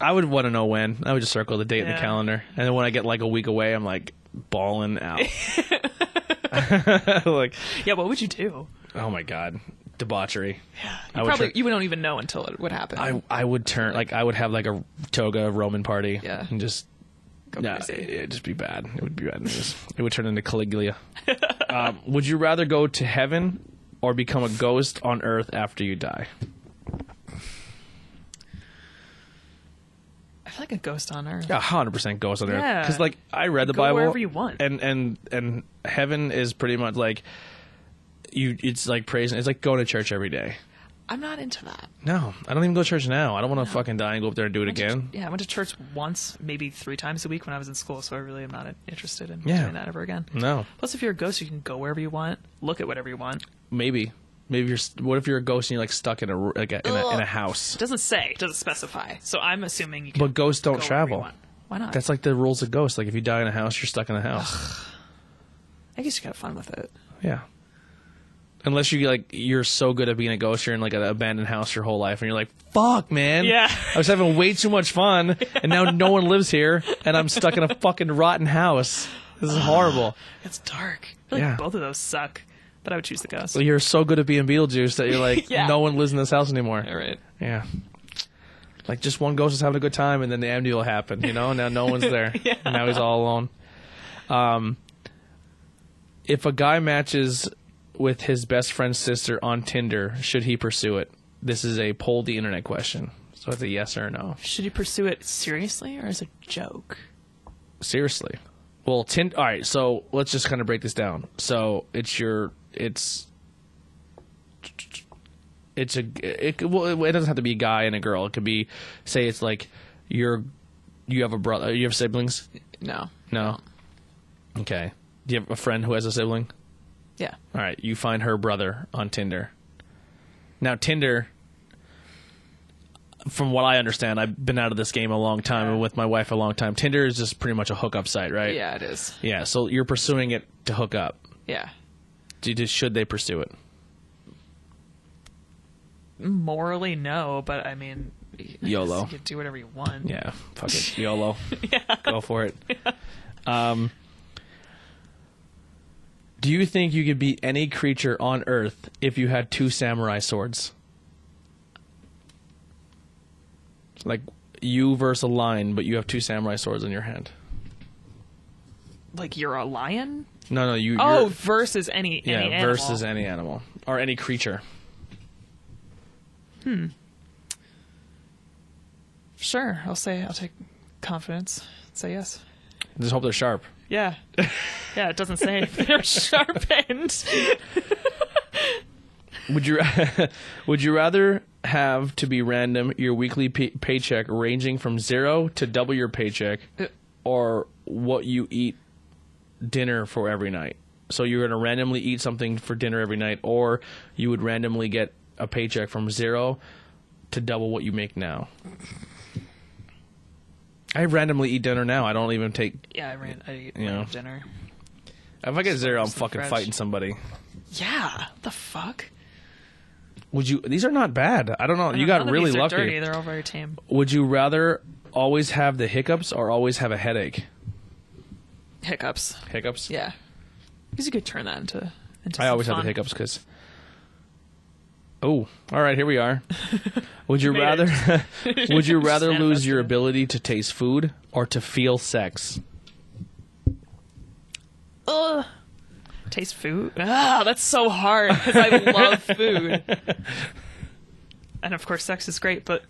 I would want to know when. I would just circle the date in the
Yeah.
calendar, and then when I get like a week away, I'm like balling out. like,
Yeah. What would you do?
oh my god, debauchery.
Yeah. You
I would
probably.
try-
you don't even know until it would happen.
I I would turn like I would have like a toga Roman party.
Yeah.
and just
Go
yeah,
crazy.
it, would just be bad. It would be bad news. it would turn into Caligula. um, would you rather go to heaven or become a ghost on Earth after you die?
I feel like a ghost on Earth.
A hundred percent ghost on earth.
Yeah.
Because like I read the
Go
Bible
wherever you want.
and and and heaven is pretty much like you. It's like praising. It's like going to church every day.
I'm not into that.
No, I don't even go to church now. I don't want to fucking die and go up there and do it again.
Yeah, I went to church once, maybe three times a week when I was in school, so I really am not interested in
Yeah.
doing that ever again.
No,
Plus, if you're a ghost, you can go wherever you want, look at whatever you want.
maybe maybe you're. st- What if you're a ghost and you're like stuck in a r- like a, in, a, in a house?
It doesn't say, it doesn't specify. So I'm assuming you can.
But ghosts don't
go wherever you
travel.
want. Why not?
That's like the rules of ghosts. Like if you die in a house, you're stuck in a house.
I guess you could have fun with it.
yeah. Unless you like, you're so good at being a ghost, you're in like an abandoned house your whole life, and you're like, "Fuck, man!
Yeah.
I was having way too much fun, and now no one lives here, and I'm stuck in a fucking rotten house. This is horrible."
It's dark. I feel like
Yeah.
both of those suck, but I would choose the ghost.
You're so good at being Beetlejuice that you're like,
Yeah.
no one lives in this house anymore.
All right.
Yeah. Like just one ghost is having a good time, and then the amity will happen. You know, now no one's there. And now he's all alone. Um, if a guy matches with his best friend's sister on Tinder, should he pursue it? This is a poll the internet question. So it's a yes or a no.
Should you pursue it seriously or as a joke?
Seriously. Well, tin- all right. So let's just kind of break this down. So it's your it's it's a it, well, it doesn't have to be a guy and a girl. It could be say it's like you're you have a brother. You have siblings?
No.
No. Okay. Do you have a friend who has a sibling?
Yeah.
All right. You find her brother on Tinder. Now Tinder. From what I understand, I've been out of this game a long time and with my wife a long time. Tinder is just pretty much a hookup site, right?
it is.
Yeah, so you're pursuing it to hook up.
Yeah.
Do you- Should they pursue it?
Morally, no, but I mean, I guess
YOLO.
You can do whatever you want.
Yeah, fuck it, YOLO. Go for it. Um, do you think you could beat any creature on Earth if you had two samurai swords? Like you versus a lion, but you have two samurai swords in your hand.
Like, you're a lion?
No, no, you.
Oh,
you're-
versus any,
yeah,
any animal.
versus any animal or any creature.
Sure, I'll say I'll take confidence. Say yes.
Just hope they're sharp.
Yeah. Yeah, it doesn't say if they're sharpened.
Would you would you rather have to be random your weekly pay- paycheck ranging from zero to double your paycheck,
Uh.
or what you eat dinner for every night? So you're going to randomly eat something for dinner every night, or you would randomly get a paycheck from zero to double what you make now. I randomly eat dinner now. I don't even take.
Yeah, I ran I ate
Yeah.
random dinner.
If I get zero, I'm
Some
fucking
fresh.
fighting somebody.
Yeah. The fuck?
Would you? These are not bad. I don't know. you got
None of
really
these are
lucky.
Dirty. They're all very tame.
Would you rather always have the hiccups or always have a headache?
Hiccups.
Hiccups?
Yeah. Because you could turn that into. into
I
some
always have
fun.
the hiccups because. Oh, all right. Here we are. Would you
Made
rather? would you
Just
rather lose your
manifested it.
ability to taste food or to feel sex?
Ugh. Taste food. Ah, that's so hard because I love food. And of course, sex is great, but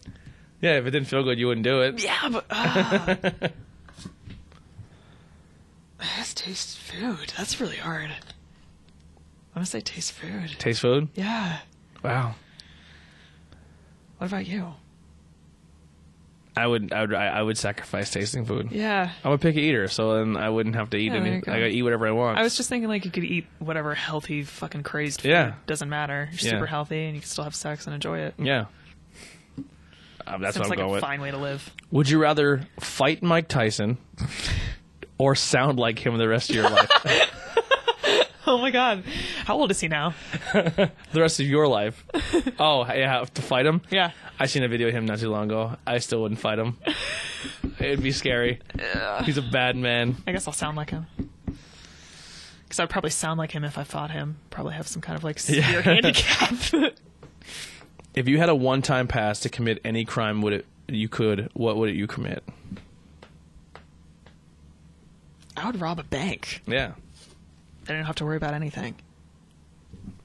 Yeah, if it didn't feel good, you wouldn't do it.
yeah, but ah. Just taste food. That's really hard. I'm gonna say taste food.
Taste food?
Yeah.
Wow.
What about you?
I would. I would. I I would sacrifice tasting food.
Yeah.
I'm a picky eater, so then I wouldn't have to eat
Yeah, there
any.
you go.
I gotta eat whatever I want.
I was just thinking like you could eat whatever healthy fucking crazed food.
Yeah.
Doesn't matter. You're
Yeah.
super healthy and you can still have sex and enjoy it.
yeah. Um, that's what
Seems
I'm
like
going
a
with.
fine way to live.
Would you rather fight Mike Tyson or sound like him the rest of your life?
Oh my god. How old is he now?
the rest of your life? Oh, yeah, to fight him?
Yeah.
I seen a video of him not too long ago. I still wouldn't fight him. It'd be scary. He's a bad man.
I guess I'll sound like him. Because I'd probably sound like him if I fought him. Probably have some kind of like severe handicap.
If you had a one-time pass to commit any crime, would it you could? What would you commit?
I would rob a bank.
Yeah.
I don't have to worry about anything.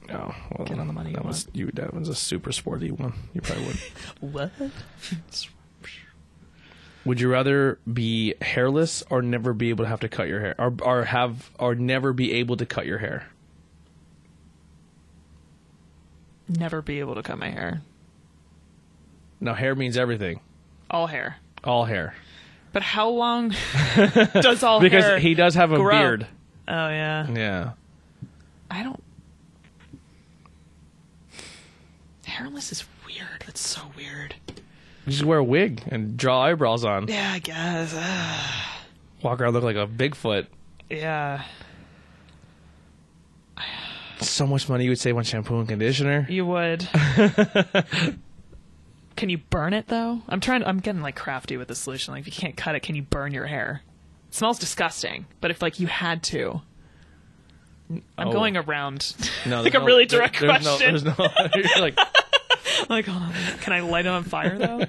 Oh, well,
Get on the money you
That was
want.
you. That was a super sporty one. You probably would.
What?
Would you rather be hairless or never be able to have to cut your hair, or or have or never be able to cut your hair?
Never be able to cut my hair.
Now, hair means everything.
All hair.
All hair. But
But how long does all
because
hair?
he does have a
grow.
beard.
Oh yeah.
Yeah.
I don't. Hairless is weird. That's so weird.
Just wear a wig and draw eyebrows on.
Yeah, I guess. Ugh.
Walk around look like a Bigfoot.
yeah.
So much money you would save on shampoo and conditioner.
You would. can you burn it though? I'm trying. I'm getting like crafty with the solution. Like, if you can't cut it, can you burn your hair? It smells disgusting, but if like you had to, I'm
Oh.
going around.
No,
like
there's
a really direct
there- there's
question.
No, there's no. you're like,
like, hold on, can I light it on fire though?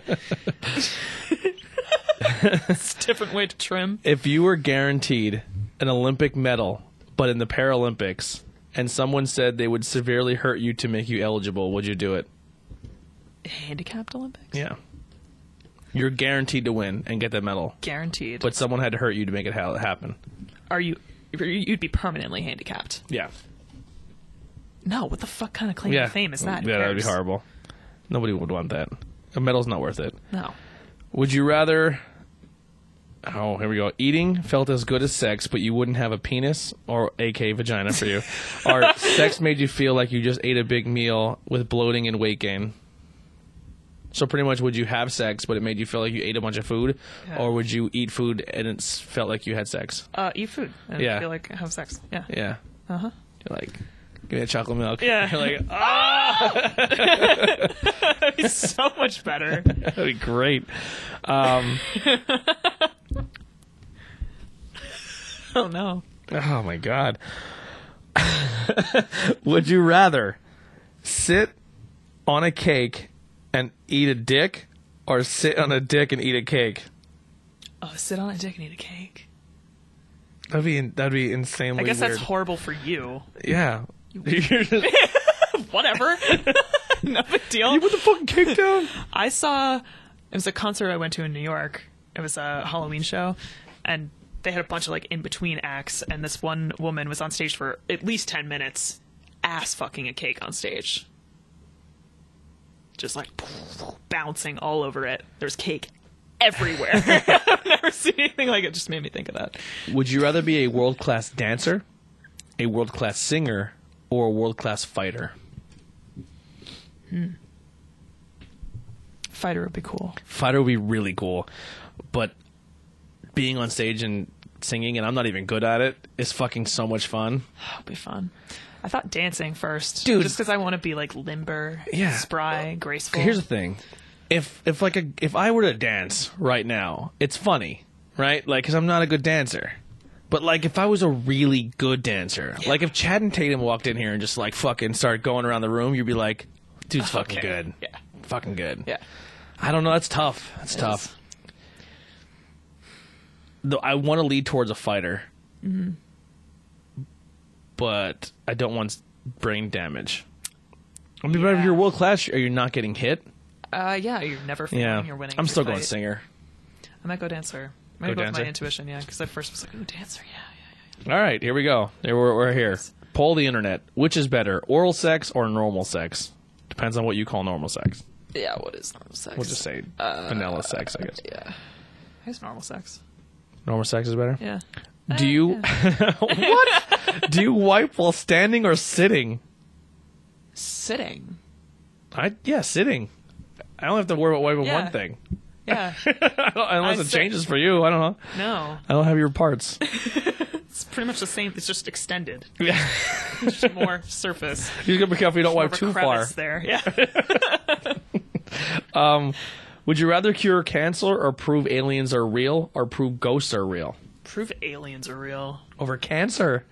it's a different way to trim.
if you were guaranteed an Olympic medal, but in the Paralympics, and someone said they would severely hurt you to make you eligible, would you do it?
Handicapped Olympics,
Yeah. You're guaranteed to win and get that medal,
guaranteed.
but someone had to hurt you to make it ha- happen.
Are you? You'd be permanently handicapped.
Yeah.
No, what the fuck kind of claim
Yeah.
to fame is that? Who
Yeah, that'd be
cares?
horrible. Nobody would want that. A medal's not worth it.
No.
Would you rather? Oh, here we go. Eating felt as good as sex, but you wouldn't have a penis or AK vagina for you. or sex made you feel like you just ate a big meal with bloating and weight gain. So pretty much, would you have sex, but it made you feel like you ate a bunch of food,
Yeah.
or would you eat food and it s- felt like you had sex?
Uh, eat food. And
Yeah.
Feel like have sex. Yeah.
Yeah.
Uh huh.
You're like, give me a chocolate milk.
Yeah.
You're like, oh,
It's so much better.
that'd be great.
oh no.
Oh my god. Would you rather sit on a cake and eat a dick or sit on a dick and eat a cake?
Oh, sit on a dick and eat a cake.
That'd be that'd be insanely
I guess
weird.
that's horrible for you.
yeah. You're just,
Whatever. no big deal.
put the fucking cake down.
I saw it was a concert I went to in New York. It was a Halloween show, and they had a bunch of like in between acts, and this one woman was on stage for at least ten minutes, ass fucking a cake on stage, just like bouncing all over it. There's cake everywhere. I've never seen anything like it. Just made me think of that.
Would you rather be a world class dancer, a world class singer, or a world class fighter?
Fighter would be cool.
Fighter would be really cool, but being on stage and singing, and I'm not even good at it, is fucking so much fun.
That would be fun. I thought dancing first,
Dude.
just because I want to be like limber,
Yeah.
spry, graceful.
Here's the thing: if if like a if I were to dance right now, it's funny, right? Like, because I'm not a good dancer. But like, if I was a really good dancer, like if Chad and Tatum walked in here and just like fucking started going around the room, you'd be like, "Dude's fucking
Okay.
good,
Yeah.
fucking good."
yeah.
I don't know. That's tough. That's tough.
is.
Though I want to lead towards a fighter,
Mm-hmm.
but I don't want s- brain damage. I mean, but if
Yeah.
you're world class, are you not getting hit?
Uh, yeah, you're never failing.
Yeah,
You're winning.
I'm
every
still going
fight.
singer.
I might go dancer. I might
Go
go with
dancer?
my intuition, yeah, because at first I was like, ooh, dancer, yeah,
All right, here we go. There we're, we're here. Poll the internet. Which is better, oral sex or normal sex? Depends on what you call normal sex.
yeah. Yeah, what is normal sex?
We'll just say vanilla sex, I guess.
Uh, Yeah. Who's normal sex?
Normal sex is better.
Yeah.
Do you
Uh,
what? Do you wipe while standing or sitting?
Sitting.
I yeah, sitting. I only have to worry about wiping
Yeah.
one thing.
Yeah.
I don't- Unless
I
it
sit.
changes for you, I don't know.
no.
I don't have your parts.
It's pretty much the same. It's just extended.
Yeah.
Just more surface.
you gotta be careful you don't
More
wipe
of a
too far.
crevice there. Yeah.
Would you rather cure cancer or prove aliens are real or prove ghosts are real?
Prove aliens are real.
Over cancer.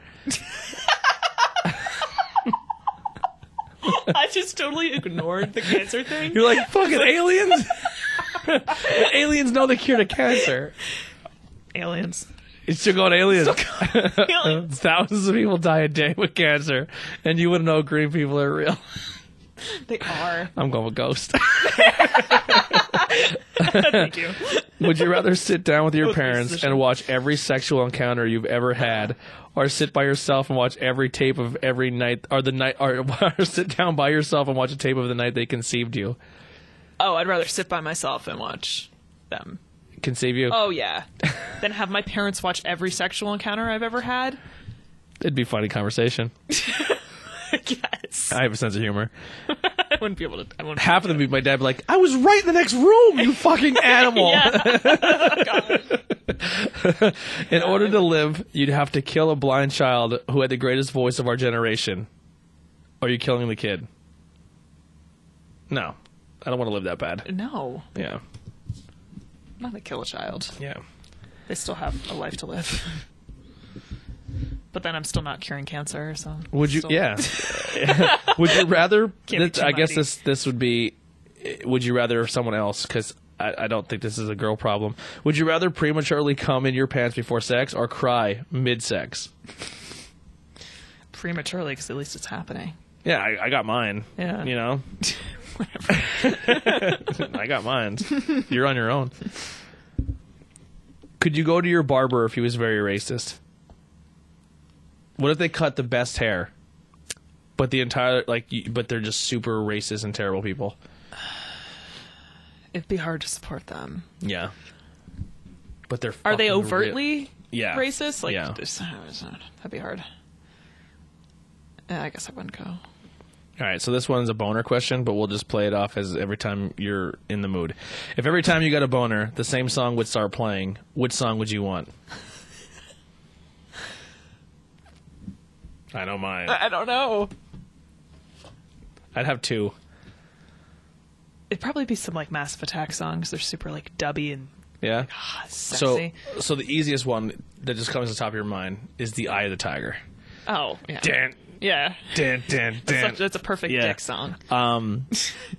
I just totally ignored the cancer thing.
You're like fucking aliens. aliens know the cure to cancer.
Aliens.
It's still going aliens.
aliens.
Thousands of people die a day with cancer, and you wouldn't know green people are real.
They are.
I'm going with ghost.
Thank you.
Would you rather sit down with your parents
decision.
and watch every sexual encounter you've ever had, or sit by yourself and watch every tape of every night, or the night, or, or sit down by yourself and watch a tape of the night they conceived you?
Oh, I'd rather sit by myself and watch them.
Conceive you?
Oh yeah. then have my parents watch every sexual encounter I've ever had.
It'd be a funny conversation.
I guess
I have a sense of humor.
I wouldn't be able to. I wouldn't.
Half of them, be my dad, be like, "I was right in the next room, you fucking animal."
Yeah. God.
In order to live, you'd have to kill a blind child who had the greatest voice of our generation. Are you killing the kid? No. I don't want to live that bad.
No,
Yeah.
I'm not gonna kill a child.
Yeah.
They still have a life to live. But then I'm still not curing cancer, so
Would you
Still-
yeah. would you rather
Can't be
I
too
guess
mighty.
this this would be would you rather someone else cuz I, I don't think this is a girl problem. Would you rather prematurely come in your pants before sex or cry mid sex?
prematurely because at least it's happening.
Yeah, I, I got mine.
Yeah.
You know?
Whatever.
I got mine. You're on your own. Could you go to your barber if he was very racist? What if they cut the best hair, but the entire like, you- but they're just super racist and terrible people?
It'd be hard to support them.
Yeah. But they're
Are they
fucking real-
overtly
yeah
racist? Like,
yeah.
this- that'd be hard. Yeah, I guess I wouldn't go.
All right, so this one's a boner question, but we'll just play it off as every time you're in the mood. If every time you got a boner, the same song would start playing, which song would you want? I know mine.
I don't know.
I'd have two.
It'd probably be some like Massive Attack songs. They're super like dubby and
Yeah.
ah,
So,
sexy.
so the easiest one that just comes to the top of your mind is the Eye of the Tiger.
oh, yeah.
Dan,
yeah.
dan, dan,
That's,
dan.
such- that's a perfect
Yeah.
dick song.
Um,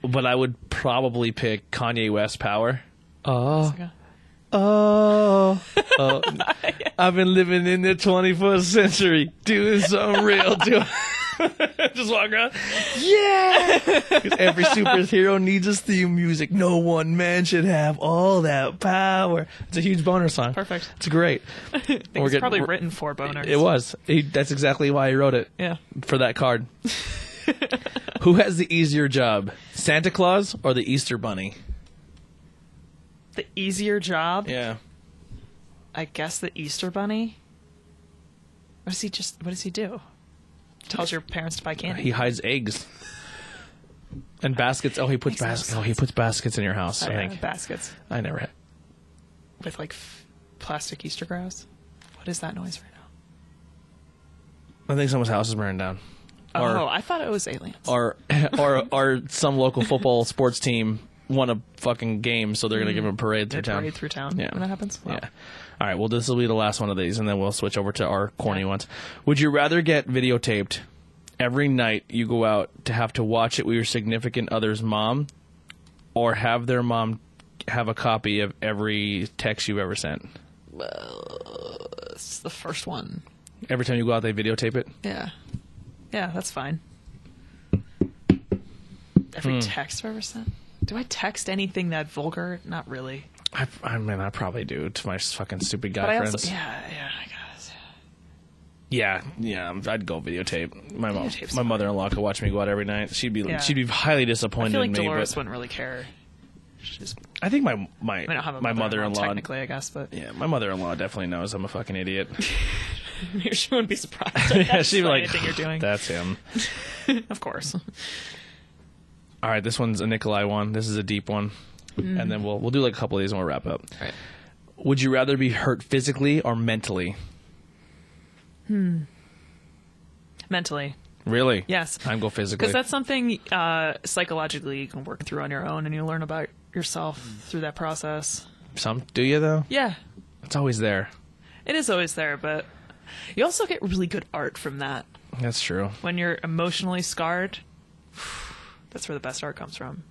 but I would probably pick Kanye West Power. Oh,
Okay.
oh, oh. I've been living in the 21st century, doing something real, doing
Just walk around.
Yeah! every superhero needs his theme music. No one man should have all that power. It's a huge boner song.
Perfect.
It's great.
I think
We're
it's
getting-
probably
we're-
written for boners.
It was. He, that's exactly why he wrote it
Yeah.
for that card. Who has the easier job, Santa Claus or the Easter Bunny?
The easier job,
Yeah.
I guess the Easter bunny. What does he just what does he do? Tells your parents to buy candy.
He hides eggs and baskets. Oh, he puts
Makes no
baskets. Oh, he puts baskets in your house. I
Uh,
think.
baskets
I never. had.
with like f- plastic Easter grouse. What is that noise right now?
I think someone's house is burned down. Or-
oh, I thought it was aliens.
or or or some local football sports team won a fucking game, so they're gonna give them a parade through
Mm-hmm. They
town.
parade through town
Yeah.
when that happens. Wow.
Yeah. All right. Well, this will be the last one of these, and then we'll switch over to our corny ones. Would you rather get videotaped every night you go out to have to watch it with your significant other's mom, or have their mom have a copy of every text you've ever sent?
It's the first one.
Every time you go out, they videotape it.
Yeah. Yeah, that's fine. Every
Hmm.
text I've ever sent. Do I text anything that vulgar? Not really.
I, I mean, I probably do to my fucking stupid guy
But I
friends.
also yeah yeah I guess.
Yeah, yeah, I'm- I'd go videotape. My mom,
Videotape's
my
fine.
mother-in-law could watch me go out every night. She'd be,
Yeah.
she'd be highly
I
disappointed
feel like
in me.
Dolores
but
wouldn't really care. She's,
I think my my
I mean, I don't have a
my mother-in-law,
technically, I guess, but
yeah, my mother-in-law definitely knows I'm a fucking idiot.
she wouldn't be surprised.
yeah, she'd be like,
anything you're doing,
that's him.
of course.
All right, this one's a Nikolai one. This is a deep one, and then we'll we'll do like a couple of these and we'll wrap up.
Right.
Would you rather be hurt physically or mentally?
Mentally,
Really?
Yes.
I'm go physically.
because that's something uh, psychologically you can work through on your own, and you learn about yourself through that process.
Some do you though?
Yeah,
It's always there.
it is always there, but you also get really good art from that.
That's true.
When you're emotionally scarred, that's where the best art comes from.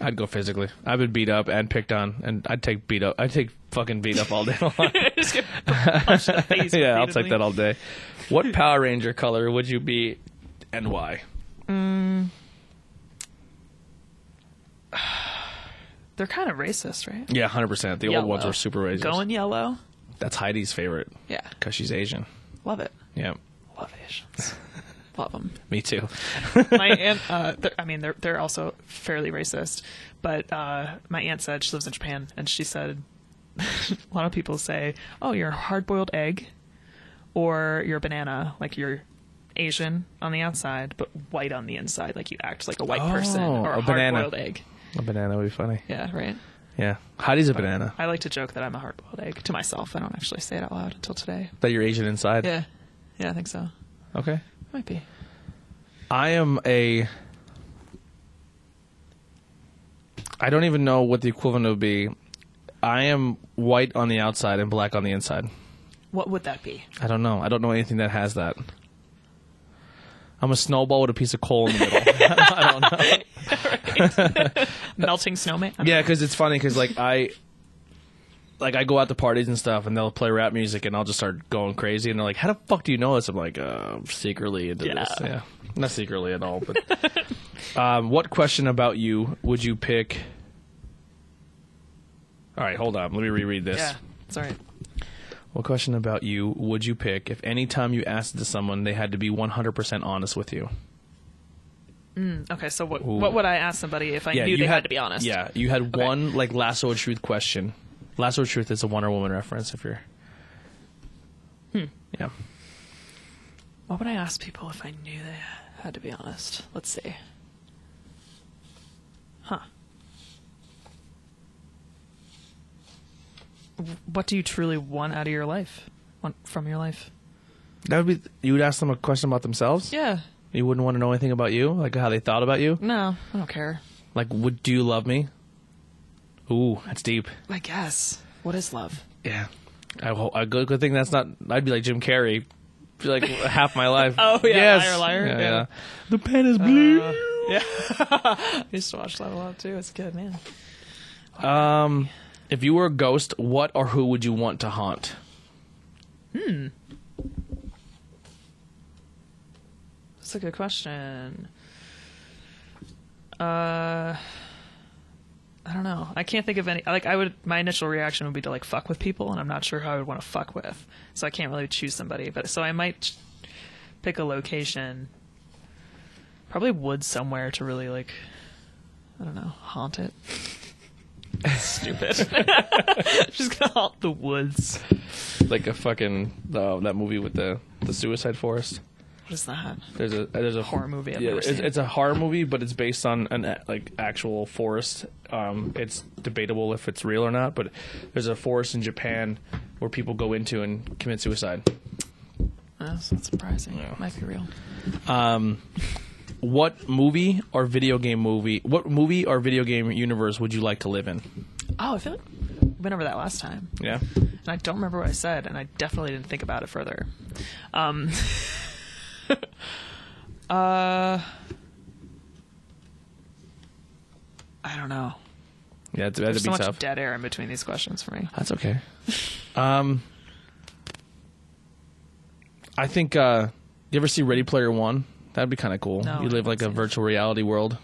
I'd go physically. I've been beat up and picked on, and I'd take beat up. I'd take fucking beat up all day long.
Just get punched in the face
yeah, I'll
repeatedly.
take that all day. What Power Ranger color would you be, and why?
They're kind of racist, right?
Yeah, hundred percent. The old ones
Yellow.
were super racist.
Going yellow.
That's Heidi's favorite
Yeah,
because she's Asian.
love it.
Yeah,
Love Asians. Love them.
me too.
My aunt, uh, they're- I mean, they're they're also fairly racist, but uh, my aunt said she lives in Japan, and she said a lot of people say, "Oh, you're a hard-boiled egg, or you're a banana, like you're." Asian on the outside, but white on the inside. Like you act like a white person
Oh,
or a,
a banana.
hard-boiled egg.
A banana would be funny.
Yeah, right.
Yeah, Heidi's a banana.
I like to joke that I'm a hard-boiled egg to myself. I don't actually say it out loud until today.
That you're Asian inside.
Yeah, yeah, I think so.
Okay.
Might be.
I am a. I don't even know what the equivalent would be. I am white on the outside and black on the inside.
What would that be?
I don't know. I don't know anything that has that. I'm a snowball with a piece of coal in the middle.
Melting snowman.
yeah, because it's funny because like I, like I go out to parties and stuff, and they'll play rap music, and I'll just start going crazy, and they're like, "How the fuck do you know this?" I'm like, uh, I'm "Secretly into this."
Yeah.
Yeah, not secretly at all. But um, what question about you would you pick? All right, hold on. Let me reread this.
Yeah. It's all right.
What question about you would you pick if any time you asked it to someone they had to be 100% honest with you?
Okay, so what what would I ask somebody if I knew they had, to be honest?
Yeah, you had one like lasso of truth question. Lasso of truth is a Wonder Woman reference. If you're,
Hmm.
yeah,
What would I ask people if I knew they had to be honest? Let's see. Huh. W- What do you truly want out of your life? Want from your life?
that would be. You would ask them a question about themselves.
Yeah.
You wouldn't want to know anything about you, like how they thought about you.
No, I don't care.
Like, would do you love me? Ooh, that's deep.
I guess. What is love?
Yeah, I, ho- I good, good thing that's not. I'd be like Jim Carrey, be like half my life.
Oh, yeah,
yes.
liar, liar,
Yeah,
yeah. Uh,
yeah. The pen is blue.
I used to watch that a lot too. It's good, man.
if you were a ghost, what or who would you want to haunt?
It's That's a good question. Uh, I don't know. I can't think of any. Like, I would. My initial reaction would be to like fuck with people, and I'm not sure who I would want to fuck with. So I can't really choose somebody. But so I might ch- pick a location. Probably woods somewhere to really like. I don't know. Haunt it. Stupid. Just gonna haunt the woods.
Like a fucking uh, that movie with the the suicide forest.
What is that?
There's a there's a
Horror movie I've
yeah,
never
it's,
seen.
it's a horror movie, but it's based on an a- like actual forest. Um, it's debatable if it's real or not, but there's a forest in Japan where people go into and commit suicide.
That's not surprising. Might be real.
What movie or video game movie? What movie or video game universe would you like to live in?
Oh, I feel like we went over that last time,
Yeah,
and I don't remember what I said, and I definitely didn't think about it further. Um, uh, I don't know.
yeah, it's, that'd
There's
be
so much
tough.
dead air in between these questions for me.
That's okay. um, I think uh, you ever see Ready Player One? That'd be kind of cool.
No,
you
I
live like a
haven't seen it.
virtual reality world,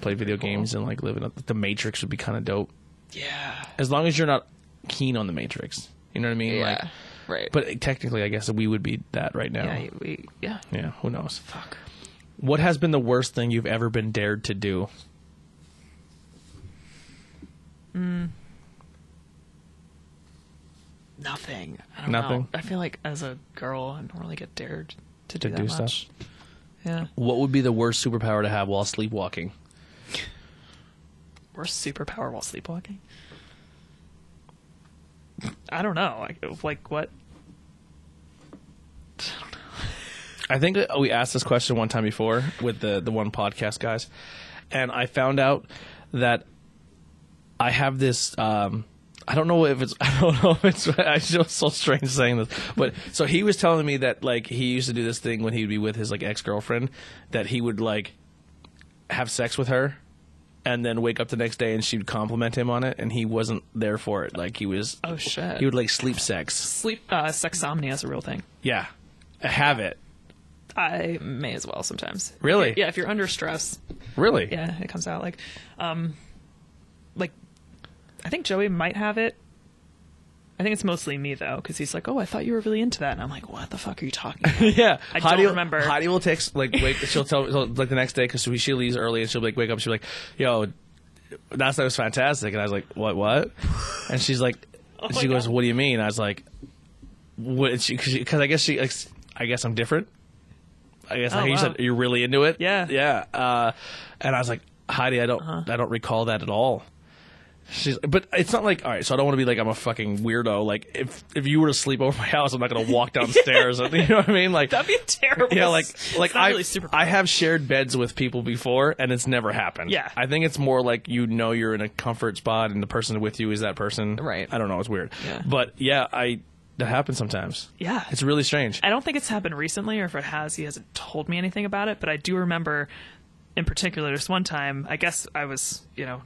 play video
pretty cool.
games, and like live in a, the Matrix would be kind of dope.
Yeah.
As long as you're not keen on the Matrix, you know what I mean? Like,
Yeah. right.
but technically, I guess we would be that right now.
yeah, we yeah.
Yeah, Who knows?
Fuck.
What has been the worst thing you've ever been dared to do?
Nothing. I don't
Nothing?
Know. I feel like as a girl, I don't really get dared to do
To
that
do stuff?
much. Yeah.
What would be the worst superpower to have while sleepwalking?
Worst superpower while sleepwalking? I don't know. I, like what?
I think that we asked this question one time before with the the one podcast guys, and I found out that I have this. Um, I don't know if it's. I don't know if it's. I feel so strange saying this, but so he was telling me that like he used to do this thing when he would be with his like ex girlfriend, that he would like have sex with her, and then wake up the next day and she'd compliment him on it, and he wasn't there for it. Like he was.
Oh shit!
He would like sleep sex.
Sleep uh, sexomnia is a real thing.
Yeah, have it.
I may as well sometimes.
Really?
Yeah, if you're under stress,
Really?
yeah, it comes out like, um, like I think Joey might have it. I think it's mostly me though, because he's like, "Oh, I thought you were really into that," and I'm like, "What the fuck are you talking?" about?
Yeah,
I
Heidi
don't
will-
remember.
Heidi will text like wake. She'll tell so, like the next day because she leaves early and she'll like wake up. She'll be like, "Yo, that's that was fantastic." And I was like, "What? What?" And she's like, and
Oh my
"She goes,
God.
what do you mean?" I was like, "What?" Because I guess she, like, s- I guess I'm different. I guess
Oh,
like you
wow.
said you're really into it.
Yeah. Uh-huh.
yeah. Uh, and I was like, Heidi, I don't, I don't recall that at all. She's, but it's not like all right. So I don't want to be like I'm a fucking weirdo. Like if if you were to sleep over my house, I'm not gonna walk downstairs. You know what I mean? Like
That'd be terrible.
yeah, like like
It's not
I
really super.
I have shared beds with people before, and it's never happened.
Yeah.
I think it's more like you know you're in a comfort spot, and the person with you is that person.
Right.
I don't know. It's weird.
Yeah.
But yeah, I that happens sometimes.
yeah,
It's really strange.
I don't think it's happened recently, or if it has, he hasn't told me anything about it. But I do remember, in particular, this one time. I guess I was, you know,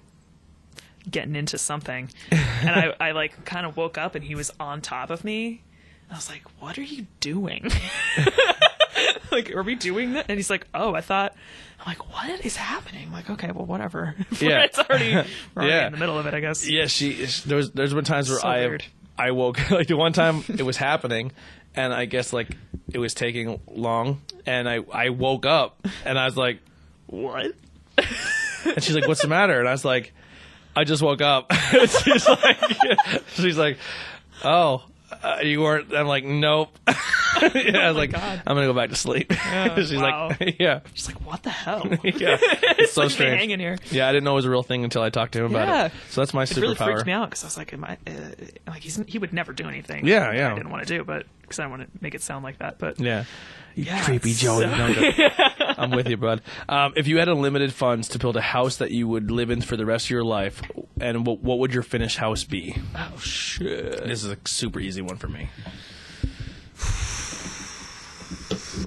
getting into something, and I, I like kind of woke up, and he was on top of me. I was like, "What are you doing? like, are we doing that?" And he's like, "Oh, I thought." I'm like, "What is happening?" I'm like, "Okay, well, whatever.
Yeah.
it's already we're already
Yeah.
in the middle of it, I guess."
Yeah, she. sh- There's there's been times where
So
I
weird.
I woke like the one time it was happening, and I guess like it was taking long, and I I woke up and I was like,
What?
And she's like, "What's the matter?" And I was like, "I just woke up." And she's like, "She's like, oh, uh, you weren't." I'm like, "Nope." yeah, I was like,
Oh God.
"I'm gonna go back to sleep." she's
wow.
like, "Yeah,
Just like, what the hell?
yeah." It's so
Leave me
strange.
hanging here.
Yeah, I didn't know it was a real thing until I talked to him about
Yeah.
it. So that's my
it really
superpower.
freaked me out because I was like, am I, uh, like he's, he would never do anything.
Yeah,
that
yeah.
I didn't want to do, but because I want to make it sound like that. But
Yeah. You
Yeah,
creepy
so-
Joey. No, I'm joking. I'm with you, bud. Um, if you had unlimited funds to build a house that you would live in for the rest of your life, and what, what would your finished house be?
oh shit,
This is a super easy one for me.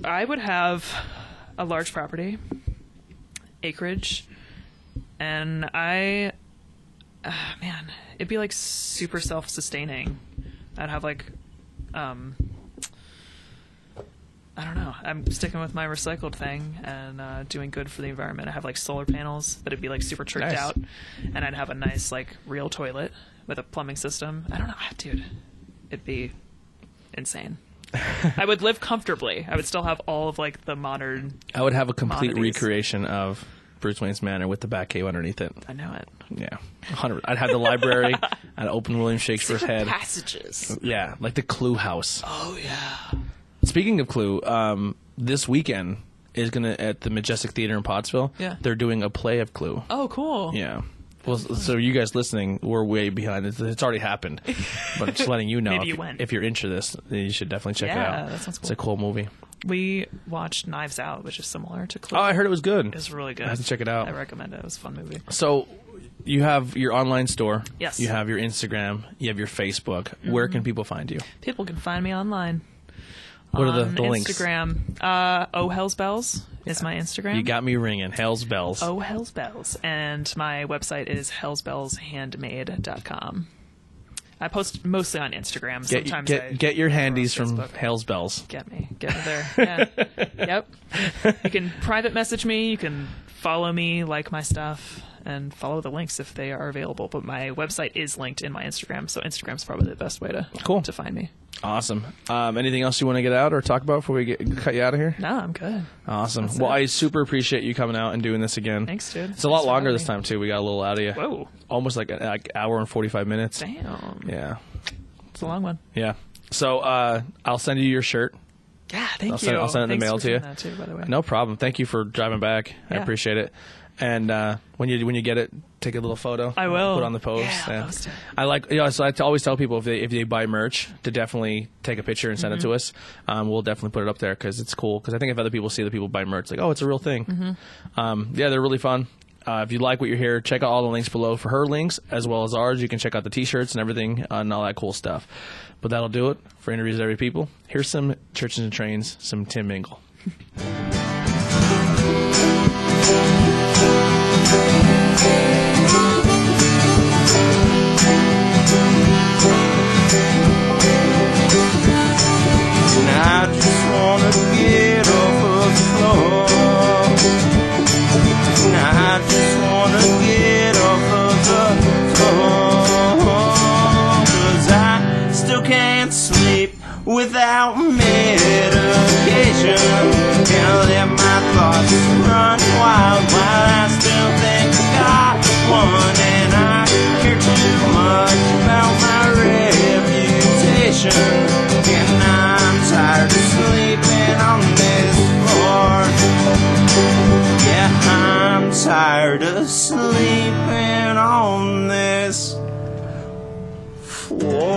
I would have a large property, acreage, and I, uh, man, it'd be like super self-sustaining. I'd have like, um, I don't know. I'm sticking with my recycled thing and uh, doing good for the environment. I have like solar panels that'd be like super tricked
Nice.
out, and I'd have a nice like real toilet with a plumbing system. I don't know, Ah, dude. It'd be insane. I would live comfortably. I would still have all of like the modern.
I would have a complete
Oddities.
recreation of Bruce Wayne's Manor with the Batcave underneath it.
I know it.
Yeah, 100. I'd have the library. I'd open William Shakespeare's head.
passages.
Yeah, like the Clue House.
Oh yeah.
Speaking of Clue, um, this weekend is gonna at the Majestic Theater in Pottsville.
Yeah.
they're doing a play of Clue.
Oh cool.
Yeah. Well, s- so you guys listening, we're way behind. It's, it's already happened, but just letting you know.
Maybe
if,
you went.
if you're into this, then you should definitely check it
Yeah,
out.
that sounds
It's a cool movie.
We watched Knives Out, which is similar to Clue.
Oh, I heard it was good.
It was really good.
I have to check it out.
I recommend it. It was a fun movie.
So you have your online store.
Yes. Mm-hmm.
You have your Instagram. You have your Facebook. Where can people find you?
People can find me online.
What are the,
on
the links?
Instagram. Uh, oh Hell's Bells is my Instagram.
You got me ringing. Hell's bells.
Oh Hell's Bells. And my website is hellsbellshandmade.com. I post mostly on Instagram.
get,
Sometimes I
get, get your handies from
Facebook.
Hell's bells.
get me. Get me there. Yeah. yep. You can private message me. You can follow me, like my stuff, and follow the links if they are available. But my website is linked in my Instagram, so Instagram's probably the best way to
Cool.
to find me.
Awesome. Um, anything else you want to get out or talk about before we get, cut you out of here?
No, I'm good.
Awesome. Well,
it.
I super appreciate you coming out and doing this again.
Thanks, dude.
It's a lot
Thanks for
longer
having
this
me.
time too. We got a little out of you.
Whoa.
Almost like an like hour and forty five minutes.
Damn.
Yeah.
It's a long one.
Yeah. So uh, I'll send you your shirt.
Yeah, thank
I'll
you.
send- I'll send it in the
Thanks
mail
for
to you.
doing That too, by the way.
No problem. Thank you for driving back. I
Yeah.
appreciate it. And uh, when you when you get it, take a little photo.
I will.
put on the post.
Yeah, I'll post it.
I like. You know, so I t- always tell people if they if they buy merch to definitely take a picture and send
Mm-hmm.
it to us. Um, we'll definitely put it up there because it's cool. Because I think if other people see that people buy merch, like oh, it's a real thing.
Mm-hmm.
Um, yeah, they're really fun. Uh, if you like what you hear, check out all the links below for her links as well as ours. You can check out the T-shirts and everything uh, and all that cool stuff. But that'll do it for interviews with every people. Here's some churches and trains, some Tim Mingle.
And I just wanna get off of the floor. And I just wanna get off of the floor. 'Cause I still can't sleep without medication. And I let my thoughts run wild while I still think I got one. And I care too much about my reputation. And I'm tired of sleeping on this floor. Yeah, I'm tired of sleeping on this floor.